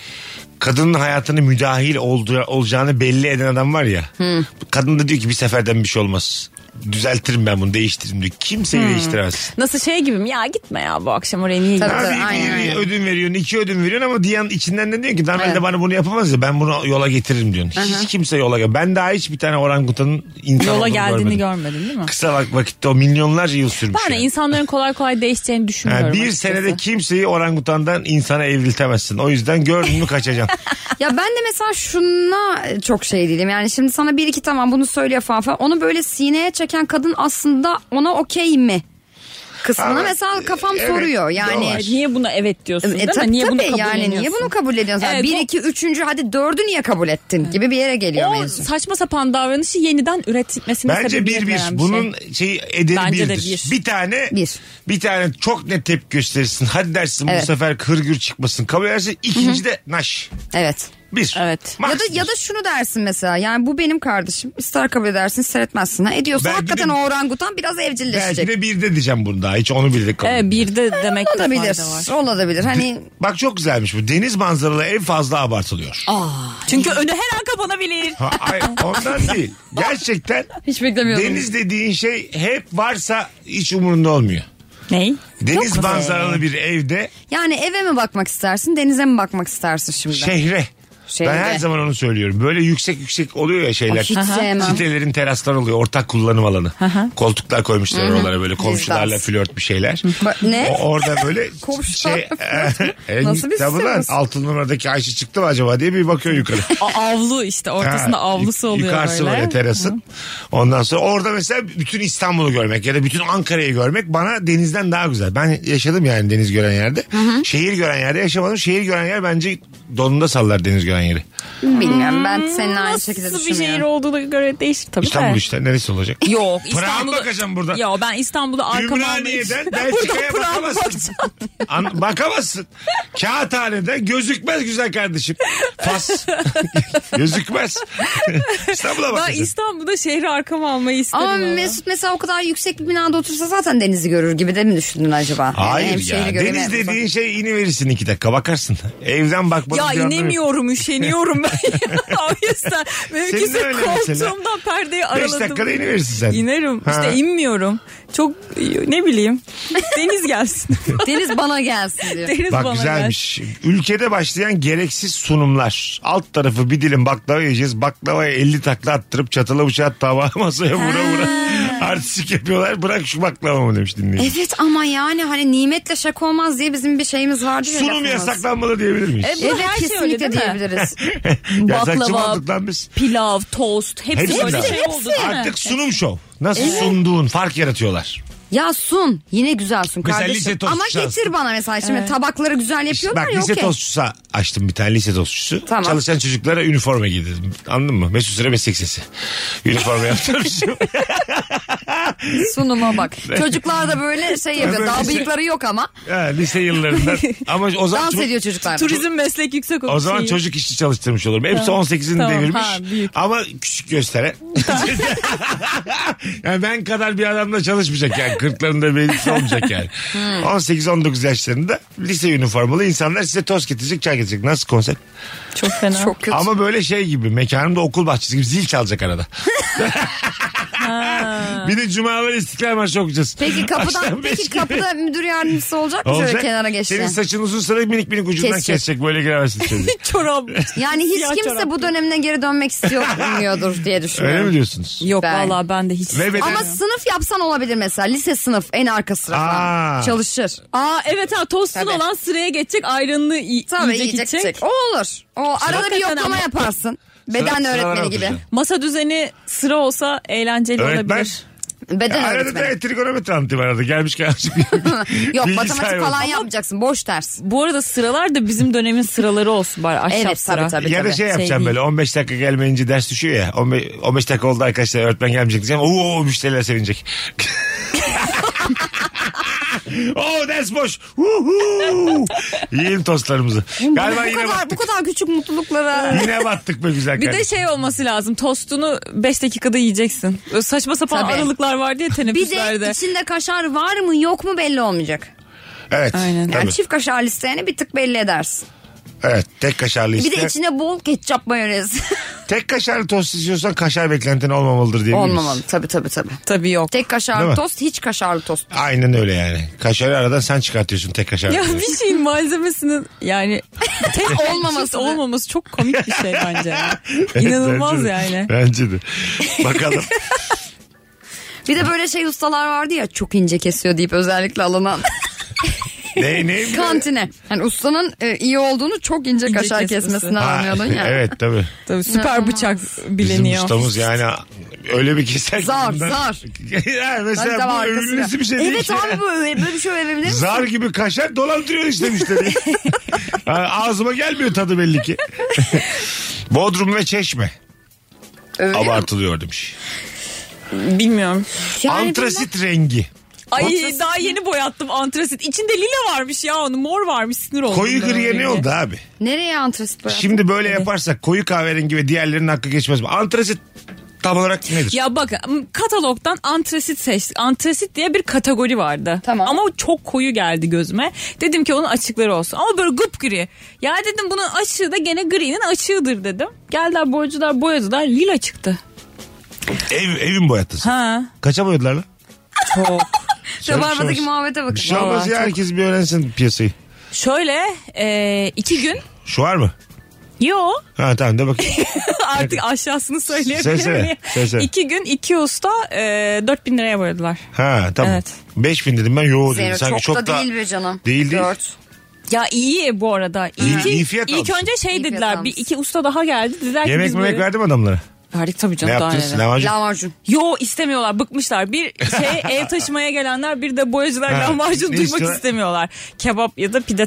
[SPEAKER 2] kadının hayatını müdahil oldu, olacağını belli eden adam var ya. Kadın da diyor ki bir seferden bir şey olmaz. Düzeltirim ben bunu değiştiririm diyor. Kimseyi değiştiremez.
[SPEAKER 4] Nasıl şey gibim ya gitme ya bu akşam oraya niye gidiyorsun?
[SPEAKER 3] Tabii,
[SPEAKER 2] Abi
[SPEAKER 3] tabii, aynen
[SPEAKER 2] bir
[SPEAKER 3] öyle.
[SPEAKER 2] ödün veriyorsun, iki ödün veriyorsun ama diyen içinden de diyor ki normalde
[SPEAKER 3] Evet.
[SPEAKER 2] bana bunu yapamaz ya ben bunu yola getiririm diyorsun. Hiç kimse yola gel. Ben daha hiç bir tane orangutanın insan
[SPEAKER 4] Yola
[SPEAKER 2] olduğunu
[SPEAKER 4] geldiğini
[SPEAKER 2] görmedim.
[SPEAKER 4] görmedin değil mi?
[SPEAKER 2] Kısa vak- vakitte o milyonlarca yıl sürmüş.
[SPEAKER 4] Ben de
[SPEAKER 2] yani.
[SPEAKER 4] insanların kolay kolay değişeceğini
[SPEAKER 2] Ha,
[SPEAKER 4] düşünmüyorum.
[SPEAKER 2] bir
[SPEAKER 4] açıkçası.
[SPEAKER 2] senede kimseyi orangutandan insana evriltemezsin. O yüzden gördün mü kaçacaksın.
[SPEAKER 3] Ya ben de mesela şuna çok şey değilim. Yani şimdi sana bir iki tamam bunu söylüyor falan falan. Onu böyle sineye çeken kadın aslında ona okey mi? Kısmına
[SPEAKER 2] Ama,
[SPEAKER 3] mesela kafam
[SPEAKER 2] evet,
[SPEAKER 3] soruyor.
[SPEAKER 2] o
[SPEAKER 3] Yani
[SPEAKER 2] var.
[SPEAKER 4] Evet, E, niye buna evet diyorsun
[SPEAKER 3] E,
[SPEAKER 4] değil
[SPEAKER 3] ta-
[SPEAKER 4] mi? Niye bunu
[SPEAKER 3] tabii
[SPEAKER 4] kabul
[SPEAKER 3] yani niye bunu kabul ediyorsun?
[SPEAKER 4] Evet,
[SPEAKER 3] 1 bir,
[SPEAKER 4] o-
[SPEAKER 3] iki, üçüncü hadi dördü niye kabul ettin gibi bir yere geliyor
[SPEAKER 4] o
[SPEAKER 3] mevzu.
[SPEAKER 4] saçma sapan davranışı yeniden üretmesine
[SPEAKER 2] Bence bir
[SPEAKER 4] sebebiyet
[SPEAKER 2] bir.
[SPEAKER 4] veren şey.
[SPEAKER 2] Bunun şeyi ederi
[SPEAKER 4] Bence de
[SPEAKER 2] birdir.
[SPEAKER 4] bir.
[SPEAKER 2] Bir tane
[SPEAKER 3] Bir.
[SPEAKER 2] bir tane çok net tepki gösterirsin. Hadi dersin bu
[SPEAKER 3] Evet.
[SPEAKER 2] sefer kırgür çıkmasın. Kabul edersin. İkinci de naş.
[SPEAKER 3] Evet.
[SPEAKER 2] Bir.
[SPEAKER 4] Evet.
[SPEAKER 3] Ya da,
[SPEAKER 2] Maksdır.
[SPEAKER 3] ya da şunu dersin mesela yani bu benim kardeşim ister kabul edersin ister etmezsin. Ha, ediyorsa
[SPEAKER 2] Belki de-
[SPEAKER 3] hakikaten o orangutan biraz
[SPEAKER 2] Belki
[SPEAKER 3] evcilleşecek.
[SPEAKER 2] de bir de diyeceğim bunu daha. Hiç onu bildik. kabul
[SPEAKER 4] Evet, bir de demek de
[SPEAKER 3] Olabilir.
[SPEAKER 4] fayda var.
[SPEAKER 3] Olabilir. Hani
[SPEAKER 2] Bak çok güzelmiş bu. Deniz manzaralı en fazla abartılıyor.
[SPEAKER 4] Çünkü önü her an kapanabilir.
[SPEAKER 2] Ha, ay, ondan değil. Gerçekten
[SPEAKER 3] hiç beklemiyordum.
[SPEAKER 2] deniz dediğin şey hep varsa hiç umurunda olmuyor.
[SPEAKER 4] Ney?
[SPEAKER 2] Deniz manzaralı bir evde
[SPEAKER 3] Yani eve mi bakmak istersin denize mi bakmak istersin şimdi?
[SPEAKER 2] şehre.
[SPEAKER 3] Şehre.
[SPEAKER 2] Ben her zaman onu söylüyorum. Böyle yüksek yüksek oluyor ya şeyler.
[SPEAKER 3] Ay, hiç sevmem.
[SPEAKER 2] Sitelerin terasları oluyor. Ortak kullanım alanı. Koltuklar koymuşlar oralara böyle komşularla
[SPEAKER 3] Bizans.
[SPEAKER 2] flört bir şeyler.
[SPEAKER 3] Ba- ne?
[SPEAKER 2] O- orada
[SPEAKER 3] *laughs*
[SPEAKER 2] böyle
[SPEAKER 3] Komşularla
[SPEAKER 2] *laughs* e,
[SPEAKER 3] Nasıl bir
[SPEAKER 2] tabii lan,
[SPEAKER 3] sitemiz?
[SPEAKER 2] altın numaradaki Ayşe çıktı mı acaba diye bir bakıyor yukarı.
[SPEAKER 4] A- avlu işte ortasında
[SPEAKER 2] Ha,
[SPEAKER 4] avlusu
[SPEAKER 2] yuk-
[SPEAKER 4] oluyor
[SPEAKER 2] yukarısı
[SPEAKER 4] böyle.
[SPEAKER 2] böyle terasın. Ondan sonra orada mesela bütün İstanbul'u görmek ya da bütün Ankara'yı görmek bana denizden daha güzel. Ben yaşadım yani deniz gören yerde. Şehir gören yerde yaşamadım. Şehir gören yer bence donunda sallar deniz gören yeri.
[SPEAKER 3] Bilmiyorum ben seninle aynı şekilde
[SPEAKER 4] Nasıl bir şey
[SPEAKER 3] düşünmüyorum.
[SPEAKER 4] şehir olduğuna göre değişir tabii
[SPEAKER 2] İstanbul
[SPEAKER 4] de.
[SPEAKER 2] işte neresi olacak?
[SPEAKER 4] Yok
[SPEAKER 2] Pırağa mı
[SPEAKER 4] İstanbul'da.
[SPEAKER 2] bakacağım burada?
[SPEAKER 4] Ya ben İstanbul'da arkama
[SPEAKER 2] Ümraniye'den Belçika'ya bakamazsın. An- bakamazsın. Kağıthane'de gözükmez güzel kardeşim.
[SPEAKER 4] *laughs*
[SPEAKER 2] Fas. gözükmez. *laughs* İstanbul'a
[SPEAKER 4] Ben
[SPEAKER 2] bakacaksın.
[SPEAKER 4] İstanbul'da şehri arkama almayı isterim.
[SPEAKER 3] Ama
[SPEAKER 4] valla.
[SPEAKER 3] Mesut mesela o kadar yüksek bir binada otursa zaten denizi görür gibi de mi düşündün acaba? Yani hem
[SPEAKER 2] Hayır
[SPEAKER 3] şehri
[SPEAKER 2] ya.
[SPEAKER 3] görür
[SPEAKER 2] Deniz
[SPEAKER 3] hem uzak.
[SPEAKER 2] dediğin şey iniverirsin iki dakika bakarsın. Evden bakmanın
[SPEAKER 4] Ya
[SPEAKER 2] bir anlamı yok.
[SPEAKER 4] inemiyorum üşeniyorum ben.
[SPEAKER 2] *laughs*
[SPEAKER 4] o yüzden
[SPEAKER 2] Senin
[SPEAKER 4] mümkünse
[SPEAKER 2] öyle mesela.
[SPEAKER 4] koltuğumdan perdeyi
[SPEAKER 2] Beş
[SPEAKER 4] araladım.
[SPEAKER 2] dakikada iniverirsin sen.
[SPEAKER 4] İnerim.
[SPEAKER 2] Ha.
[SPEAKER 4] İşte inmiyorum. Çok ne bileyim. Deniz gelsin.
[SPEAKER 3] Deniz bana gelsin
[SPEAKER 4] *laughs*
[SPEAKER 3] diyor.
[SPEAKER 2] *laughs*
[SPEAKER 4] Deniz
[SPEAKER 2] Bak
[SPEAKER 4] bana
[SPEAKER 2] güzelmiş. Ülkede başlayan gereksiz sunumlar. Alt tarafı bir dilim baklava yiyeceğiz. Baklavaya 50 takla attırıp çatala bıçağı tava *laughs* masaya vura vura. Artistik yapıyorlar. Bırak şu baklavamı demiş dinleyici.
[SPEAKER 3] Evet ama yani hani nimetle şaka olmaz diye bizim bir şeyimiz vardı ya.
[SPEAKER 2] Sunum
[SPEAKER 3] lafımız.
[SPEAKER 2] yasaklanmalı diyebilir miyiz?
[SPEAKER 4] Gel. E, bu
[SPEAKER 3] Evet
[SPEAKER 4] her şey öyle
[SPEAKER 3] kesinlikle
[SPEAKER 4] değil mi?
[SPEAKER 3] diyebiliriz.
[SPEAKER 2] Yasakçı
[SPEAKER 4] baklava-
[SPEAKER 2] olduk lan biz.
[SPEAKER 4] Pilav, tost hepsi,
[SPEAKER 2] Hepsi
[SPEAKER 4] böyle
[SPEAKER 2] de.
[SPEAKER 4] şey oldu. değil mi?
[SPEAKER 2] Artık sunum şov. Nasıl sunduğun fark yaratıyorlar.
[SPEAKER 3] ya sun yine güzel sun
[SPEAKER 2] Mesela lise
[SPEAKER 3] kardeşim.
[SPEAKER 2] tostu
[SPEAKER 3] Ama
[SPEAKER 2] çalsın.
[SPEAKER 3] getir bana mesela şimdi tabakları güzel
[SPEAKER 2] İşte
[SPEAKER 3] yapıyorlar
[SPEAKER 2] bak
[SPEAKER 3] ya
[SPEAKER 2] lise
[SPEAKER 3] okey.
[SPEAKER 2] tostçusu açtım bir tane lise tostçusu.
[SPEAKER 3] Tamam.
[SPEAKER 2] Çalışan çocuklara üniforma giydirdim. Anladın mı? Mesut Süre meslek sesi. Üniforma
[SPEAKER 4] *laughs*
[SPEAKER 2] yaptırmışım. *laughs*
[SPEAKER 3] Sunuma bak. Çocuklar da böyle şey yapıyor.
[SPEAKER 2] Böyle
[SPEAKER 3] Daha
[SPEAKER 2] şey-
[SPEAKER 3] bıyıkları yok ama
[SPEAKER 2] ha, lise yıllarında. Ama o zaman,
[SPEAKER 3] dans
[SPEAKER 2] ço-
[SPEAKER 3] ediyor çocuklar.
[SPEAKER 4] Turizm meslek yüksek okulu.
[SPEAKER 2] o zaman
[SPEAKER 4] şeyi.
[SPEAKER 2] çocuk işçi çalıştırmış olurum. Hepsi 18'ini
[SPEAKER 4] Tamam,
[SPEAKER 2] devirmiş.
[SPEAKER 4] ha, büyük. *laughs*
[SPEAKER 2] ama küçük gösteren. yani ben kadar bir adamla çalışmayacak yani Kırklarında belirsiz olmayacak yani.
[SPEAKER 4] Hmm.
[SPEAKER 2] 18-19 yaşlarında lise üniformalı insanlar size toz getirecek, çay getirecek. Nasıl konsept?
[SPEAKER 4] Çok fena.
[SPEAKER 3] Çok kötü.
[SPEAKER 2] Ama böyle şey gibi mekanımda okul bahçesi gibi zil çalacak
[SPEAKER 3] *laughs*
[SPEAKER 2] arada. bir de cumalar istiklal marşı okuyacağız. *laughs*
[SPEAKER 3] Peki
[SPEAKER 2] Akşam
[SPEAKER 3] kapıdan
[SPEAKER 2] beş
[SPEAKER 3] peki
[SPEAKER 2] gibi.
[SPEAKER 3] kapıda müdür yardımcısı olacak mı
[SPEAKER 2] *laughs*
[SPEAKER 3] şöyle
[SPEAKER 2] Olacak.
[SPEAKER 3] kenara
[SPEAKER 2] Senin
[SPEAKER 3] geçti?
[SPEAKER 2] saçın uzun sıra minik minik ucundan
[SPEAKER 3] Kesecek.
[SPEAKER 2] kesecek. Böyle giremezsin
[SPEAKER 3] *laughs*
[SPEAKER 2] içeri.
[SPEAKER 4] Çorap.
[SPEAKER 3] Yani hiç
[SPEAKER 4] Siyah
[SPEAKER 3] kimse
[SPEAKER 4] çorap.
[SPEAKER 3] bu dönemine geri
[SPEAKER 2] *laughs*
[SPEAKER 3] dönmek istemiyordur diye düşünüyorum.
[SPEAKER 2] Öyle mi diyorsunuz?
[SPEAKER 4] Yok
[SPEAKER 3] Ben-
[SPEAKER 4] vallahi ben de hiç.
[SPEAKER 2] Ve beden-
[SPEAKER 3] Ama sınıf yapsan olabilir mesela. Lise sınıf en arka sıra falan.
[SPEAKER 2] Aa.
[SPEAKER 3] Çalışır.
[SPEAKER 4] Aa evet ha tostun
[SPEAKER 3] Tabii.
[SPEAKER 4] olan sıraya geçecek ayranını y-
[SPEAKER 3] Tabii
[SPEAKER 4] yiyecek,
[SPEAKER 3] yiyecek
[SPEAKER 4] içecek.
[SPEAKER 3] içecek. O olur. O arada bir
[SPEAKER 4] Hakikaten
[SPEAKER 3] yoklama
[SPEAKER 4] ama-
[SPEAKER 3] yaparsın.
[SPEAKER 2] Sıra-
[SPEAKER 3] Beden
[SPEAKER 2] sıralara
[SPEAKER 3] öğretmeni gibi.
[SPEAKER 2] oturacaksın.
[SPEAKER 4] Masa düzeni sıra olsa eğlenceli
[SPEAKER 2] Öğretmen.
[SPEAKER 4] olabilir.
[SPEAKER 3] Beden
[SPEAKER 2] Arada
[SPEAKER 3] öğretmeni.
[SPEAKER 2] da trigonometri anlatayım arada. Gelmiş gelmiş. *laughs* bir-
[SPEAKER 3] *laughs* Yok
[SPEAKER 2] bilgi
[SPEAKER 3] matematik
[SPEAKER 2] sahibi
[SPEAKER 3] falan
[SPEAKER 2] olsun.
[SPEAKER 3] yapmayacaksın. Boş ders.
[SPEAKER 4] Bu arada sıralar da bizim dönemin sıraları olsun bari ahşap
[SPEAKER 3] Evet,
[SPEAKER 4] sıra.
[SPEAKER 3] tabii, tabii.
[SPEAKER 2] Ya da şey
[SPEAKER 4] Şey
[SPEAKER 2] yapacağım
[SPEAKER 4] değil.
[SPEAKER 2] böyle 15 dakika gelmeyince ders düşüyor ya. 15, 15 dakika oldu arkadaşlar öğretmen gelmeyecek diyeceğim. Oo müşteriler sevinecek. *laughs* Oo ders boş. Huhu. Yiyelim tostlarımızı. Galiba
[SPEAKER 3] bu,
[SPEAKER 2] yine
[SPEAKER 3] kadar, bu
[SPEAKER 2] battık.
[SPEAKER 3] kadar küçük mutluluklara.
[SPEAKER 2] Yine battık be güzel
[SPEAKER 4] Bir de
[SPEAKER 2] kardeşim.
[SPEAKER 4] şey olması lazım tostunu 5 dakikada yiyeceksin. Böyle saçma sapan
[SPEAKER 3] Tabii.
[SPEAKER 4] aralıklar vardı ya
[SPEAKER 3] bir de
[SPEAKER 4] teneffüslerde.
[SPEAKER 3] içinde kaşar var mı yok mu belli olmayacak. şey-
[SPEAKER 2] Evet.
[SPEAKER 4] Aynen.
[SPEAKER 3] Yani
[SPEAKER 2] Tabii.
[SPEAKER 3] çift kaşar listeyeni bir tık belli edersin.
[SPEAKER 2] Evet. Tek kaşarlı
[SPEAKER 3] Bir
[SPEAKER 2] işte.
[SPEAKER 3] de içine bol ketçap mayonez.
[SPEAKER 2] Tek kaşarlı tost istiyorsan kaşar beklentin olmamalıdır diye
[SPEAKER 3] *laughs* Olmamalı tabii tabii tabii.
[SPEAKER 4] Tabii yok.
[SPEAKER 3] Tek
[SPEAKER 2] Değil
[SPEAKER 3] kaşarlı
[SPEAKER 2] mi?
[SPEAKER 3] tost hiç kaşarlı tost.
[SPEAKER 2] Aynen öyle yani. Kaşarı aradan sen çıkartıyorsun tek kaşarlı.
[SPEAKER 4] Ya
[SPEAKER 2] tostu.
[SPEAKER 4] bir şeyin malzemesinin
[SPEAKER 3] *laughs*
[SPEAKER 4] yani tek
[SPEAKER 3] Olmaması.
[SPEAKER 4] olmaması olmaması çok komik bir şey bence.
[SPEAKER 3] *laughs*
[SPEAKER 4] ya. İnanılmaz
[SPEAKER 2] Bence de.
[SPEAKER 4] yani.
[SPEAKER 2] Bence de.
[SPEAKER 3] *laughs*
[SPEAKER 2] Bakalım.
[SPEAKER 3] Bir de böyle şey ustalar vardı ya çok ince kesiyor deyip
[SPEAKER 2] *laughs*
[SPEAKER 3] özellikle alınan
[SPEAKER 2] ne, ne?
[SPEAKER 3] kantine. Yani ustanın e, iyi olduğunu çok ince,
[SPEAKER 4] İnce
[SPEAKER 3] kaşar
[SPEAKER 4] kesmesi.
[SPEAKER 3] kesmesini
[SPEAKER 2] Ha,
[SPEAKER 3] anlıyordun ya.
[SPEAKER 2] Evet tabii.
[SPEAKER 4] Tabii süper bıçak
[SPEAKER 2] Bizim
[SPEAKER 4] bileniyor.
[SPEAKER 2] ustamız yani öyle bir keser. ki
[SPEAKER 3] Zar,
[SPEAKER 2] bundan-
[SPEAKER 3] zar.
[SPEAKER 2] *laughs* yani
[SPEAKER 3] Tabii
[SPEAKER 2] mesela
[SPEAKER 3] tabii
[SPEAKER 2] bu
[SPEAKER 3] arkasıyla.
[SPEAKER 2] övünmesi bir şey değil
[SPEAKER 3] Evet
[SPEAKER 2] ki.
[SPEAKER 3] abi böyle, böyle bir şey
[SPEAKER 2] *laughs*
[SPEAKER 3] övebilir misin?
[SPEAKER 2] Zar gibi kaşar dolandırıyor işte
[SPEAKER 3] *laughs*
[SPEAKER 2] müşteri. yani ağzıma gelmiyor tadı belli ki. Bodrum ve Çeşme
[SPEAKER 3] Öyle mi?
[SPEAKER 2] abartılıyor demiş.
[SPEAKER 4] Bilmiyorum.
[SPEAKER 3] Yani
[SPEAKER 2] Antrasit rengi.
[SPEAKER 4] Ay
[SPEAKER 3] Antrasit
[SPEAKER 4] daha yeni boyattım antrasit. İçinde lila varmış ya onun mor varmış sinir oldum.
[SPEAKER 2] Koyu
[SPEAKER 4] ben
[SPEAKER 2] griye
[SPEAKER 4] öyle.
[SPEAKER 2] ne oldu abi?
[SPEAKER 3] bilmem- Nereye antrasit bıraktın?
[SPEAKER 2] Şimdi böyle yaparsak koyu kahverengi ve diğerlerinin hakkı geçmez mi? Antrasit tam olarak nedir?
[SPEAKER 4] Ya bak m- katalogdan antrasit seçtik. Antrasit diye bir kategori vardı.
[SPEAKER 3] Tamam.
[SPEAKER 4] Ama o çok koyu geldi gözüme. Dedim ki onun açıkları olsun. Ama böyle gıp gri. Ya dedim bunun açığı da gene gri'nin açığıdır dedim. Geldiler boyacılar boyadılar lila çıktı.
[SPEAKER 2] Ev, evin boyattın sen.
[SPEAKER 4] Ha.
[SPEAKER 2] Kaça boyadılar lan?
[SPEAKER 4] Çok.
[SPEAKER 2] Şöyle bir şey olmaz.
[SPEAKER 3] Rabarba'daki muhabbete bakın.
[SPEAKER 2] Bir şey
[SPEAKER 3] Valla.
[SPEAKER 2] olmaz ya herkes bir öğrensin piyasayı.
[SPEAKER 4] Şöyle e, iki gün.
[SPEAKER 2] Şu var mı?
[SPEAKER 4] Yo
[SPEAKER 2] Ha tamam de
[SPEAKER 4] *laughs*
[SPEAKER 2] bakayım.
[SPEAKER 4] artık aşağısını söyleyebilir
[SPEAKER 2] Söylesene,
[SPEAKER 4] miyim?
[SPEAKER 2] söylesene.
[SPEAKER 4] İki gün iki usta e, 4000 liraya boyadılar.
[SPEAKER 2] Ha tamam.
[SPEAKER 4] Evet.
[SPEAKER 2] 5000 dedim ben yo dedim.
[SPEAKER 3] Zero,
[SPEAKER 2] Sanki
[SPEAKER 3] çok,
[SPEAKER 2] çok,
[SPEAKER 3] da, değil be canım.
[SPEAKER 2] Değil, değil.
[SPEAKER 3] Dört.
[SPEAKER 4] Ya iyi bu arada.
[SPEAKER 2] İyi-
[SPEAKER 4] ki-
[SPEAKER 2] iyi fiyat
[SPEAKER 4] İlk
[SPEAKER 2] almışsın.
[SPEAKER 4] önce şey
[SPEAKER 3] İyi fiyat
[SPEAKER 4] dediler. Bir
[SPEAKER 3] almışsın.
[SPEAKER 4] iki usta daha geldi. Dediler ki
[SPEAKER 2] Yemek
[SPEAKER 4] biz
[SPEAKER 2] memek
[SPEAKER 4] böyle-
[SPEAKER 2] verdim adamlara.
[SPEAKER 4] Verdik tabii
[SPEAKER 2] Ne
[SPEAKER 4] canım daha
[SPEAKER 2] yaptınız?
[SPEAKER 4] neler.
[SPEAKER 2] Lahmacun.
[SPEAKER 3] Lahmacun.
[SPEAKER 4] Yo istemiyorlar bıkmışlar. Bir
[SPEAKER 2] *laughs*
[SPEAKER 4] şey ev taşımaya gelenler bir de boyacılar
[SPEAKER 2] Ha,
[SPEAKER 4] lahmacun
[SPEAKER 2] ne
[SPEAKER 4] duymak
[SPEAKER 2] istiyorlar?
[SPEAKER 4] istemiyorlar. Kebap ya da pide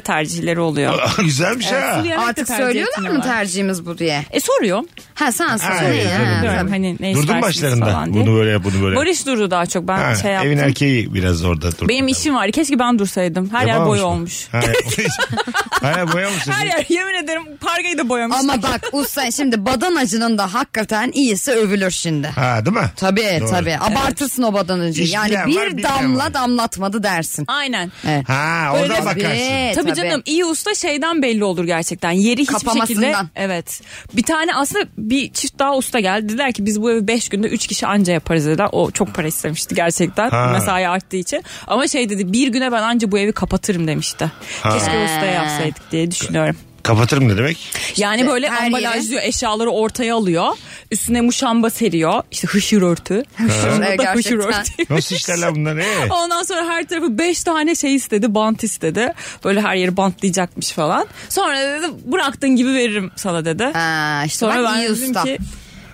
[SPEAKER 2] *laughs*
[SPEAKER 4] tercihleri oluyor.
[SPEAKER 2] Güzelmiş ha.
[SPEAKER 4] Sulu yemek de
[SPEAKER 3] Artık
[SPEAKER 4] tercih
[SPEAKER 3] söylüyorlar mı
[SPEAKER 4] etmiyorlar.
[SPEAKER 3] tercihimiz bu diye?
[SPEAKER 4] E soruyor.
[SPEAKER 3] Ha sen
[SPEAKER 2] Ha,
[SPEAKER 3] söyle.
[SPEAKER 2] tabii,
[SPEAKER 3] Ha,
[SPEAKER 4] Diyorum
[SPEAKER 3] tabii.
[SPEAKER 4] hani ne
[SPEAKER 2] Durdun
[SPEAKER 4] istersiniz
[SPEAKER 2] başlarında.
[SPEAKER 4] falan diye.
[SPEAKER 2] Bunu böyle yap bunu böyle. yap.
[SPEAKER 4] Barış durdu daha çok ben
[SPEAKER 2] Ha,
[SPEAKER 4] şey yaptım.
[SPEAKER 2] evin erkeği biraz orada durdu. *laughs*
[SPEAKER 4] Benim işim var. Keşke ben dursaydım. Her yer
[SPEAKER 2] Yapamamış
[SPEAKER 4] boy
[SPEAKER 2] mı?
[SPEAKER 4] olmuş.
[SPEAKER 2] Ha, *laughs* Hayır boya mısın?
[SPEAKER 4] Her yer *laughs* yemin ederim pargayı da boyamış.
[SPEAKER 3] Ama
[SPEAKER 4] *laughs*
[SPEAKER 3] bak usta şimdi badanacının da hakikaten iyisi övülür şimdi.
[SPEAKER 2] Ha değil mi?
[SPEAKER 3] Tabii
[SPEAKER 2] Doğru.
[SPEAKER 3] tabii abartırsın o badanacıyı.
[SPEAKER 2] İş
[SPEAKER 3] Yani
[SPEAKER 2] bilen
[SPEAKER 3] bir
[SPEAKER 2] var, bilmeyen
[SPEAKER 3] damla
[SPEAKER 2] var.
[SPEAKER 3] damlatmadı dersin.
[SPEAKER 4] Aynen.
[SPEAKER 3] Evet.
[SPEAKER 2] Ha
[SPEAKER 4] Böyle-
[SPEAKER 2] oradan
[SPEAKER 3] Tabii,
[SPEAKER 2] bakarsın.
[SPEAKER 4] Tabii, canım iyi usta şeyden belli olur gerçekten. Yeri hiçbir şekilde.
[SPEAKER 3] Kapamasından.
[SPEAKER 4] Evet. Bir tane aslında bir çift daha usta geldi. Dediler ki biz bu evi 5 günde 3 kişi anca yaparız dediler. O çok para istemişti gerçekten.
[SPEAKER 2] Ha.
[SPEAKER 4] Mesai arttığı için. Ama şey dedi bir güne ben anca bu evi kapatırım demişti. Keşke usta yapsaydık diye düşünüyorum.
[SPEAKER 2] Kapatırım ne demek?
[SPEAKER 4] Yani böyle
[SPEAKER 3] her
[SPEAKER 4] ambalajlıyor eşyaları ortaya alıyor. Üstüne muşamba seriyor. İşte hışır örtü.
[SPEAKER 3] Hışır,
[SPEAKER 4] Onda
[SPEAKER 3] *laughs* evet,
[SPEAKER 4] da hışır
[SPEAKER 3] gerçekten.
[SPEAKER 4] örtü.
[SPEAKER 2] Nasıl işler lan
[SPEAKER 4] *laughs*
[SPEAKER 2] bunlar? Ee?
[SPEAKER 4] Ondan sonra her tarafı 5 tane şey istedi bant istedi. Böyle her yeri bantlayacakmış falan. Sonra dedi bıraktığın gibi veririm sana dedi.
[SPEAKER 3] Ha, işte
[SPEAKER 4] Sonra
[SPEAKER 3] bak
[SPEAKER 4] ben
[SPEAKER 3] iyi
[SPEAKER 4] dedim
[SPEAKER 3] usta.
[SPEAKER 4] ki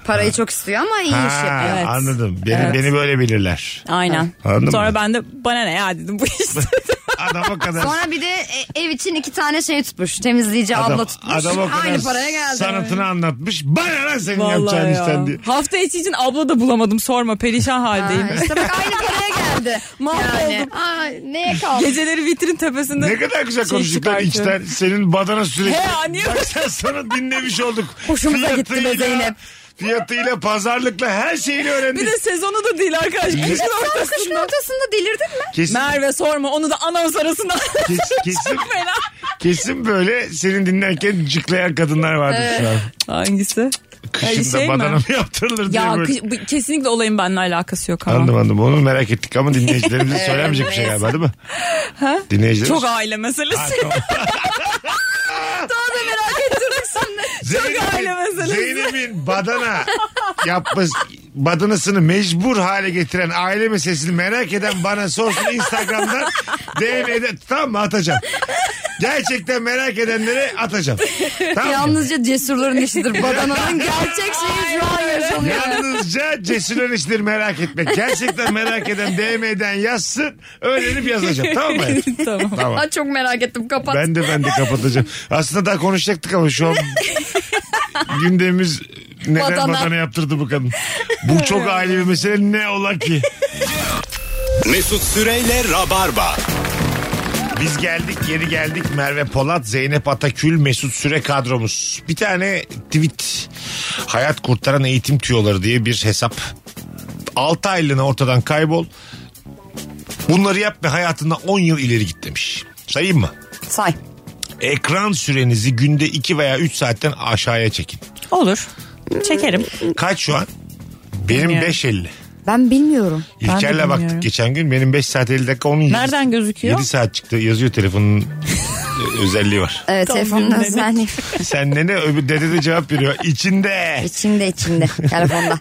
[SPEAKER 3] Parayı çok istiyor ama iyi iş
[SPEAKER 2] Ha,
[SPEAKER 3] yapıyor.
[SPEAKER 4] Evet.
[SPEAKER 2] anladım. Beni,
[SPEAKER 4] Evet.
[SPEAKER 2] beni böyle bilirler.
[SPEAKER 4] aynen.
[SPEAKER 2] Anladım.
[SPEAKER 4] sonra ben de bana ne ya dedim bu
[SPEAKER 3] *laughs*
[SPEAKER 4] işte.
[SPEAKER 2] Adam o kadar
[SPEAKER 3] Sonra bir de e, ev için iki tane şey tutmuş. Temizleyici abla tutmuş.
[SPEAKER 2] adam o kadar
[SPEAKER 3] Aynı paraya geldi.
[SPEAKER 2] sanatını anlatmış. Bana lan senin yapacağın
[SPEAKER 4] Vallahi
[SPEAKER 2] işten
[SPEAKER 4] ya.
[SPEAKER 2] diye.
[SPEAKER 4] Hafta içi için abla da bulamadım sorma perişan
[SPEAKER 3] Ha, *laughs*
[SPEAKER 4] haldeyim.
[SPEAKER 3] işte bak aynı paraya geldi.
[SPEAKER 4] Mahvoldum.
[SPEAKER 3] Yani. Aa, neye kaldı?
[SPEAKER 4] Geceleri vitrin tepesinde.
[SPEAKER 2] Ne kadar güzel
[SPEAKER 4] şey
[SPEAKER 2] konuştuklar
[SPEAKER 4] çıkartıyorum.
[SPEAKER 2] içten. Senin badana sürekli.
[SPEAKER 4] He, anlıyorum.
[SPEAKER 2] Bak sen sana dinlemiş olduk.
[SPEAKER 3] Hoşumuza gitti be
[SPEAKER 2] Fiyatıyla,
[SPEAKER 3] Zeynep.
[SPEAKER 2] fiyatıyla, pazarlıkla her şeyini
[SPEAKER 4] Bir
[SPEAKER 2] öğrendik.
[SPEAKER 4] de sezonu da değil arkadaş. Kışın
[SPEAKER 3] Kışın
[SPEAKER 4] ortasında.
[SPEAKER 3] ortasında delirdin mi?
[SPEAKER 2] Kesin,
[SPEAKER 4] Merve sorma onu da anons arasında. *laughs*
[SPEAKER 2] kes- kesin,
[SPEAKER 4] Fena.
[SPEAKER 2] kesin böyle senin dinlerken cıklayan kadınlar vardı şu an.
[SPEAKER 4] Hangisi?
[SPEAKER 2] Kışında
[SPEAKER 4] şey mi?
[SPEAKER 2] badana mı yaptırılır diye
[SPEAKER 4] Ya
[SPEAKER 2] böyle.
[SPEAKER 4] kı- bu- kesinlikle olayın benimle alakası yok ama.
[SPEAKER 2] Anladım anladım. Onu merak ettik ama dinleyicilerimize söylemeyecek bir şey galiba değil mi? Ha? Dinleyicilerimiz.
[SPEAKER 4] Çok aile meselesi.
[SPEAKER 2] Zeynep'in,
[SPEAKER 4] aile meselesi.
[SPEAKER 2] Zeynep'in badana yapması, badanasını mecbur hale getiren aile meselesini merak eden bana sorsun
[SPEAKER 4] *laughs*
[SPEAKER 2] Instagram'dan DM'de tamam mı atacağım. Gerçekten merak edenlere atacağım. Tamam mı?
[SPEAKER 3] Yalnızca cesurların işidir. Badananın gerçek şeyi şu an yaşanıyor.
[SPEAKER 2] Yalnızca cesurun işleri merak etmek. Gerçekten merak eden DM'den yazsın. Öğrenip yazacağım. Tamam mı? hayatım?
[SPEAKER 4] *laughs* tamam.
[SPEAKER 2] Tamam.
[SPEAKER 3] Aa, çok merak ettim kapat.
[SPEAKER 2] Ben de ben de kapatacağım. Aslında daha konuşacaktık ama şu an gündemimiz neden badana.
[SPEAKER 3] Badana.
[SPEAKER 2] yaptırdı bu kadın. Bu çok aile bir mesele ne ola ki?
[SPEAKER 1] Mesut Süreyle Rabarba.
[SPEAKER 2] Biz geldik geri geldik Merve Polat, Zeynep Atakül, Mesut Süre kadromuz. Bir tane tweet hayat kurtaran eğitim tüyoları diye bir hesap. 6 aylığına ortadan kaybol. Bunları yap ve hayatında 10 yıl ileri git demiş. Sayayım mı?
[SPEAKER 3] Say.
[SPEAKER 2] Ekran sürenizi günde 2 veya 3 saatten aşağıya çekin.
[SPEAKER 4] Olur. Çekerim.
[SPEAKER 2] Kaç şu an? Benim
[SPEAKER 4] Bilmiyorum.
[SPEAKER 2] 5.50.
[SPEAKER 3] Ben bilmiyorum.
[SPEAKER 4] de
[SPEAKER 2] İlker'le baktık
[SPEAKER 4] bilmiyorum.
[SPEAKER 2] geçen gün. Benim 5 saat 50 dakika onun
[SPEAKER 4] Nereden gözüküyor?
[SPEAKER 2] 7 saat çıktı. Yazıyor telefonun e, özelliği
[SPEAKER 4] *laughs*
[SPEAKER 2] var.
[SPEAKER 3] Evet telefonun
[SPEAKER 4] bilmedim.
[SPEAKER 3] özelliği.
[SPEAKER 2] Sen ne ne öbür dede de cevap veriyor. İçinde.
[SPEAKER 3] İçimde içimde
[SPEAKER 2] *laughs*
[SPEAKER 3] telefonda.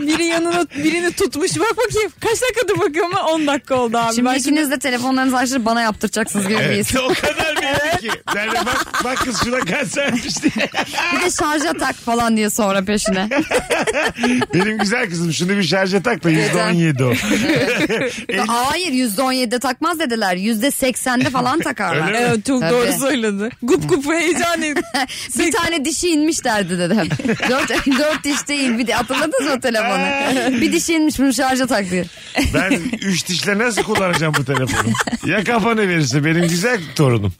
[SPEAKER 4] Biri yanına birini tutmuş. Bak bakayım. Kaç dakikadır bakıyorum lan? 10 dakika oldu abi.
[SPEAKER 3] Şimdi
[SPEAKER 4] Ben şimdi-
[SPEAKER 3] ikiniz de telefonlarınızı açtırıp bana yaptıracaksınız gibi bir his.
[SPEAKER 2] Evet, o kadar belli ki. Nerede bak, bak kız şuna kansermiş diye.
[SPEAKER 3] Bir de şarja tak falan diye
[SPEAKER 2] *laughs*
[SPEAKER 3] sonra peşine.
[SPEAKER 2] Benim güzel kızım şunu bir şarja tak da %17 o.
[SPEAKER 3] Hayır %17'de takmaz dediler. %80'de falan
[SPEAKER 2] *laughs*
[SPEAKER 3] takarlar.
[SPEAKER 2] Öyle mi?
[SPEAKER 4] Evet çok
[SPEAKER 3] Tabii.
[SPEAKER 4] doğru söyledi. Gup gup heyecanlı.
[SPEAKER 3] bir tane dişi inmiş derdi
[SPEAKER 4] *laughs*
[SPEAKER 3] dedem. dört, dört diş değil. Bir de, hatırladınız mı o telefonu? bir dişi inmiş bunu şarja tak diye.
[SPEAKER 4] *laughs*
[SPEAKER 2] Ben 3 dişle nasıl kullanacağım bu telefonu? Ya kafanı verirse benim güzel torunum.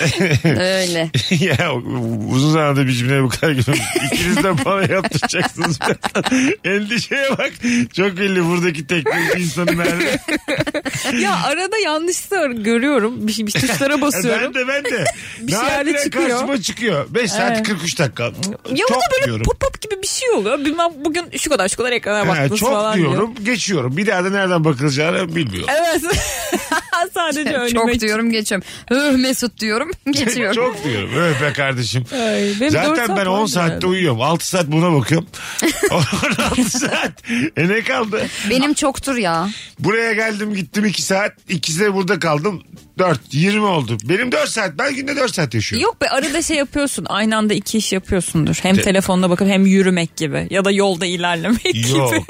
[SPEAKER 4] *laughs*
[SPEAKER 3] Öyle.
[SPEAKER 2] *laughs* ya uzun zamandır bir cümleye bu kadar gülmüş. İkiniz de bana yaptıracaksınız. *laughs* Endişeye bak. Çok belli buradaki teknik insanın
[SPEAKER 4] *laughs*
[SPEAKER 2] nerede.
[SPEAKER 4] ya arada yanlışlar görüyorum. Bir, şey- bir tuşlara basıyorum.
[SPEAKER 2] Ben de ben de.
[SPEAKER 4] Bir şey
[SPEAKER 2] Nadiren
[SPEAKER 4] yerle çıkıyor.
[SPEAKER 2] Karşıma çıkıyor. 5 saat
[SPEAKER 4] Evet.
[SPEAKER 2] 43 dakika.
[SPEAKER 4] ya
[SPEAKER 2] çok
[SPEAKER 4] o da böyle
[SPEAKER 2] diyorum.
[SPEAKER 4] pop pop gibi bir şey oluyor. Bilmem bugün şu kadar şu kadar ekrana
[SPEAKER 2] Ha,
[SPEAKER 4] baktınız
[SPEAKER 2] çok
[SPEAKER 4] falan diyor.
[SPEAKER 2] diyorum geçiyorum. Bir daha da nereden bakılacağını bilmiyorum.
[SPEAKER 4] Evet. *laughs* Sadece önüme
[SPEAKER 3] Çok diyorum geçiyorum. Hıh Mesut
[SPEAKER 4] *laughs*
[SPEAKER 3] diyorum geçiyorum.
[SPEAKER 2] Çok diyorum. Öf be kardeşim.
[SPEAKER 4] Ay, benim dört
[SPEAKER 2] Zaten
[SPEAKER 4] saat
[SPEAKER 2] ben 10
[SPEAKER 4] vardı
[SPEAKER 2] saatte
[SPEAKER 4] herhalde.
[SPEAKER 2] uyuyorum. 6 saat buna bakıyorum. *laughs* 16 saat. E ne kaldı?
[SPEAKER 3] Benim çoktur ya.
[SPEAKER 2] Buraya geldim gittim 2 saat. İkisi de burada kaldım. 4. 20 oldu. Benim 4 saat. Ben günde 4 saat yaşıyorum.
[SPEAKER 4] Yok be arada şey yapıyorsun. Aynı anda iki iş yapıyorsundur. Hem telefonuna bakıp hem yürümek gibi. Ya da yolda ilerlemek
[SPEAKER 2] Yok.
[SPEAKER 4] *laughs* gibi.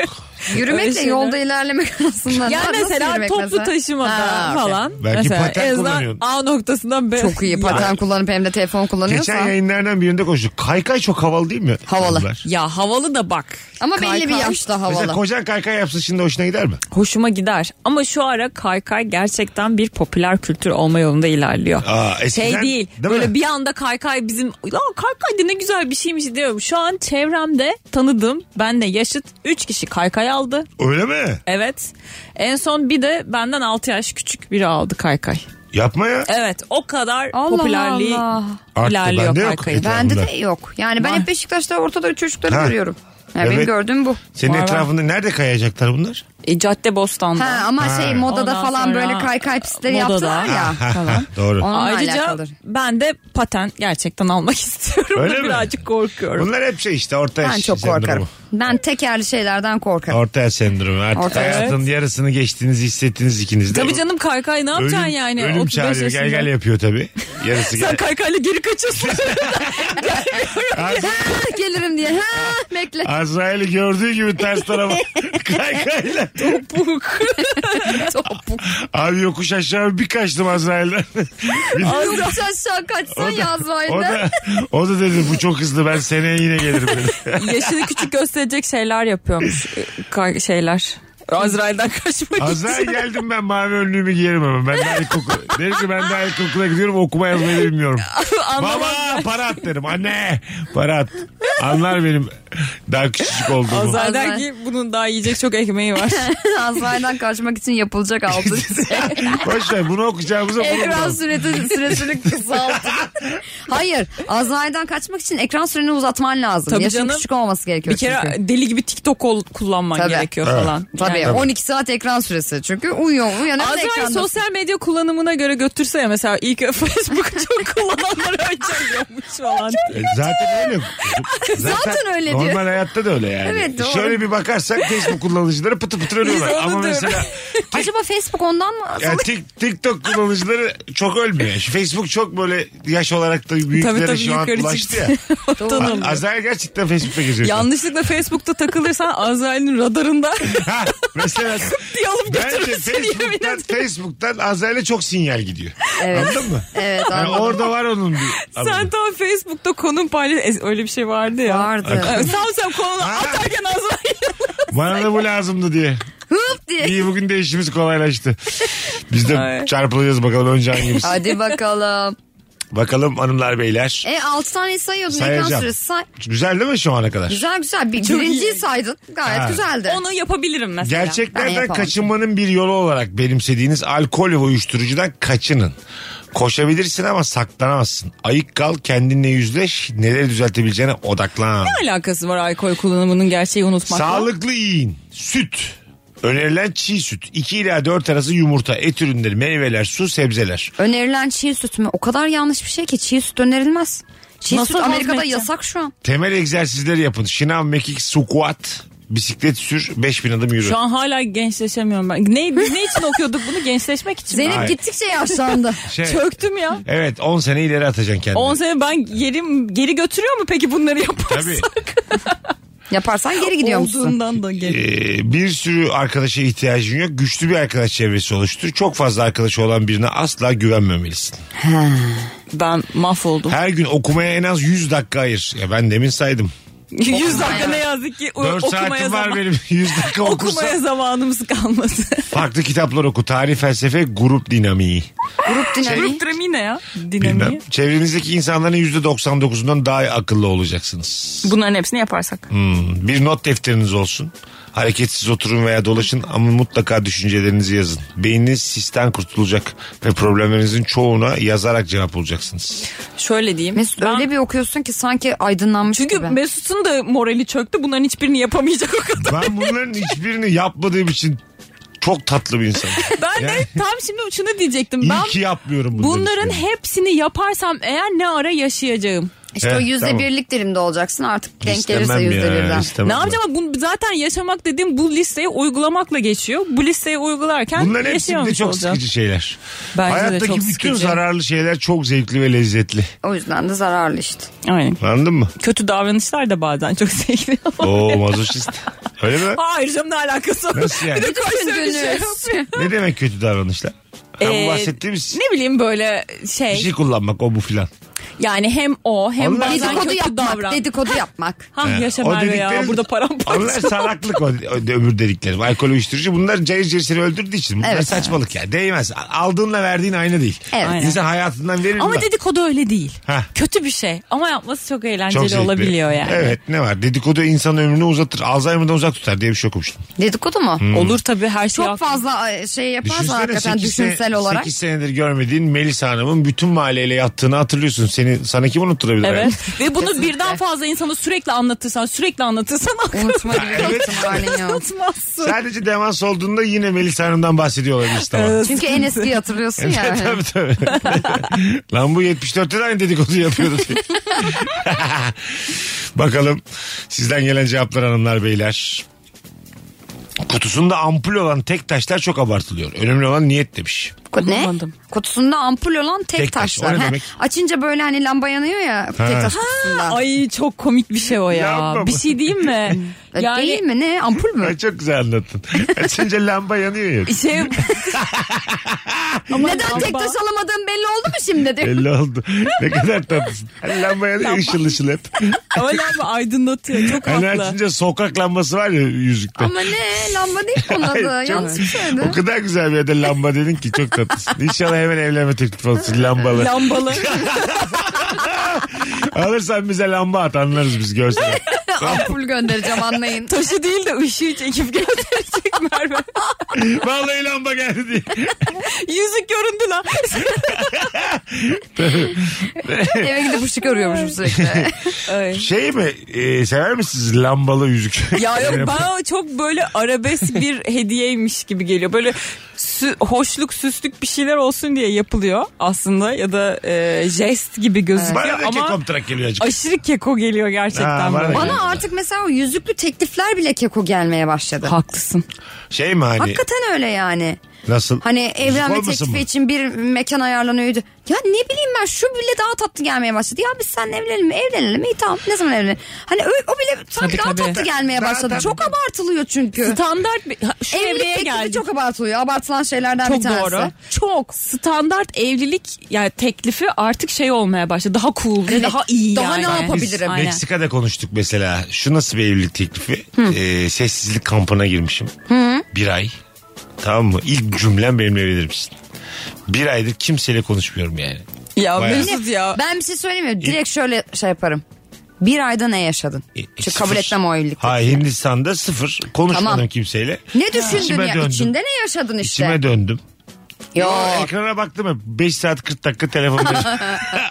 [SPEAKER 4] Öyle
[SPEAKER 3] Yürümekle
[SPEAKER 4] şeyler.
[SPEAKER 3] yolda ilerlemek *laughs* arasında.
[SPEAKER 4] Yani
[SPEAKER 3] Nasıl
[SPEAKER 4] mesela
[SPEAKER 3] yürümek
[SPEAKER 4] toplu
[SPEAKER 3] mesela?
[SPEAKER 4] taşımada
[SPEAKER 3] Ha, okey.
[SPEAKER 4] falan.
[SPEAKER 2] Belki
[SPEAKER 4] mesela
[SPEAKER 2] paten
[SPEAKER 4] en azından
[SPEAKER 2] kullanıyorsun.
[SPEAKER 4] A noktasından B.
[SPEAKER 3] Çok iyi paten kullanıp hem de telefon kullanıyorsa.
[SPEAKER 2] Geçen yayınlardan birinde konuştuk. Kaykay çok havalı değil mi?
[SPEAKER 3] Havalı.
[SPEAKER 2] Kızlar.
[SPEAKER 4] Ya havalı da bak.
[SPEAKER 3] Ama belli
[SPEAKER 4] Kaykay-
[SPEAKER 3] bir yaşta
[SPEAKER 2] Mesela
[SPEAKER 3] havalı.
[SPEAKER 2] kocan kaykay yapsa şimdi hoşuna gider mi?
[SPEAKER 4] Hoşuma gider. Ama şu ara kaykay gerçekten bir popüler kültür olma yolunda ilerliyor.
[SPEAKER 2] Aa, eskiden-
[SPEAKER 4] şey değil.
[SPEAKER 2] Değil
[SPEAKER 4] böyle
[SPEAKER 2] mi?
[SPEAKER 4] bir anda kaykay bizim ya kaykay da ne güzel bir şeymiş diyorum. Şu an çevremde tanıdığım benle yaşıt 3 kişi kaykay aldı.
[SPEAKER 2] Öyle mi?
[SPEAKER 4] Evet. En son bir de benden 6 yaş küçük biri aldı kaykay.
[SPEAKER 2] Yapma ya.
[SPEAKER 4] Evet o kadar
[SPEAKER 3] Allah
[SPEAKER 4] popülerliği
[SPEAKER 3] Allah.
[SPEAKER 2] Arttı,
[SPEAKER 4] ilerliyor
[SPEAKER 2] bende yok.
[SPEAKER 4] kaykayın.
[SPEAKER 2] Etrafında.
[SPEAKER 3] Bende de yok. Yani ben
[SPEAKER 4] Var.
[SPEAKER 3] hep Beşiktaş'ta ortada çocukları
[SPEAKER 2] Ha.
[SPEAKER 3] görüyorum. Yani
[SPEAKER 2] Evet.
[SPEAKER 3] Benim gördüğüm bu.
[SPEAKER 2] Senin
[SPEAKER 4] Var var.
[SPEAKER 2] etrafında nerede kayacaklar bunlar?
[SPEAKER 4] E, Cadde Bostan'da.
[SPEAKER 3] Ha ama
[SPEAKER 2] Ha.
[SPEAKER 3] şey modada
[SPEAKER 4] Ondan
[SPEAKER 3] falan
[SPEAKER 4] sonra-
[SPEAKER 3] böyle kaykay pistleri
[SPEAKER 4] Modada.
[SPEAKER 3] yaptılar ya.
[SPEAKER 4] Tamam.
[SPEAKER 2] Doğru.
[SPEAKER 3] Onunla
[SPEAKER 4] Ayrıca
[SPEAKER 3] alakalıdır.
[SPEAKER 4] ben de paten gerçekten almak *laughs* istiyorum.
[SPEAKER 2] Öyle
[SPEAKER 4] da
[SPEAKER 2] mi?
[SPEAKER 4] birazcık korkuyorum.
[SPEAKER 2] Bunlar hep şey işte orta yaş
[SPEAKER 3] Ben çok
[SPEAKER 2] sendromu.
[SPEAKER 3] korkarım. Ben tekerli şeylerden korkarım.
[SPEAKER 2] Orta yaş sendromu. Artık
[SPEAKER 3] Orta yaş.
[SPEAKER 2] hayatın yarısını geçtiğinizi hissettiniz ikiniz de.
[SPEAKER 4] Tabii canım kaykay ne yapacaksın
[SPEAKER 2] Ölüm-
[SPEAKER 4] yani?
[SPEAKER 2] Ölüm
[SPEAKER 4] 35
[SPEAKER 2] çağırıyor. Gel
[SPEAKER 4] yaşında.
[SPEAKER 2] gel yapıyor tabii. Yarısı
[SPEAKER 4] Sen
[SPEAKER 2] gel.
[SPEAKER 4] kaykayla geri
[SPEAKER 2] *laughs*
[SPEAKER 4] kaçıyorsun.
[SPEAKER 2] Az-
[SPEAKER 3] *laughs* Ha, gelirim diye. Ha,
[SPEAKER 4] *laughs*
[SPEAKER 3] bekle.
[SPEAKER 2] Azrail'i gördüğü gibi ters tarafa kaykayla.
[SPEAKER 4] Puk.
[SPEAKER 3] Topuk.
[SPEAKER 2] Abi yokuş aşağı bir kaçtım Azrail'den. Bir-
[SPEAKER 3] Yokuş aşağı kaçsan
[SPEAKER 2] o
[SPEAKER 3] yaz vayda. *laughs*
[SPEAKER 2] da, o da dedi bu çok hızlı ben seneye yine gelirim dedi.
[SPEAKER 4] Yaşını küçük gösterecek şeyler yapıyormuş. e, Kay- şeyler. Azrail'den kaçmak
[SPEAKER 2] Azrail
[SPEAKER 4] için.
[SPEAKER 2] geldim ben mavi önlüğümü giyerim ama. Ben daha ilkokul. Derim ki ben daha ilkokula gidiyorum okuma yazmayı da bilmiyorum. Baba para at derim. Anne para at. Anlar benim daha küçücük olduğumu.
[SPEAKER 4] Azrail'den
[SPEAKER 3] Azrail.
[SPEAKER 4] ki bunun daha yiyecek çok
[SPEAKER 3] *laughs*
[SPEAKER 4] ekmeği var.
[SPEAKER 3] Azrail'den kaçmak için
[SPEAKER 2] *laughs*
[SPEAKER 3] yapılacak altı şey.
[SPEAKER 2] Boş ver bunu okuyacağımıza bunu
[SPEAKER 3] ekran
[SPEAKER 2] okumam.
[SPEAKER 3] süreti,
[SPEAKER 2] *laughs*
[SPEAKER 3] süresini kısaltın. Hayır. Azrail'den kaçmak için ekran süreni uzatman lazım.
[SPEAKER 4] Tabii
[SPEAKER 3] Yaşın
[SPEAKER 4] canım.
[SPEAKER 3] küçük olması gerekiyor
[SPEAKER 4] bir kere
[SPEAKER 3] çünkü.
[SPEAKER 4] deli gibi TikTok kol kullanman
[SPEAKER 3] Tabii.
[SPEAKER 4] gerekiyor
[SPEAKER 2] Evet.
[SPEAKER 4] falan.
[SPEAKER 3] Tabii
[SPEAKER 4] Yani.
[SPEAKER 3] 12 saat ekran süresi çünkü uyuyor uyanıyor
[SPEAKER 4] Azrail
[SPEAKER 3] ekranda.
[SPEAKER 4] sosyal medya kullanımına göre götürse ya mesela ilk *laughs* Facebook'u çok kullananları önceliyormuş falan.
[SPEAKER 2] E, Zaten
[SPEAKER 4] *laughs*
[SPEAKER 2] öyle.
[SPEAKER 3] Zaten öyle diyor.
[SPEAKER 2] Normal hayatta da öyle yani.
[SPEAKER 3] Evet, doğru.
[SPEAKER 2] Şöyle bir bakarsak Facebook kullanıcıları pıtı pıtı ölüyorlar.
[SPEAKER 4] Biz onu
[SPEAKER 2] Ama
[SPEAKER 4] diyoruz.
[SPEAKER 2] mesela
[SPEAKER 3] Acaba Facebook ondan mı?
[SPEAKER 2] yani tik, TikTok kullanıcıları çok ölmüyor. Şu Facebook çok böyle yaş olarak da büyüklere
[SPEAKER 4] tabii,
[SPEAKER 2] şu an
[SPEAKER 4] yukarı
[SPEAKER 2] ulaştı ya.
[SPEAKER 4] çıktı. *laughs* Ortadan
[SPEAKER 2] A- Azrail gerçekten Facebook'ta geziyor.
[SPEAKER 4] Yanlışlıkla Facebook'ta takılırsan Azrail'in radarında
[SPEAKER 2] *laughs*
[SPEAKER 4] *laughs*
[SPEAKER 2] Ha, mesela
[SPEAKER 4] diye alıp
[SPEAKER 2] bence
[SPEAKER 4] götürür seni yemin
[SPEAKER 2] Facebook'tan,
[SPEAKER 4] ederim.
[SPEAKER 2] Facebook'tan Azrail'e çok sinyal gidiyor. Anladın
[SPEAKER 4] *laughs*
[SPEAKER 2] mı?
[SPEAKER 3] Evet
[SPEAKER 2] Yani
[SPEAKER 3] anladım.
[SPEAKER 2] orada var onun bir.
[SPEAKER 4] Sen
[SPEAKER 2] anlamı.
[SPEAKER 4] tam Facebook'ta konum paylaş... E, Öyle bir şey vardı ya.
[SPEAKER 3] Vardı.
[SPEAKER 4] Evet, Tam sen konunu
[SPEAKER 2] Ha.
[SPEAKER 4] atarken *laughs* Azrail.
[SPEAKER 2] Bana da bu lazımdı diye.
[SPEAKER 3] Hıp diye.
[SPEAKER 2] İyi bugün de işimiz kolaylaştı. Biz de
[SPEAKER 4] Ay.
[SPEAKER 2] çarpılacağız bakalım önce hangimiz.
[SPEAKER 3] Hadi bakalım.
[SPEAKER 2] bakalım hanımlar beyler.
[SPEAKER 3] E 6 tane sayıyordun ekran
[SPEAKER 2] Sayacağım.
[SPEAKER 3] süresi. Say
[SPEAKER 2] Güzel değil mi şu ana kadar?
[SPEAKER 3] güzel güzel. Bir,
[SPEAKER 4] Çok
[SPEAKER 3] birinciyi
[SPEAKER 4] iyi.
[SPEAKER 3] saydın. Gayet
[SPEAKER 2] Ha.
[SPEAKER 3] güzeldi.
[SPEAKER 4] Onu yapabilirim mesela.
[SPEAKER 3] Ben
[SPEAKER 2] Gerçeklerden
[SPEAKER 3] yapamam.
[SPEAKER 2] kaçınmanın bir yolu olarak benimsediğiniz alkol ve uyuşturucudan kaçının. Koşabilirsin ama saklanamazsın. Ayık kal, kendinle yüzleş, neleri düzeltebileceğine odaklan.
[SPEAKER 4] Ne alakası var alkol kullanımının gerçeği unutmakla?
[SPEAKER 2] Sağlıklı yiyin. Süt. Önerilen çiğ süt. 2 ila 4 arası yumurta, et ürünleri, meyveler, su, sebzeler.
[SPEAKER 3] Önerilen çiğ süt mü? O kadar yanlış bir şey ki çiğ süt önerilmez. Çiğ
[SPEAKER 4] Nasıl
[SPEAKER 3] süt Amerika'da
[SPEAKER 4] hazmedeceğim?
[SPEAKER 3] yasak şu an.
[SPEAKER 2] Temel egzersizleri yapın. Şınav, mekik, squat, bisiklet sür, 5000 adım yürü.
[SPEAKER 4] Şu an hala gençleşemiyorum ben. Ne, biz ne için okuyorduk bunu? Gençleşmek için mi?
[SPEAKER 3] Zeynep
[SPEAKER 2] Hayır. *laughs*
[SPEAKER 3] gittikçe yaşlandı.
[SPEAKER 2] Şey,
[SPEAKER 4] Çöktüm ya.
[SPEAKER 2] evet 10 sene ileri atacaksın kendini.
[SPEAKER 4] 10 sene ben yerim geri götürüyor mu peki bunları yaparsak? *laughs*
[SPEAKER 2] Tabii.
[SPEAKER 3] Yaparsan geri gidiyor musun?
[SPEAKER 4] Olduğundan da geri.
[SPEAKER 2] Ee, bir sürü arkadaşa ihtiyacın yok. Güçlü bir arkadaş çevresi oluştur. Çok fazla arkadaşı olan birine asla güvenmemelisin.
[SPEAKER 4] Ben mahvoldum. *laughs*
[SPEAKER 2] Her gün okumaya en az 100 dakika ayır. Ya ben demin saydım.
[SPEAKER 4] 100 dakika ne yazık ki o-
[SPEAKER 2] 4
[SPEAKER 4] okumaya
[SPEAKER 2] saatim var
[SPEAKER 4] *laughs* zaman.
[SPEAKER 2] benim. *laughs* 100 dakika okursa
[SPEAKER 4] Okumaya zamanımız kalmadı.
[SPEAKER 2] farklı kitaplar oku. Tarih, felsefe, grup dinamiği.
[SPEAKER 3] Grup
[SPEAKER 2] Şey-
[SPEAKER 3] dinamiği.
[SPEAKER 4] Grup dinamiği ne ya? Dinamiği.
[SPEAKER 2] Bilmem. Çevrenizdeki insanların %99'undan daha akıllı olacaksınız.
[SPEAKER 4] Bunların hepsini yaparsak.
[SPEAKER 2] Hmm, Bir not defteriniz olsun. Hareketsiz oturun veya dolaşın ama mutlaka düşüncelerinizi yazın. Beyniniz sisten kurtulacak ve problemlerinizin çoğuna yazarak cevap bulacaksınız.
[SPEAKER 4] Şöyle diyeyim.
[SPEAKER 3] Mesut
[SPEAKER 4] Ben-
[SPEAKER 3] öyle bir okuyorsun ki sanki aydınlanmış
[SPEAKER 4] Çünkü
[SPEAKER 3] gibi.
[SPEAKER 4] Mesut'un da morali çöktü. Bunların hiçbirini yapamayacak o
[SPEAKER 2] *laughs*
[SPEAKER 4] kadar.
[SPEAKER 2] Ben bunların hiçbirini yapmadığım için çok tatlı bir insanım.
[SPEAKER 4] Ben de tam şimdi şunu diyecektim.
[SPEAKER 2] İyi
[SPEAKER 4] ben
[SPEAKER 2] ki yapmıyorum bunları.
[SPEAKER 4] bunların hepsini yaparsam eğer ne ara yaşayacağım?
[SPEAKER 3] İşte
[SPEAKER 2] Evet,
[SPEAKER 3] o yüzde
[SPEAKER 2] tamam.
[SPEAKER 3] birlik dilimde olacaksın artık denk
[SPEAKER 2] İstemem
[SPEAKER 3] gelirse
[SPEAKER 2] ya,
[SPEAKER 3] yüzde birden.
[SPEAKER 2] istemem
[SPEAKER 4] ne
[SPEAKER 2] ben.
[SPEAKER 4] yapacağım? Ama Bu, zaten yaşamak dediğim bu listeyi uygulamakla geçiyor. Bu listeyi uygularken
[SPEAKER 2] Bunların hepsi bir de
[SPEAKER 4] yaşayamamış
[SPEAKER 2] çok
[SPEAKER 4] olacağım.
[SPEAKER 2] sıkıcı şeyler.
[SPEAKER 4] Bence de
[SPEAKER 2] Hayattaki
[SPEAKER 4] çok
[SPEAKER 2] bütün
[SPEAKER 4] sıkıcı.
[SPEAKER 2] zararlı şeyler çok zevkli ve lezzetli.
[SPEAKER 3] O yüzden de zararlı işte.
[SPEAKER 4] Aynen.
[SPEAKER 2] Anladın
[SPEAKER 4] *laughs*
[SPEAKER 2] mı?
[SPEAKER 4] Kötü davranışlar da bazen çok *laughs* sevgili.
[SPEAKER 2] Oo mazoşist. Öyle
[SPEAKER 4] *laughs*
[SPEAKER 2] mi?
[SPEAKER 4] Hayır canım ne alakası var?
[SPEAKER 2] Nasıl yani?
[SPEAKER 4] Bir de koysa bir şey
[SPEAKER 3] Üzgünüz.
[SPEAKER 4] yapıyor.
[SPEAKER 2] ne demek kötü davranışlar? Ha,
[SPEAKER 4] Ee,
[SPEAKER 2] bu bahsettiğimiz
[SPEAKER 4] Ne bileyim böyle şey,
[SPEAKER 2] bir şey kullanmak o bu filan.
[SPEAKER 4] yani hem o hem
[SPEAKER 2] Onlar-
[SPEAKER 4] bazen
[SPEAKER 3] Dedikodu
[SPEAKER 4] kötü
[SPEAKER 3] yapmak.
[SPEAKER 4] davran.
[SPEAKER 3] Dedikodu yapmak.
[SPEAKER 4] Ha
[SPEAKER 2] Ee,
[SPEAKER 4] yaşa
[SPEAKER 2] o
[SPEAKER 4] Merve ya
[SPEAKER 2] dedikleri-
[SPEAKER 4] burada
[SPEAKER 2] Onlar
[SPEAKER 4] paramparça.
[SPEAKER 2] salaklık o, o öbür dediklerim. Alkol uyuşturucu bunlar cayır cayır seni öldürdüğü için. Bunlar
[SPEAKER 3] Evet,
[SPEAKER 2] saçmalık ya. Değmez. Aldığınla verdiğin aynı değil.
[SPEAKER 3] Evet.
[SPEAKER 4] Aynen.
[SPEAKER 2] İnsan hayatından verir
[SPEAKER 4] Ama
[SPEAKER 2] mi?
[SPEAKER 4] dedikodu öyle değil.
[SPEAKER 2] Heh.
[SPEAKER 4] Kötü bir şey ama yapması çok eğlenceli
[SPEAKER 2] Çok zevkli.
[SPEAKER 4] olabiliyor yani.
[SPEAKER 2] Evet ne var dedikodu insan ömrünü uzatır Alzheimer'dan uzak tutar diye bir şey okumuştum.
[SPEAKER 3] Dedikodu mu?
[SPEAKER 2] Hmm.
[SPEAKER 4] Olur tabii her şey.
[SPEAKER 3] Çok
[SPEAKER 4] haklı.
[SPEAKER 3] fazla e, şey yaparsan hakikaten
[SPEAKER 2] şey-
[SPEAKER 3] düşünsel olarak.
[SPEAKER 2] 8 senedir görmediğin Melisa Hanım'ın bütün mahalleyle yattığını hatırlıyorsun. Seni, sana kim unutturabilir?
[SPEAKER 4] Evet.
[SPEAKER 2] hayatım?
[SPEAKER 4] Ve bunu
[SPEAKER 3] Kesinlikle.
[SPEAKER 4] birden fazla insana sürekli anlatırsan, sürekli anlatırsan
[SPEAKER 3] Unutma
[SPEAKER 2] *laughs*
[SPEAKER 3] gibi bir
[SPEAKER 2] Evet.
[SPEAKER 3] ihtimalin *laughs* yok.
[SPEAKER 4] anlatmazsın.
[SPEAKER 2] Sadece demans olduğunda yine Melisa Hanım'dan bahsediyor olabilirsin ama.
[SPEAKER 4] Evet.
[SPEAKER 3] Çünkü en eskiyi hatırlıyorsun *laughs* ya.
[SPEAKER 2] tabii tabii. *laughs* Lan bu 74'te de aynı dedikodu yapıyordu. *laughs* diye. Bakalım sizden gelen cevaplar hanımlar beyler. Kutusunda ampul olan tek taşlar çok abartılıyor. Önemli olan niyet demiş.
[SPEAKER 3] Ko- ne?
[SPEAKER 4] Bulamadım.
[SPEAKER 3] Kutusunda ampul olan tek,
[SPEAKER 2] Tek taş,
[SPEAKER 3] taş
[SPEAKER 2] o
[SPEAKER 3] var.
[SPEAKER 2] ne
[SPEAKER 3] He.
[SPEAKER 2] demek?
[SPEAKER 3] Açınca böyle hani lamba yanıyor ya tek taş kutusunda.
[SPEAKER 4] *laughs* Ay çok komik bir şey o ya.
[SPEAKER 2] Yapma
[SPEAKER 4] bir
[SPEAKER 2] bunu.
[SPEAKER 4] şey diyeyim *laughs* mi?
[SPEAKER 3] E,
[SPEAKER 4] yani
[SPEAKER 3] Değil mi ne ampul
[SPEAKER 2] *laughs*
[SPEAKER 3] mü?
[SPEAKER 2] Ay çok güzel anlattın. Açınca lamba yanıyor ya.
[SPEAKER 4] şey Ama
[SPEAKER 3] Neden tek
[SPEAKER 4] lamba-
[SPEAKER 3] taş alamadığın belli oldu mu şimdi?
[SPEAKER 2] *laughs*
[SPEAKER 3] diyor.
[SPEAKER 2] Belli oldu. Ne kadar tatlısın. Hani lamba yanıyor ışıl ışıl hep.
[SPEAKER 4] Ama lamba aydınlatıyor. Çok
[SPEAKER 2] Hani
[SPEAKER 4] haklı.
[SPEAKER 2] açınca sokak lambası var ya yüzükte.
[SPEAKER 3] Ama ne lamba değil mi onun
[SPEAKER 2] Ay,
[SPEAKER 3] adı?
[SPEAKER 2] çok-
[SPEAKER 3] Yanlış bir şey şeydi.
[SPEAKER 2] *laughs* O kadar güzel bir yerde lamba dedin ki çok tatlısın. İnşallah hemen evlenme teklifi olsun lambalı. *laughs*
[SPEAKER 4] Lambalı.
[SPEAKER 2] Alırsan bize lamba at anlarız biz
[SPEAKER 3] *laughs*
[SPEAKER 2] görsel.
[SPEAKER 3] ampul
[SPEAKER 2] *laughs*
[SPEAKER 3] göndereceğim anlayın.
[SPEAKER 4] Taşı değil de ışığı çekip gösterecek Merve. *laughs*
[SPEAKER 2] Vallahi lamba geldi diye.
[SPEAKER 4] Yüzük göründü
[SPEAKER 2] *laughs*
[SPEAKER 4] lan.
[SPEAKER 3] Eve gidip ışık arıyormuşum
[SPEAKER 2] *laughs*
[SPEAKER 3] sürekli.
[SPEAKER 4] Ay.
[SPEAKER 2] Şey mi e, sever misiniz lambalı
[SPEAKER 3] *laughs*
[SPEAKER 2] yüzük?
[SPEAKER 4] Ya yok bana o çok böyle arabesk bir
[SPEAKER 2] *laughs*
[SPEAKER 4] hediyeymiş gibi geliyor. Böyle sü- hoşluk süslük bir şeyler olsun diye yapılıyor aslında ya da e, jest gibi gözüküyor
[SPEAKER 2] Bana da
[SPEAKER 4] ama
[SPEAKER 2] kekomtrak geliyor acık.
[SPEAKER 4] aşırı keko geliyor
[SPEAKER 2] Ha,
[SPEAKER 4] gerçekten.
[SPEAKER 2] bana da
[SPEAKER 4] böyle.
[SPEAKER 2] geliyor.
[SPEAKER 3] Bana artık mesela o yüzüklü teklifler bile keko gelmeye başladı.
[SPEAKER 2] Hani-
[SPEAKER 4] Haklısın.
[SPEAKER 2] Şey mi hani
[SPEAKER 3] Hakikaten öyle yani.
[SPEAKER 2] nasıl?
[SPEAKER 3] Hani evlenme
[SPEAKER 2] olmasın
[SPEAKER 3] teklifi
[SPEAKER 2] mı?
[SPEAKER 3] için bir mekan ayarlanıyordu. Ya ne bileyim ben şu bile daha tatlı gelmeye başladı. Ya biz seninle evlenelim mi? Evlenelim mi? İyi tamam ne zaman evlenelim? Hani ö- o bile sanki
[SPEAKER 4] Tabii,
[SPEAKER 3] daha
[SPEAKER 4] tabii.
[SPEAKER 3] tatlı gelmeye
[SPEAKER 2] Daha
[SPEAKER 3] başladı.
[SPEAKER 2] tatlı.
[SPEAKER 3] Çok abartılıyor çünkü.
[SPEAKER 4] Standart bir, ha, şu
[SPEAKER 3] Evlilik
[SPEAKER 4] evreye
[SPEAKER 3] teklifi
[SPEAKER 4] geldik.
[SPEAKER 3] çok abartılıyor. Abartılan şeylerden bir
[SPEAKER 4] Çok
[SPEAKER 3] tanesi.
[SPEAKER 4] doğru. Çok standart evlilik yani teklifi artık şey olmaya başladı. Daha cool ve
[SPEAKER 3] Evet.
[SPEAKER 4] daha iyi
[SPEAKER 3] Daha
[SPEAKER 4] yani.
[SPEAKER 3] ne yapabilirim?
[SPEAKER 2] Biz
[SPEAKER 4] Aynen.
[SPEAKER 2] Meksika'da konuştuk mesela. Şu nasıl bir evlilik teklifi? Ee, sessizlik kampına girmişim. Bir ay. Tamam mı? İlk cümlem benimle evlenir misin? Bir aydır kimseyle konuşmuyorum yani.
[SPEAKER 4] Ya
[SPEAKER 2] Bayağı.
[SPEAKER 4] Mesut ya.
[SPEAKER 3] Ben bir şey söyleyeyim mi? Direkt şöyle şey yaparım. Bir ayda ne yaşadın?
[SPEAKER 2] E, e,
[SPEAKER 3] Çünkü
[SPEAKER 2] sıfır.
[SPEAKER 3] Şey, kabul etmem o evlilikte.
[SPEAKER 2] Ha Hindistan'da sıfır. Konuşmadım
[SPEAKER 3] Tamam.
[SPEAKER 2] kimseyle.
[SPEAKER 3] Ne düşündün
[SPEAKER 2] İçime
[SPEAKER 3] ya?
[SPEAKER 2] döndüm.
[SPEAKER 3] İçinde ne yaşadın işte?
[SPEAKER 2] İçime döndüm.
[SPEAKER 3] Yo.
[SPEAKER 2] Ekrana baktım hep 5 saat 40 dakika
[SPEAKER 4] *laughs*
[SPEAKER 2] telefonda.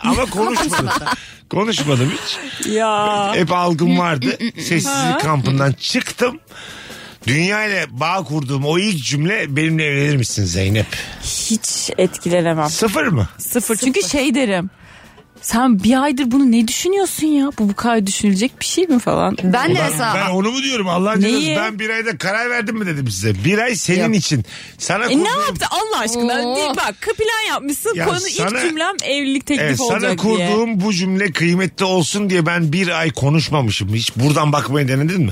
[SPEAKER 2] Ama konuşmadım. konuşmadım hiç.
[SPEAKER 4] Ya.
[SPEAKER 2] Hep algım vardı. Sessizlik kampından çıktım. Dünya ile bağ kurduğum o ilk cümle benimle evlenir misin Zeynep?
[SPEAKER 4] Hiç etkilenemem.
[SPEAKER 2] Sıfır mı?
[SPEAKER 4] Sıfır. Çünkü şey derim. Sen bir aydır bunu ne düşünüyorsun ya? Bu bu kadar düşünülecek bir şey mi falan?
[SPEAKER 3] Ben de
[SPEAKER 2] Ben,
[SPEAKER 3] mesela
[SPEAKER 2] ben onu mu diyorum Allah'ın cezası
[SPEAKER 4] Neyi?
[SPEAKER 2] ben bir ayda karar verdim mi dedim size. Bir ay senin için. Sana
[SPEAKER 4] E ne
[SPEAKER 2] kurduğum-
[SPEAKER 4] yaptı Allah aşkına?
[SPEAKER 3] Oo.
[SPEAKER 4] Değil, bak plan yapmışsın.
[SPEAKER 2] Ya
[SPEAKER 4] Konu
[SPEAKER 2] sana-
[SPEAKER 4] ilk cümlem evlilik teklifi
[SPEAKER 2] Evet, sana
[SPEAKER 4] olacak diye.
[SPEAKER 2] kurduğum bu cümle kıymetli olsun diye ben bir ay konuşmamışım. Hiç buradan bakmayı denedin mi?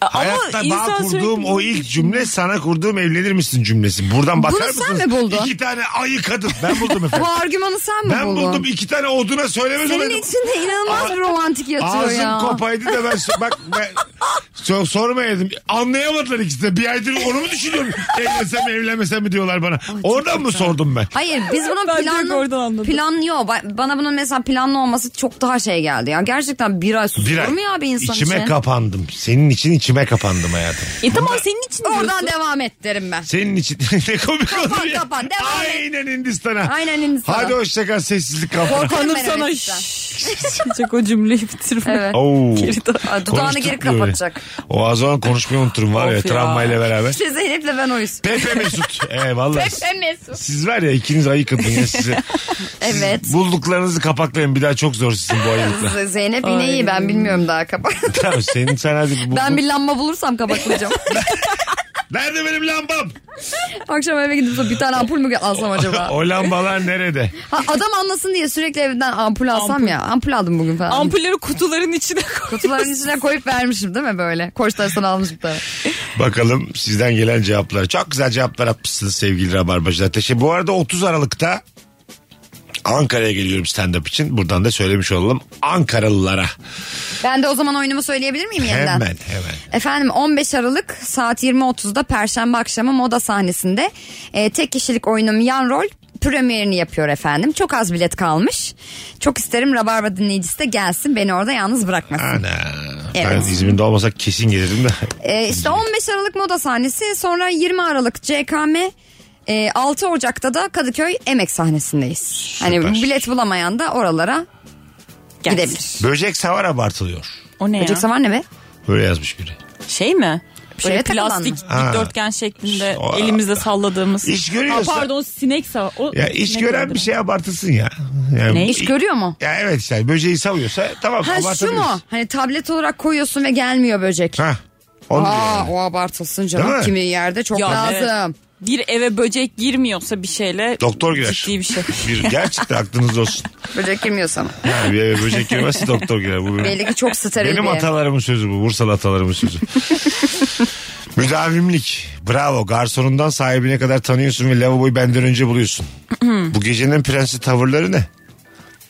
[SPEAKER 4] Ama
[SPEAKER 2] Hayatta bağ
[SPEAKER 4] insan
[SPEAKER 2] kurduğum
[SPEAKER 4] sürekli-
[SPEAKER 2] o ilk cümle sana kurduğum evlenir misin cümlesi. Buradan bakar
[SPEAKER 3] sen
[SPEAKER 2] mısın?
[SPEAKER 3] mi buldun?
[SPEAKER 2] İki tane ayı kadın.
[SPEAKER 3] *laughs*
[SPEAKER 2] Ben buldum efendim.
[SPEAKER 3] bu argümanı sen mi
[SPEAKER 2] ben
[SPEAKER 3] buldun?
[SPEAKER 2] buldum iki tane oduna söylemez
[SPEAKER 3] Senin
[SPEAKER 2] olaydım.
[SPEAKER 3] içinde inanılmaz bir romantik yatıyor
[SPEAKER 2] Ağzım
[SPEAKER 3] ya.
[SPEAKER 2] kopaydı da ben so- bak ben so- sormayaydım. Anlayamadılar ikisi de. Bir aydır onu mu
[SPEAKER 3] *laughs*
[SPEAKER 2] düşünüyorum? Evlensem mi, evlenmesem mi diyorlar bana. Oradan mı sordum ben?
[SPEAKER 3] Hayır biz bunun
[SPEAKER 4] *laughs* Ben direkt oradan
[SPEAKER 3] planlı
[SPEAKER 4] anladım.
[SPEAKER 3] plan yok. Ba- Bana bunun mesela planlı olması çok daha şey geldi. Ya gerçekten bir ay
[SPEAKER 2] Bir
[SPEAKER 3] susur
[SPEAKER 2] ay.
[SPEAKER 3] mu ya bir insan
[SPEAKER 2] içime
[SPEAKER 3] için?
[SPEAKER 2] kapandım. Senin için içime kapandım hayatım.
[SPEAKER 4] E tamam senin için diyorsun.
[SPEAKER 3] Oradan devam et derim ben.
[SPEAKER 2] Senin için *laughs* ne komik
[SPEAKER 3] Kapan,
[SPEAKER 2] olur ya.
[SPEAKER 3] kapan, devam et.
[SPEAKER 2] Aynen Hindistan'a.
[SPEAKER 3] Aynen Hindistan'a.
[SPEAKER 2] Hadi hoşçakal sessizlik kampına.
[SPEAKER 3] Korkarım
[SPEAKER 4] Hanım
[SPEAKER 3] ben
[SPEAKER 4] sana
[SPEAKER 3] Alex'ten.
[SPEAKER 4] şşş diyecek o cümleyi bitirme.
[SPEAKER 3] Evet.
[SPEAKER 2] Oo.
[SPEAKER 4] *laughs* Geri dön.
[SPEAKER 3] Ay, Dudağını
[SPEAKER 2] Oh. Konuştuk
[SPEAKER 3] geri
[SPEAKER 2] böyle.
[SPEAKER 3] kapatacak.
[SPEAKER 2] O az olan konuşmayı unuturum var ya,
[SPEAKER 4] Of ya.
[SPEAKER 2] travmayla beraber.
[SPEAKER 3] İşte Zeynep'le ben oyuz.
[SPEAKER 2] Pepe Mesut. Ee, vallahi.
[SPEAKER 3] Pepe Mesut.
[SPEAKER 2] Siz var ya ikiniz ayı kadın ya
[SPEAKER 3] *laughs*
[SPEAKER 2] size. Siz
[SPEAKER 3] Evet.
[SPEAKER 2] bulduklarınızı kapaklayın. Bir daha çok zor sizin bu
[SPEAKER 3] *laughs*
[SPEAKER 2] ayılıkla.
[SPEAKER 3] Zeynep yine iyi ben bilmiyorum daha kapak.
[SPEAKER 2] tamam senin sen hadi. bu-
[SPEAKER 3] *laughs* ben bir lamba bulursam
[SPEAKER 4] *laughs*
[SPEAKER 3] kapatmayacağım.
[SPEAKER 2] Nerede benim lambam?
[SPEAKER 3] Akşam eve gidip sonra bir tane ampul mü alsam acaba?
[SPEAKER 2] *laughs* o lambalar nerede?
[SPEAKER 3] Ha, adam anlasın diye sürekli evden ampul alsam ya. Ampul aldım bugün falan.
[SPEAKER 4] Ampulleri kutuların içine koy.
[SPEAKER 3] Kutuların içine koyup vermişim değil mi böyle? Koçtaş'tan almışım tabii.
[SPEAKER 2] Bakalım sizden gelen cevaplar. Çok güzel cevaplar atmışsınız sevgili Rabarbacılar. Teşekkür. Bu arada 30 Aralık'ta Ankara'ya geliyorum stand-up için. Buradan da söylemiş olalım Ankaralılara.
[SPEAKER 3] Ben de o zaman oyunumu söyleyebilir miyim yeniden?
[SPEAKER 2] Hemen hemen.
[SPEAKER 3] Efendim 15 Aralık saat 20.30'da Perşembe akşamı moda sahnesinde e, tek kişilik oyunum Yan Rol premierini yapıyor efendim. Çok az bilet kalmış. Çok isterim Rabarba dinleyicisi de gelsin beni orada yalnız bırakmasın.
[SPEAKER 2] Ana.
[SPEAKER 3] Evet.
[SPEAKER 2] Ben İzmir'de olmasak kesin
[SPEAKER 3] *laughs*
[SPEAKER 2] gelirdim de.
[SPEAKER 3] E, işte 15 Aralık moda sahnesi sonra 20 Aralık CKM e, 6 Ocak'ta da Kadıköy Emek sahnesindeyiz. Hani bilet bulamayan da oralara gidebilir.
[SPEAKER 2] Böcek savar abartılıyor.
[SPEAKER 4] O ne ya?
[SPEAKER 3] Böcek savar ne be?
[SPEAKER 2] Böyle yazmış biri.
[SPEAKER 4] Şey mi? Böyle
[SPEAKER 3] şeye takılan
[SPEAKER 2] mı?
[SPEAKER 4] plastik dikdörtgen şeklinde
[SPEAKER 2] Aa.
[SPEAKER 4] elimizde salladığımız.
[SPEAKER 2] İş görüyorsa-
[SPEAKER 4] Ha, pardon sinek sava. O
[SPEAKER 2] Ya iş
[SPEAKER 4] sinek
[SPEAKER 2] gören
[SPEAKER 4] öldüren.
[SPEAKER 2] bir şey abartılsın ya. Yani
[SPEAKER 4] Ne?
[SPEAKER 3] İş görüyor mu?
[SPEAKER 2] Ya evet işte böceği savuyorsa tamam
[SPEAKER 3] Ha şu mu?
[SPEAKER 2] abartabiliriz.
[SPEAKER 3] Hani tablet olarak koyuyorsun ve gelmiyor böcek.
[SPEAKER 2] Ha. Onu diyorum.
[SPEAKER 3] Aa, Ah, o abartılsın
[SPEAKER 2] Değil
[SPEAKER 3] canım.
[SPEAKER 2] mi?
[SPEAKER 3] Kimi yerde çok
[SPEAKER 4] Ya,
[SPEAKER 3] lazım.
[SPEAKER 4] bir eve böcek girmiyorsa bir şeyle
[SPEAKER 2] Doktor girer.
[SPEAKER 4] ciddi bir
[SPEAKER 2] *laughs*
[SPEAKER 4] şey.
[SPEAKER 2] Bir, gerçekten aklınız olsun.
[SPEAKER 3] Böcek girmiyorsa ama.
[SPEAKER 2] Yani bir eve böcek girmezse doktor girer. Bu benim,
[SPEAKER 3] Belli ki çok steril
[SPEAKER 2] benim
[SPEAKER 3] bir ev.
[SPEAKER 2] atalarımın sözü bu. Bursalı atalarımın
[SPEAKER 4] *laughs*
[SPEAKER 2] sözü. Müdavimlik. Bravo. Garsonundan sahibine kadar tanıyorsun ve lavaboyu benden önce
[SPEAKER 4] *clears throat*
[SPEAKER 2] buluyorsun. bu gecenin prensi tavırları ne?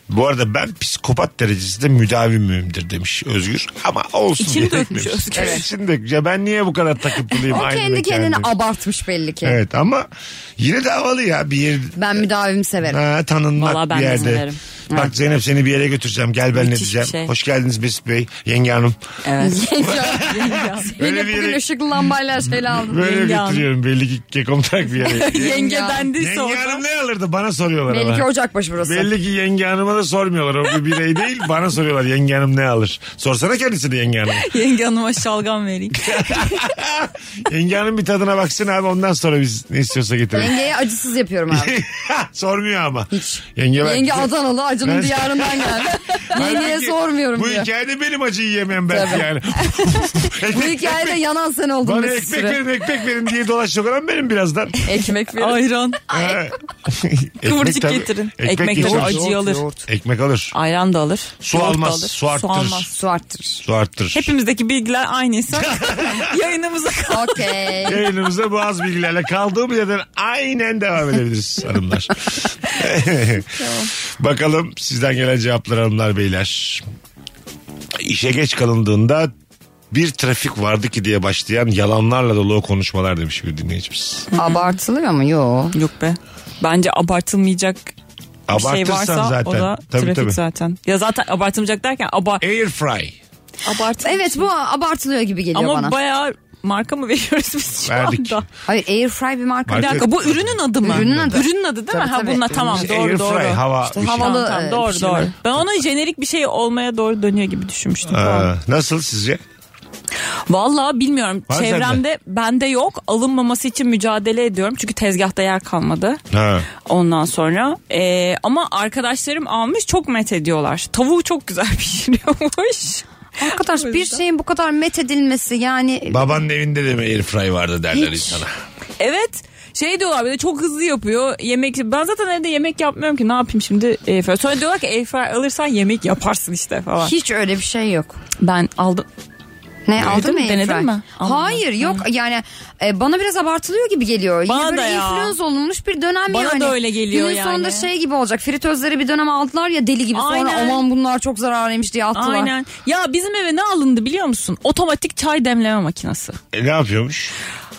[SPEAKER 2] Bu arada ben psikopat derecesinde müdavimimdir demiş Özgür. Ama olsun
[SPEAKER 4] İçini
[SPEAKER 2] diye
[SPEAKER 4] dökmüş
[SPEAKER 2] eklemiş.
[SPEAKER 4] Özgür.
[SPEAKER 2] Evet. İçini dökmüş. Ya ben niye bu kadar takıntılıyım?
[SPEAKER 3] O
[SPEAKER 2] aynı
[SPEAKER 3] kendi kendini
[SPEAKER 2] mekanda?
[SPEAKER 3] abartmış belli ki.
[SPEAKER 2] Evet ama yine de havalı ya bir yer
[SPEAKER 3] Ben müdavimi severim.
[SPEAKER 2] Ha, tanınmak
[SPEAKER 4] Vallahi ben
[SPEAKER 2] bir
[SPEAKER 4] de
[SPEAKER 2] yerde.
[SPEAKER 4] severim.
[SPEAKER 2] Bak Zeynep seni bir yere götüreceğim. Gel benimle
[SPEAKER 4] Müthiş bir
[SPEAKER 2] diyeceğim.
[SPEAKER 4] şey.
[SPEAKER 2] Hoş geldiniz Mesut Bey. Yenge hanım. Öyle *laughs*
[SPEAKER 3] Beni
[SPEAKER 2] bir
[SPEAKER 3] bugün
[SPEAKER 2] yere-
[SPEAKER 3] ışıklı lambayla şeyle aldım.
[SPEAKER 2] Böyle
[SPEAKER 4] Yenge hanım.
[SPEAKER 2] götürüyorum. Belli ki kekom tak bir yere.
[SPEAKER 4] Yenge dendiyse
[SPEAKER 2] yenge
[SPEAKER 4] orada.
[SPEAKER 2] hanım ne alırdı? Bana soruyorlar
[SPEAKER 3] Belli
[SPEAKER 2] ama.
[SPEAKER 3] ki Ocakbaşı burası.
[SPEAKER 2] Belli ki yenge hanıma da sormuyorlar. O bir birey değil. Bana soruyorlar yenge hanım ne alır? Sorsana kendisi de yenge hanım.
[SPEAKER 4] Yenge hanıma
[SPEAKER 2] *laughs*
[SPEAKER 4] şalgam vereyim.
[SPEAKER 2] yenge hanım bir tadına baksın abi ondan sonra biz ne istiyorsa getirelim.
[SPEAKER 3] Yengeye acısız yapıyorum
[SPEAKER 2] *laughs*
[SPEAKER 3] abi.
[SPEAKER 2] Sormuyor ama.
[SPEAKER 3] Hiç.
[SPEAKER 2] Yenge, ben-
[SPEAKER 3] Yenge Adanalı acının
[SPEAKER 2] Ben-
[SPEAKER 3] diyarından geldi.
[SPEAKER 2] *laughs*
[SPEAKER 3] *laughs* Yengeye
[SPEAKER 2] Halbuki
[SPEAKER 3] sormuyorum
[SPEAKER 2] Bu
[SPEAKER 3] diyor.
[SPEAKER 2] hikayede benim acıyı yemem ben
[SPEAKER 3] Tabii.
[SPEAKER 2] yani.
[SPEAKER 3] Bu hikayede yanan sen oldun
[SPEAKER 2] Bana
[SPEAKER 3] Mesut
[SPEAKER 2] ekmek
[SPEAKER 3] Süre.
[SPEAKER 2] verin ekmek verin diye dolaşacak olan benim birazdan.
[SPEAKER 3] Ekmek
[SPEAKER 4] Ayran.
[SPEAKER 2] Ha. *laughs* Ekmek
[SPEAKER 4] Kıvırcık
[SPEAKER 2] tabii.
[SPEAKER 4] getirin.
[SPEAKER 2] Ekmek,
[SPEAKER 4] Ekmek de
[SPEAKER 2] getirin.
[SPEAKER 4] acıyı alır.
[SPEAKER 2] Ekmek alır.
[SPEAKER 4] Ayran da alır.
[SPEAKER 2] Su
[SPEAKER 4] yoğurt da
[SPEAKER 2] almaz,
[SPEAKER 4] alır,
[SPEAKER 2] su arttırır.
[SPEAKER 3] Su arttırır.
[SPEAKER 2] Su arttırır.
[SPEAKER 4] Hepimizdeki bilgiler aynıysa
[SPEAKER 2] *laughs*
[SPEAKER 4] yayınımıza kal.
[SPEAKER 3] Okey.
[SPEAKER 2] Yayınımıza bu az bilgilerle kaldığımız yerden aynen devam edebiliriz hanımlar. Bakalım sizden gelen cevaplar hanımlar beyler. İşe geç kalındığında bir trafik vardı ki diye başlayan yalanlarla dolu o konuşmalar demiş bir dinleyicimiz.
[SPEAKER 3] Abartılıyor mu? Yo.
[SPEAKER 4] Yok be. Bence abartılmayacak bir şey
[SPEAKER 2] Abartırsan
[SPEAKER 4] varsa
[SPEAKER 2] zaten.
[SPEAKER 4] o da
[SPEAKER 2] Tabii,
[SPEAKER 4] trafik
[SPEAKER 2] tabii.
[SPEAKER 4] zaten. Ya zaten abartılmayacak derken aba
[SPEAKER 2] Air fry
[SPEAKER 4] abart.
[SPEAKER 3] Evet bu abartılıyor gibi geliyor
[SPEAKER 4] Ama
[SPEAKER 3] bana.
[SPEAKER 4] bayağı marka mı veriyoruz biz şu
[SPEAKER 2] verdik.
[SPEAKER 4] anda?
[SPEAKER 3] Hayır Airfry bir marka.
[SPEAKER 4] Bir
[SPEAKER 2] Marka-
[SPEAKER 4] dakika bu ürünün adı mı?
[SPEAKER 3] Ürünün adı.
[SPEAKER 4] Ürünün adı değil
[SPEAKER 3] Tabii,
[SPEAKER 4] mi? Ha
[SPEAKER 3] tabii.
[SPEAKER 4] bununla tamam
[SPEAKER 2] İşte
[SPEAKER 4] doğru
[SPEAKER 2] air
[SPEAKER 4] doğru.
[SPEAKER 2] fry, hava bir şey.
[SPEAKER 4] Tamam,
[SPEAKER 3] Havalı,
[SPEAKER 4] tamam,
[SPEAKER 3] e,
[SPEAKER 4] doğru
[SPEAKER 3] pişirme.
[SPEAKER 4] doğru. Ben onun jenerik bir şey olmaya doğru dönüyor gibi düşünmüştüm.
[SPEAKER 2] Aa, nasıl sizce?
[SPEAKER 4] Vallahi bilmiyorum.
[SPEAKER 2] Var
[SPEAKER 4] Çevremde bende yok. Alınmaması için mücadele ediyorum. Çünkü tezgahta yer kalmadı.
[SPEAKER 2] Ha.
[SPEAKER 4] Ondan sonra e, ama arkadaşlarım almış çok met ediyorlar. Tavuğu çok güzel *laughs* pişiriyormuş.
[SPEAKER 3] Arkadaş bir şeyin bu kadar met edilmesi yani
[SPEAKER 2] Babanın evinde de mi air fry vardı derler insana.
[SPEAKER 4] Evet. Şey diyorlar böyle çok hızlı yapıyor yemek. Ben zaten evde yemek yapmıyorum ki ne yapayım şimdi. E, falan. sonra diyorlar ki air fryer alırsan yemek yaparsın işte falan.
[SPEAKER 3] hiç öyle bir şey yok.
[SPEAKER 4] Ben aldım.
[SPEAKER 3] Ne aldın mı?
[SPEAKER 4] Denedin
[SPEAKER 3] airfryer?
[SPEAKER 4] mi? Aldın
[SPEAKER 3] Hayır yok yani e, bana biraz abartılıyor gibi geliyor.
[SPEAKER 4] Bana
[SPEAKER 3] Yine böyle
[SPEAKER 4] da ya.
[SPEAKER 3] influence olunmuş bir dönem
[SPEAKER 4] Bana
[SPEAKER 3] yani.
[SPEAKER 4] da öyle geliyor
[SPEAKER 3] Günün
[SPEAKER 4] yani.
[SPEAKER 3] sonunda şey gibi olacak fritözleri bir dönem aldılar ya deli gibi sonra
[SPEAKER 4] Aynen.
[SPEAKER 3] aman bunlar çok zararlıymış diye attılar.
[SPEAKER 4] Aynen. Ya bizim eve ne alındı biliyor musun? Otomatik çay demleme makinesi.
[SPEAKER 2] E, ne yapıyormuş?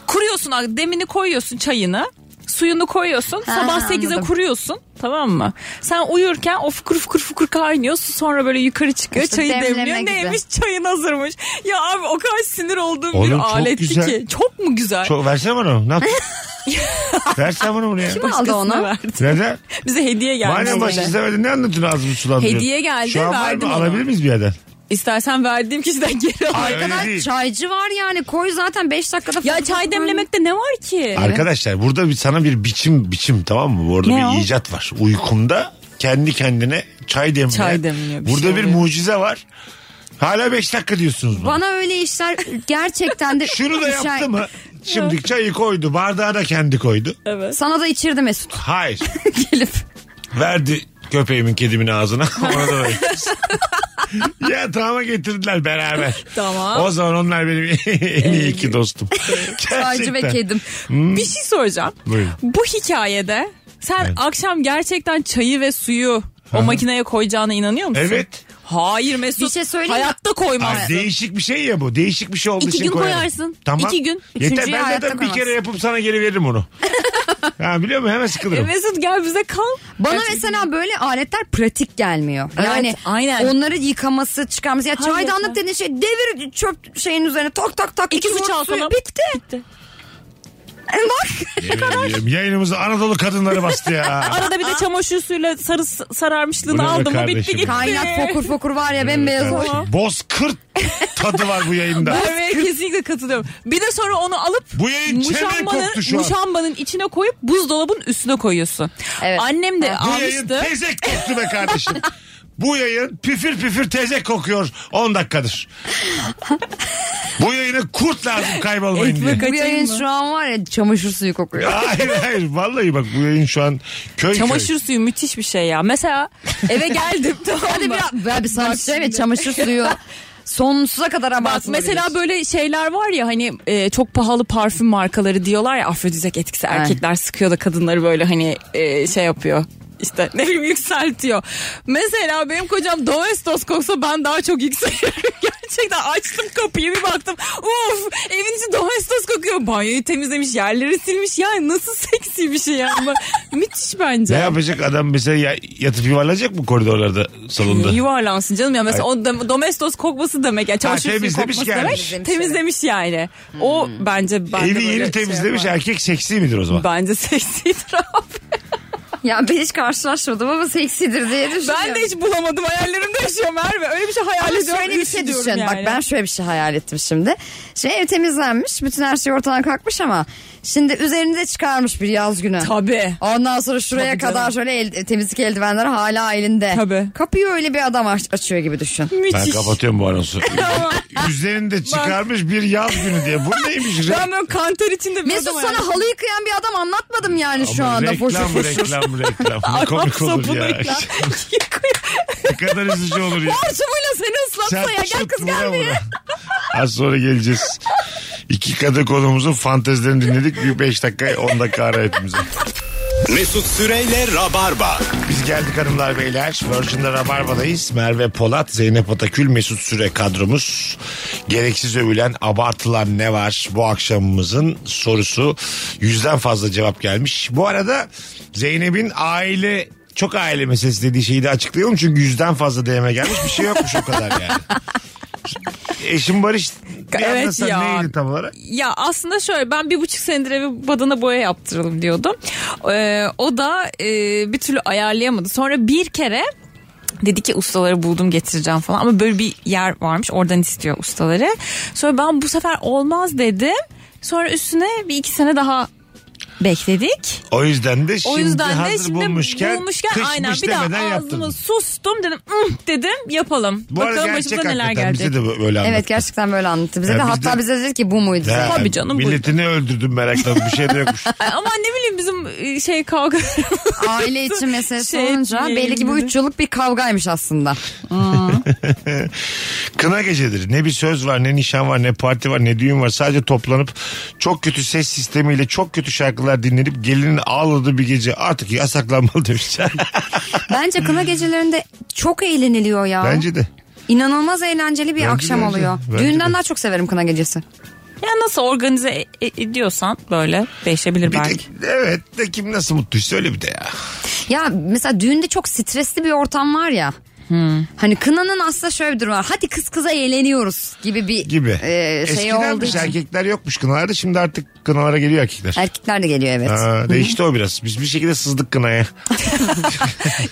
[SPEAKER 4] kuruyorsun abi, demini koyuyorsun çayını suyunu koyuyorsun sabah 8'e
[SPEAKER 3] anladım.
[SPEAKER 4] kuruyorsun tamam mı? Sen uyurken o fıkır fıkır fıkır kaynıyor su sonra böyle yukarı çıkıyor
[SPEAKER 3] İşte
[SPEAKER 4] çayı
[SPEAKER 3] demleme
[SPEAKER 4] demliyor
[SPEAKER 3] gibi.
[SPEAKER 4] neymiş çayın hazırmış. Ya abi o kadar sinir olduğum
[SPEAKER 2] Oğlum
[SPEAKER 4] bir
[SPEAKER 2] çok
[SPEAKER 4] aletti
[SPEAKER 2] güzel.
[SPEAKER 4] ki çok mu güzel?
[SPEAKER 2] Çok, versene bana onu. Ne
[SPEAKER 4] *laughs*
[SPEAKER 2] yaptın? versene bana bunu ya.
[SPEAKER 3] Kim aldı onu?
[SPEAKER 4] Başkasına verdi.
[SPEAKER 2] Neden?
[SPEAKER 4] Bize hediye geldi.
[SPEAKER 2] Madem
[SPEAKER 4] böyle.
[SPEAKER 2] başı istemedin ne anlatıyorsun ağzımı sulandırıyorsun?
[SPEAKER 4] Hediye geldi,
[SPEAKER 2] Şu an var
[SPEAKER 4] verdim
[SPEAKER 2] mı?
[SPEAKER 4] onu.
[SPEAKER 2] Alabilir miyiz bir yerden?
[SPEAKER 4] İstersen verdiğim kişiden geri al.
[SPEAKER 2] Ay, öyle
[SPEAKER 3] Arkadaş
[SPEAKER 2] değil.
[SPEAKER 3] çaycı var yani koy zaten 5 dakikada.
[SPEAKER 4] Ya
[SPEAKER 3] fırına
[SPEAKER 4] çay
[SPEAKER 3] koy.
[SPEAKER 4] demlemekte ne var ki?
[SPEAKER 2] Arkadaşlar burada bir, sana bir biçim biçim tamam mı? Bu arada
[SPEAKER 4] Ne
[SPEAKER 2] bir
[SPEAKER 4] o?
[SPEAKER 2] icat var. Uykumda kendi kendine çay demliyor.
[SPEAKER 4] Çay demliyor, bir
[SPEAKER 2] burada
[SPEAKER 4] şey
[SPEAKER 2] bir
[SPEAKER 4] oluyor.
[SPEAKER 2] mucize var. Hala 5 dakika diyorsunuz bana.
[SPEAKER 3] Bana öyle işler gerçekten
[SPEAKER 4] *laughs*
[SPEAKER 3] de
[SPEAKER 2] Şunu da
[SPEAKER 3] düşer.
[SPEAKER 2] yaptı mı? Şimdi çayı koydu. Bardağı da kendi koydu.
[SPEAKER 4] Evet.
[SPEAKER 3] Sana da içirdi Mesut
[SPEAKER 2] Hayır.
[SPEAKER 3] *laughs* gelip.
[SPEAKER 2] Verdi köpeğimin kedimin ağzına. *laughs* Ona da verdi. ya tamam getirdiler beraber.
[SPEAKER 4] Tamam.
[SPEAKER 2] O zaman onlar benim *laughs* en iyi iki
[SPEAKER 4] *laughs*
[SPEAKER 2] dostum.
[SPEAKER 3] Çaycı ve
[SPEAKER 2] Gerçekten.
[SPEAKER 3] kedim.
[SPEAKER 4] Bir şey soracağım.
[SPEAKER 2] Buyurun.
[SPEAKER 4] Bu hikayede sen akşam gerçekten çayı ve suyu o makineye koyacağına inanıyor musun?
[SPEAKER 2] Evet.
[SPEAKER 4] Hayır Mesut.
[SPEAKER 3] Bir şey söyleyeyim mi?
[SPEAKER 4] Hayatta koymaz.
[SPEAKER 2] Ay, değişik bir şey ya bu. Değişik bir şey olduğu
[SPEAKER 4] İki
[SPEAKER 2] için
[SPEAKER 4] gün
[SPEAKER 2] koyarım.
[SPEAKER 4] koyarsın.
[SPEAKER 2] Tamam.
[SPEAKER 4] İki gün.
[SPEAKER 2] Yeter
[SPEAKER 3] Üçüncüyü
[SPEAKER 2] ben
[SPEAKER 3] hayatta
[SPEAKER 2] zaten bir kere
[SPEAKER 3] koyamazsın.
[SPEAKER 2] yapıp sana geri veririm
[SPEAKER 4] *laughs*
[SPEAKER 2] onu. ha, biliyor musun? Hemen
[SPEAKER 4] E,
[SPEAKER 2] sıkılırım.
[SPEAKER 4] Mesut gel bize kal.
[SPEAKER 3] Bana mesela böyle aletler pratik gelmiyor.
[SPEAKER 4] Evet,
[SPEAKER 3] yani
[SPEAKER 4] aynen.
[SPEAKER 3] onları yıkaması, çıkarması. Ya
[SPEAKER 4] Hayır,
[SPEAKER 3] çaydanlık
[SPEAKER 4] hayır.
[SPEAKER 3] dediğin şey devir çöp şeyin üzerine tak tak tak.
[SPEAKER 4] İki su
[SPEAKER 3] vur
[SPEAKER 4] çalkala.
[SPEAKER 3] suyu, Bitti.
[SPEAKER 2] Yemin ediyorum, Yayınımızı Anadolu kadınları bastı
[SPEAKER 4] *laughs*
[SPEAKER 2] ya.
[SPEAKER 4] Arada bir de çamaşır suyuyla sarı sararmışlığını
[SPEAKER 2] Bu ne be
[SPEAKER 4] aldım mı bitti
[SPEAKER 2] kardeşim?
[SPEAKER 4] gitti. *laughs*
[SPEAKER 3] Kaynat
[SPEAKER 2] *laughs*
[SPEAKER 3] fokur fokur var ya bembeyaz o.
[SPEAKER 2] Bozkırt tadı var bu yayında.
[SPEAKER 4] Evet kesinlikle katılıyorum. Bir de sonra onu alıp
[SPEAKER 2] Bu yayın çemen koktu şu an.
[SPEAKER 4] muşambanın içine koyup buzdolabının üstüne koyuyorsun.
[SPEAKER 3] Evet.
[SPEAKER 4] Annem de
[SPEAKER 2] bu yayın
[SPEAKER 4] almıştı. *laughs*
[SPEAKER 2] tezek koktu be kardeşim. Bu yayın püfür püfür tezek kokuyor 10 dakikadır. Bu yayını kurt lazım kaybolmayın diye.
[SPEAKER 4] Ekmek
[SPEAKER 3] Bu
[SPEAKER 4] Kaçayım
[SPEAKER 3] yayın
[SPEAKER 4] mı?
[SPEAKER 3] şu an var ya çamaşır suyu kokuyor.
[SPEAKER 2] Hayır hayır vallahi bak bu yayın şu an köy köy.
[SPEAKER 4] Çamaşır suyu müthiş bir şey ya. Mesela
[SPEAKER 3] *laughs*
[SPEAKER 4] eve geldim tamam mı?
[SPEAKER 3] Hadi biraz ben bir sana bir şey evet çamaşır suyu sonsuza kadar
[SPEAKER 4] Bak
[SPEAKER 3] abartılabilir.
[SPEAKER 4] mesela böyle şeyler var ya hani e, çok pahalı parfüm markaları diyorlar ya afrodizyak etkisi erkekler sıkıyor da kadınları böyle hani e, şey yapıyor. İşte ne bileyim yükseltiyor. Mesela benim kocam Domestos koksa ben daha çok yükselirim. *laughs* Gerçekten açtım kapıyı bir baktım. Uf evin içi Domestos kokuyor. Banyoyu temizlemiş yerleri silmiş. Yani nasıl seksi bir şey ya. Ama Müthiş bence.
[SPEAKER 2] Ne yapacak adam mesela ya- yatıp yuvarlanacak mı koridorlarda salonda?
[SPEAKER 4] Yuvarlansın canım ya mesela o dom- domestos kokması demek ya çamaşır suyu
[SPEAKER 2] temizlemiş
[SPEAKER 4] kokması
[SPEAKER 2] gelmiş.
[SPEAKER 4] demek temizlemiş yani. O
[SPEAKER 3] Hmm.
[SPEAKER 4] bence ben de
[SPEAKER 2] Evi
[SPEAKER 4] böyle
[SPEAKER 2] yeni
[SPEAKER 4] şey
[SPEAKER 2] temizlemiş
[SPEAKER 4] yaparım.
[SPEAKER 2] erkek seksi midir o zaman?
[SPEAKER 4] Bence *laughs* seksidir abi.
[SPEAKER 3] Ya ben hiç karşılaşmadım ama seksidir diye düşünüyorum.
[SPEAKER 4] Ben de hiç bulamadım hayallerimde yaşıyor Merve. Öyle bir şey hayal
[SPEAKER 3] Ama
[SPEAKER 4] ediyorum.
[SPEAKER 3] şöyle bir
[SPEAKER 4] üf
[SPEAKER 3] şey
[SPEAKER 4] diyorum
[SPEAKER 3] düşün. Bak
[SPEAKER 4] yani.
[SPEAKER 3] ben şöyle bir şey hayal ettim şimdi. Şimdi ev temizlenmiş. Bütün her şey ortadan kalkmış ama şimdi üzerini de çıkarmış bir yaz günü.
[SPEAKER 4] Tabii.
[SPEAKER 3] Ondan sonra şuraya
[SPEAKER 4] Tabii canım.
[SPEAKER 3] kadar şöyle el- e, temizlik eldivenleri hala elinde.
[SPEAKER 4] Tabii.
[SPEAKER 3] Kapıyı öyle bir adam aç- açıyor gibi düşün.
[SPEAKER 2] Ben
[SPEAKER 4] Müthiş. Ben,
[SPEAKER 2] kapatıyorum bu
[SPEAKER 4] *laughs*
[SPEAKER 2] anonsu. Üzerini de çıkarmış bir yaz günü diye. Bu neymiş? Re-
[SPEAKER 4] böyle kantar içinde bir
[SPEAKER 3] Mesut
[SPEAKER 4] adam
[SPEAKER 3] sana
[SPEAKER 4] hayal-
[SPEAKER 3] halıyı kıyan bir adam anlatmadım yani şu
[SPEAKER 2] Ama
[SPEAKER 3] anda. boşu
[SPEAKER 2] reklam,
[SPEAKER 3] boşu.
[SPEAKER 2] reklam reklam Ne
[SPEAKER 4] Arap
[SPEAKER 2] komik olur
[SPEAKER 4] sapını
[SPEAKER 2] ya. *laughs*
[SPEAKER 4] ekler.
[SPEAKER 2] ne kadar üzücü olur ya.
[SPEAKER 4] Çubuğuyla seni ıslatsa ya gel
[SPEAKER 2] tut,
[SPEAKER 4] kız
[SPEAKER 2] vura
[SPEAKER 4] gel diye.
[SPEAKER 2] vura. Az sonra geleceğiz. İki kadı konumuzun fantezilerini dinledik. Bir beş dakika on dakika ara hepimize.
[SPEAKER 1] Mesut Süreyle Rabarba.
[SPEAKER 2] Biz geldik hanımlar beyler. Virgin'de Rabarba'dayız. Merve Polat, Zeynep Atakül, Mesut Süre kadromuz. Gereksiz övülen, abartılan ne var? Bu akşamımızın sorusu. Yüzden fazla cevap gelmiş. Bu arada Zeynep'in aile çok aile meselesi dediği şeyi de açıklayalım. Çünkü yüzden fazla DM gelmiş. Bir şey yokmuş o kadar yani. Eşim Barış bir
[SPEAKER 4] Evet
[SPEAKER 2] anlatsan
[SPEAKER 4] ya.
[SPEAKER 2] neydi tam olarak?
[SPEAKER 4] Ya aslında şöyle ben bir buçuk senedir evi badana boya yaptıralım diyordum. Ee, o da e, bir türlü ayarlayamadı. Sonra bir kere dedi ki ustaları buldum getireceğim falan. Ama böyle bir yer varmış oradan istiyor ustaları. Sonra ben bu sefer olmaz dedim. Sonra üstüne bir iki sene daha bekledik.
[SPEAKER 2] O yüzden de şimdi
[SPEAKER 4] O yüzden de
[SPEAKER 2] hazır
[SPEAKER 4] şimdi
[SPEAKER 2] bulmuşken,
[SPEAKER 4] bulmuşken,
[SPEAKER 2] kışmış
[SPEAKER 4] aynen bir daha
[SPEAKER 2] demeden
[SPEAKER 4] ağzımı
[SPEAKER 2] yaptın.
[SPEAKER 4] sustum dedim "Üh," dedim yapalım.
[SPEAKER 2] Bu arada
[SPEAKER 4] Bakalım
[SPEAKER 2] gerçek
[SPEAKER 4] başımıza neler
[SPEAKER 2] hakikaten
[SPEAKER 4] gelecek.
[SPEAKER 2] bize de böyle anlat.
[SPEAKER 3] Evet gerçekten böyle anlattı. Bize
[SPEAKER 2] Ya
[SPEAKER 3] de
[SPEAKER 2] biz
[SPEAKER 3] hatta
[SPEAKER 2] de-
[SPEAKER 3] bize dedi ki bu muydu?
[SPEAKER 2] Ha,
[SPEAKER 4] Tabii canım, buyurun.
[SPEAKER 2] Milletini öldürdüm merakla bir şey de
[SPEAKER 4] *laughs*
[SPEAKER 2] yokmuş.
[SPEAKER 4] Ay, Ama ne bileyim bizim e, şey kavga
[SPEAKER 3] Aile için meselesi
[SPEAKER 4] *laughs* Şey
[SPEAKER 3] olunca
[SPEAKER 4] etmeyelim
[SPEAKER 3] belli ki bu
[SPEAKER 4] dedi.
[SPEAKER 3] 3 yıllık bir kavgaymış aslında.
[SPEAKER 2] Kına gecedir. Ne bir söz var ne nişan var ne parti var ne düğün var. Sadece toplanıp çok kötü ses sistemiyle çok kötü şarkılar dinlenip gelinin ağladığı bir gece artık yasaklanmalı demiş.
[SPEAKER 4] *laughs*
[SPEAKER 3] Bence kına gecelerinde çok eğleniliyor ya.
[SPEAKER 2] Bence de.
[SPEAKER 3] İnanılmaz eğlenceli bir
[SPEAKER 2] Bence
[SPEAKER 3] akşam
[SPEAKER 2] de, bence
[SPEAKER 3] oluyor.
[SPEAKER 2] de, bence
[SPEAKER 3] Düğünden
[SPEAKER 2] de.
[SPEAKER 3] daha çok severim kına gecesi.
[SPEAKER 4] Ya nasıl organize e- e- ediyorsan böyle değişebilir
[SPEAKER 2] Bir de,
[SPEAKER 4] belki. *laughs*
[SPEAKER 2] evet de kim nasıl mutluysa öyle bir de ya.
[SPEAKER 3] Ya mesela düğünde çok stresli bir ortam var ya.
[SPEAKER 4] Hmm.
[SPEAKER 3] Hani kınanın aslında şöyle bir durum var. Hadi kız kıza eğleniyoruz gibi bir
[SPEAKER 4] Ee,
[SPEAKER 2] Gibi.
[SPEAKER 3] e, şey olduğu
[SPEAKER 2] Eskidenmiş
[SPEAKER 3] için.
[SPEAKER 2] erkekler yokmuş kınalarda şimdi artık kınalara geliyor erkekler.
[SPEAKER 3] Erkekler de geliyor evet.
[SPEAKER 2] Aa, değişti o biraz. Biz bir şekilde sızdık kınaya.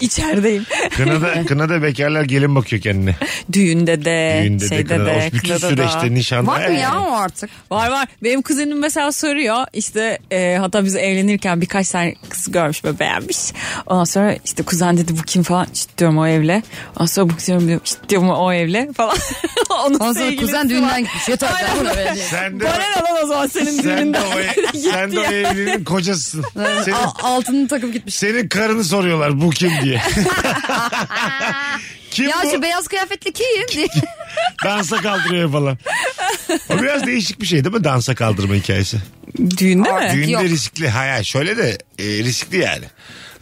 [SPEAKER 4] İçerideyim. *laughs*
[SPEAKER 2] Kınada, kınada bekarlar gelin bakıyor kendine.
[SPEAKER 4] Düğünde de,
[SPEAKER 2] Düğünde de,
[SPEAKER 4] şeyde de,
[SPEAKER 2] kınada. O bütün
[SPEAKER 4] kınada
[SPEAKER 2] süreçte
[SPEAKER 4] da.
[SPEAKER 2] nişanda.
[SPEAKER 3] Var mı
[SPEAKER 2] Ee,
[SPEAKER 3] ya o artık?
[SPEAKER 4] Var var. Benim kuzenim mesela soruyor işte e, hatta biz evlenirken birkaç tane kız görmüş ve beğenmiş. Ondan sonra işte kuzen dedi bu kim falan "Şşt" diyorum o evle. Ondan sonra bu diyorum diyorum "Şşt" diyorum o evle falan. *laughs* Onun
[SPEAKER 3] Ondan sonra
[SPEAKER 4] sevgilisi
[SPEAKER 3] kuzen
[SPEAKER 4] var.
[SPEAKER 3] düğünden gitmiş. Yeter.
[SPEAKER 4] Aynen.
[SPEAKER 3] ben bunu beğendim.
[SPEAKER 2] Sen de,
[SPEAKER 4] Bana ne lan o zaman senin
[SPEAKER 2] sen de
[SPEAKER 4] düğünden.
[SPEAKER 2] o,
[SPEAKER 4] *laughs*
[SPEAKER 2] ev- sen de o evliliğin kocasısın. Senin,
[SPEAKER 3] A- Altını takıp gitmiş.
[SPEAKER 2] senin karını soruyorlar bu kim
[SPEAKER 3] *laughs*
[SPEAKER 2] diye. kim
[SPEAKER 3] Ya
[SPEAKER 2] bu?
[SPEAKER 3] şu beyaz kıyafetli
[SPEAKER 2] *laughs*
[SPEAKER 3] kim? diye.
[SPEAKER 2] Dansa kaldırıyor falan. O biraz değişik bir şey değil mi dansa kaldırma hikayesi?
[SPEAKER 4] Düğünde mi?
[SPEAKER 2] Düğünde
[SPEAKER 3] yok.
[SPEAKER 2] riskli. Hayır şöyle de e, riskli yani.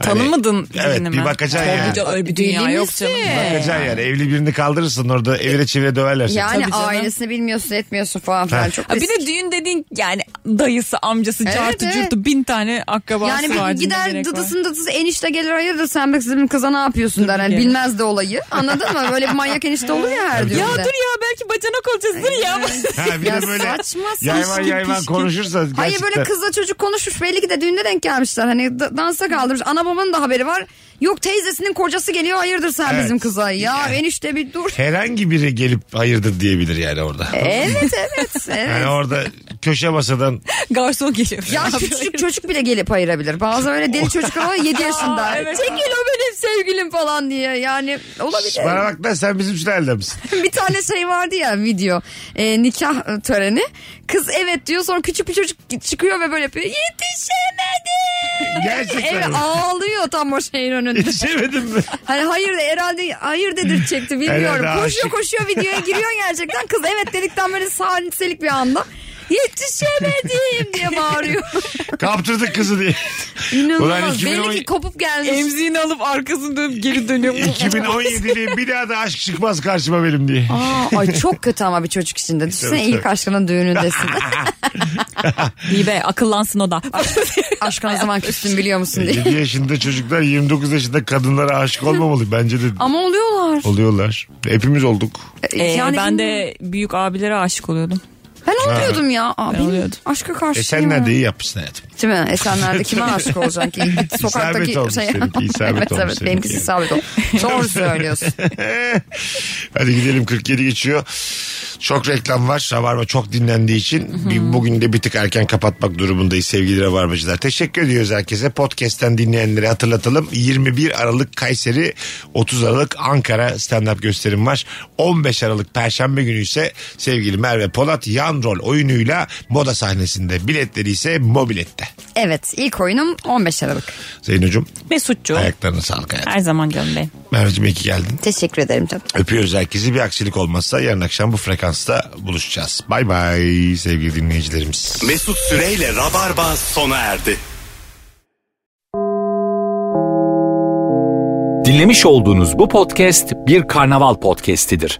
[SPEAKER 2] Hani-
[SPEAKER 4] Tanımadın
[SPEAKER 2] Evet
[SPEAKER 4] birini
[SPEAKER 2] bir
[SPEAKER 4] mi?
[SPEAKER 2] bakacaksın yani.
[SPEAKER 4] Tabii öyle bir dünya
[SPEAKER 3] Deli
[SPEAKER 4] yok
[SPEAKER 3] misin?
[SPEAKER 4] canım.
[SPEAKER 2] Bakacaksın yani. Evli birini kaldırırsın orada
[SPEAKER 3] E,
[SPEAKER 2] evire çevire döverler seni.
[SPEAKER 3] Yani
[SPEAKER 4] Tabii canım.
[SPEAKER 3] ailesini bilmiyorsun etmiyorsun falan filan.
[SPEAKER 2] Ha.
[SPEAKER 3] Çok
[SPEAKER 4] Ha, bir
[SPEAKER 3] risk.
[SPEAKER 4] de düğün dediğin yani dayısı, amcası,
[SPEAKER 3] Evet,
[SPEAKER 4] cartı,
[SPEAKER 3] evet.
[SPEAKER 4] curtu bin tane akrabası
[SPEAKER 3] Yani
[SPEAKER 4] var.
[SPEAKER 3] bir
[SPEAKER 4] düğüne
[SPEAKER 3] gider
[SPEAKER 4] gerek var.
[SPEAKER 3] dıdısın dıdısı enişte gelir hayırdır sen be kızım kıza ne yapıyorsun der. Yani
[SPEAKER 4] ki.
[SPEAKER 3] bilmez de olayı. Anladın mı? Böyle bir manyak enişte olur ya her düğünde.
[SPEAKER 4] Ya dur ya belki bacanak olacağız dur ya. *laughs*
[SPEAKER 2] Ha, bir
[SPEAKER 3] Ya
[SPEAKER 2] de böyle
[SPEAKER 3] saçma sapan.
[SPEAKER 2] yayvan yayvan
[SPEAKER 4] Pişkin.
[SPEAKER 2] konuşursa gerçekten.
[SPEAKER 3] Hayır böyle kızla çocuk konuşmuş belli ki de düğünde denk gelmişler. Hani da- dansa kaldırmış. Ana babanın da haberi var. Yok teyzesinin kocası geliyor hayırdır sen
[SPEAKER 2] Evet.
[SPEAKER 3] bizim kıza. Ya
[SPEAKER 2] Yani.
[SPEAKER 3] enişte
[SPEAKER 2] *laughs*
[SPEAKER 3] bir dur.
[SPEAKER 2] herhangi biri gelip hayırdır diyebilir yani orada.
[SPEAKER 3] E, Evet evet.
[SPEAKER 2] *laughs*
[SPEAKER 3] evet.
[SPEAKER 2] Yani orada köşe masadan
[SPEAKER 4] Garson
[SPEAKER 2] *laughs*
[SPEAKER 4] geliyor. *laughs* *laughs*
[SPEAKER 3] Ya küçük çocuk bile gelip ayırabilir. Bazı öyle deli çocuklar var 7 yaşında.
[SPEAKER 4] Aa, evet.
[SPEAKER 3] Çekil o benim sevgilim falan diye yani olabilir.
[SPEAKER 2] Bana bak lan sen bizim sülaleden misin?
[SPEAKER 3] *laughs* bir tane şey vardı ya video e, nikah töreni kız evet diyor sonra küçük bir çocuk çıkıyor ve böyle yapıyor yetişemedim
[SPEAKER 2] Gerçekten
[SPEAKER 3] *laughs* evet
[SPEAKER 2] mi?
[SPEAKER 3] ağlıyor tam o şeyin
[SPEAKER 2] *laughs*
[SPEAKER 3] önünde
[SPEAKER 2] Yetişemedim mi?
[SPEAKER 3] hani hayır de- herhalde hayır dedir çekti bilmiyorum
[SPEAKER 2] Herhalde
[SPEAKER 3] koşuyor
[SPEAKER 2] aşık.
[SPEAKER 3] koşuyor videoya giriyor gerçekten kız evet dedikten böyle saniyelik bir anda yetişemedim diye
[SPEAKER 2] *laughs*
[SPEAKER 3] bağırıyor
[SPEAKER 2] Kaptırdık kızı
[SPEAKER 3] *laughs*
[SPEAKER 2] diye. hani Ulan
[SPEAKER 3] İnanılmaz
[SPEAKER 2] 2010
[SPEAKER 3] belli ki kopup gelmiş
[SPEAKER 4] Emziğini alıp arkasını dönüp
[SPEAKER 2] *laughs*
[SPEAKER 4] geri dönüyor.
[SPEAKER 2] 2017'li bir daha da aşk çıkmaz karşıma benim diye.
[SPEAKER 3] Aa, ay çok kötü ama bir çocuk içinde. Düşünsene
[SPEAKER 2] Tabii,
[SPEAKER 3] ilk aşkının düğünündesin.
[SPEAKER 4] İyi be akıllansın o da.
[SPEAKER 3] Aşkın zaman küstün biliyor
[SPEAKER 2] *laughs*
[SPEAKER 3] musun diye.
[SPEAKER 2] 7 E, yaşında çocuklar 29 yaşında kadınlara aşık olmamalı. Bence de
[SPEAKER 3] Ama oluyorlar.
[SPEAKER 2] oluyorlar. Hepimiz olduk.
[SPEAKER 3] *laughs*
[SPEAKER 4] Ee,
[SPEAKER 3] Yani
[SPEAKER 4] ben de büyük abilere aşık oluyordum.
[SPEAKER 3] Ben olmuyordum ya. Aa, benim Aşka karşı
[SPEAKER 2] E
[SPEAKER 3] şeyim
[SPEAKER 2] sen nerede
[SPEAKER 3] yok.
[SPEAKER 2] iyi yapmışsın hayatım.
[SPEAKER 3] Değil mi? Esenler'de kime aşık
[SPEAKER 2] *laughs*
[SPEAKER 3] olacaksın ki? Git Sokaktaki
[SPEAKER 2] İsabet olmuş
[SPEAKER 3] şey. *laughs*
[SPEAKER 2] seninki, isabet
[SPEAKER 3] evet
[SPEAKER 2] olmuş
[SPEAKER 3] evet
[SPEAKER 2] seninki.
[SPEAKER 3] benimkisi isabet olmuş. Doğru söylüyorsun.
[SPEAKER 2] *laughs* Hadi gidelim 47 geçiyor. Çok reklam var. Rabarba çok dinlendiği için bir- bugün de bir tık erken kapatmak durumundayız sevgili Rabarbacılar. Teşekkür ediyoruz herkese. Podcast'ten dinleyenlere hatırlatalım. 21 Aralık Kayseri, 30 Aralık Ankara stand-up gösterim var. 15 Aralık Perşembe günü ise sevgili Merve Polat yan rol oyunuyla moda sahnesinde. Biletleri ise mobilette.
[SPEAKER 3] Evet ilk oyunum 15 Aralık.
[SPEAKER 2] Zeynocuğum
[SPEAKER 4] Mesut'cu.
[SPEAKER 2] ayaklarına sağlık hayatım.
[SPEAKER 4] Her zaman canım benim.
[SPEAKER 2] Merveciğim iyi ki geldin.
[SPEAKER 3] Teşekkür ederim canım.
[SPEAKER 2] Öpüyoruz herkesi. Bir aksilik olmazsa yarın akşam bu frekansta buluşacağız. Bay bay sevgili dinleyicilerimiz.
[SPEAKER 1] Mesut Süreyle Rabarba sona erdi.
[SPEAKER 7] Dinlemiş olduğunuz bu podcast bir karnaval podcastidir.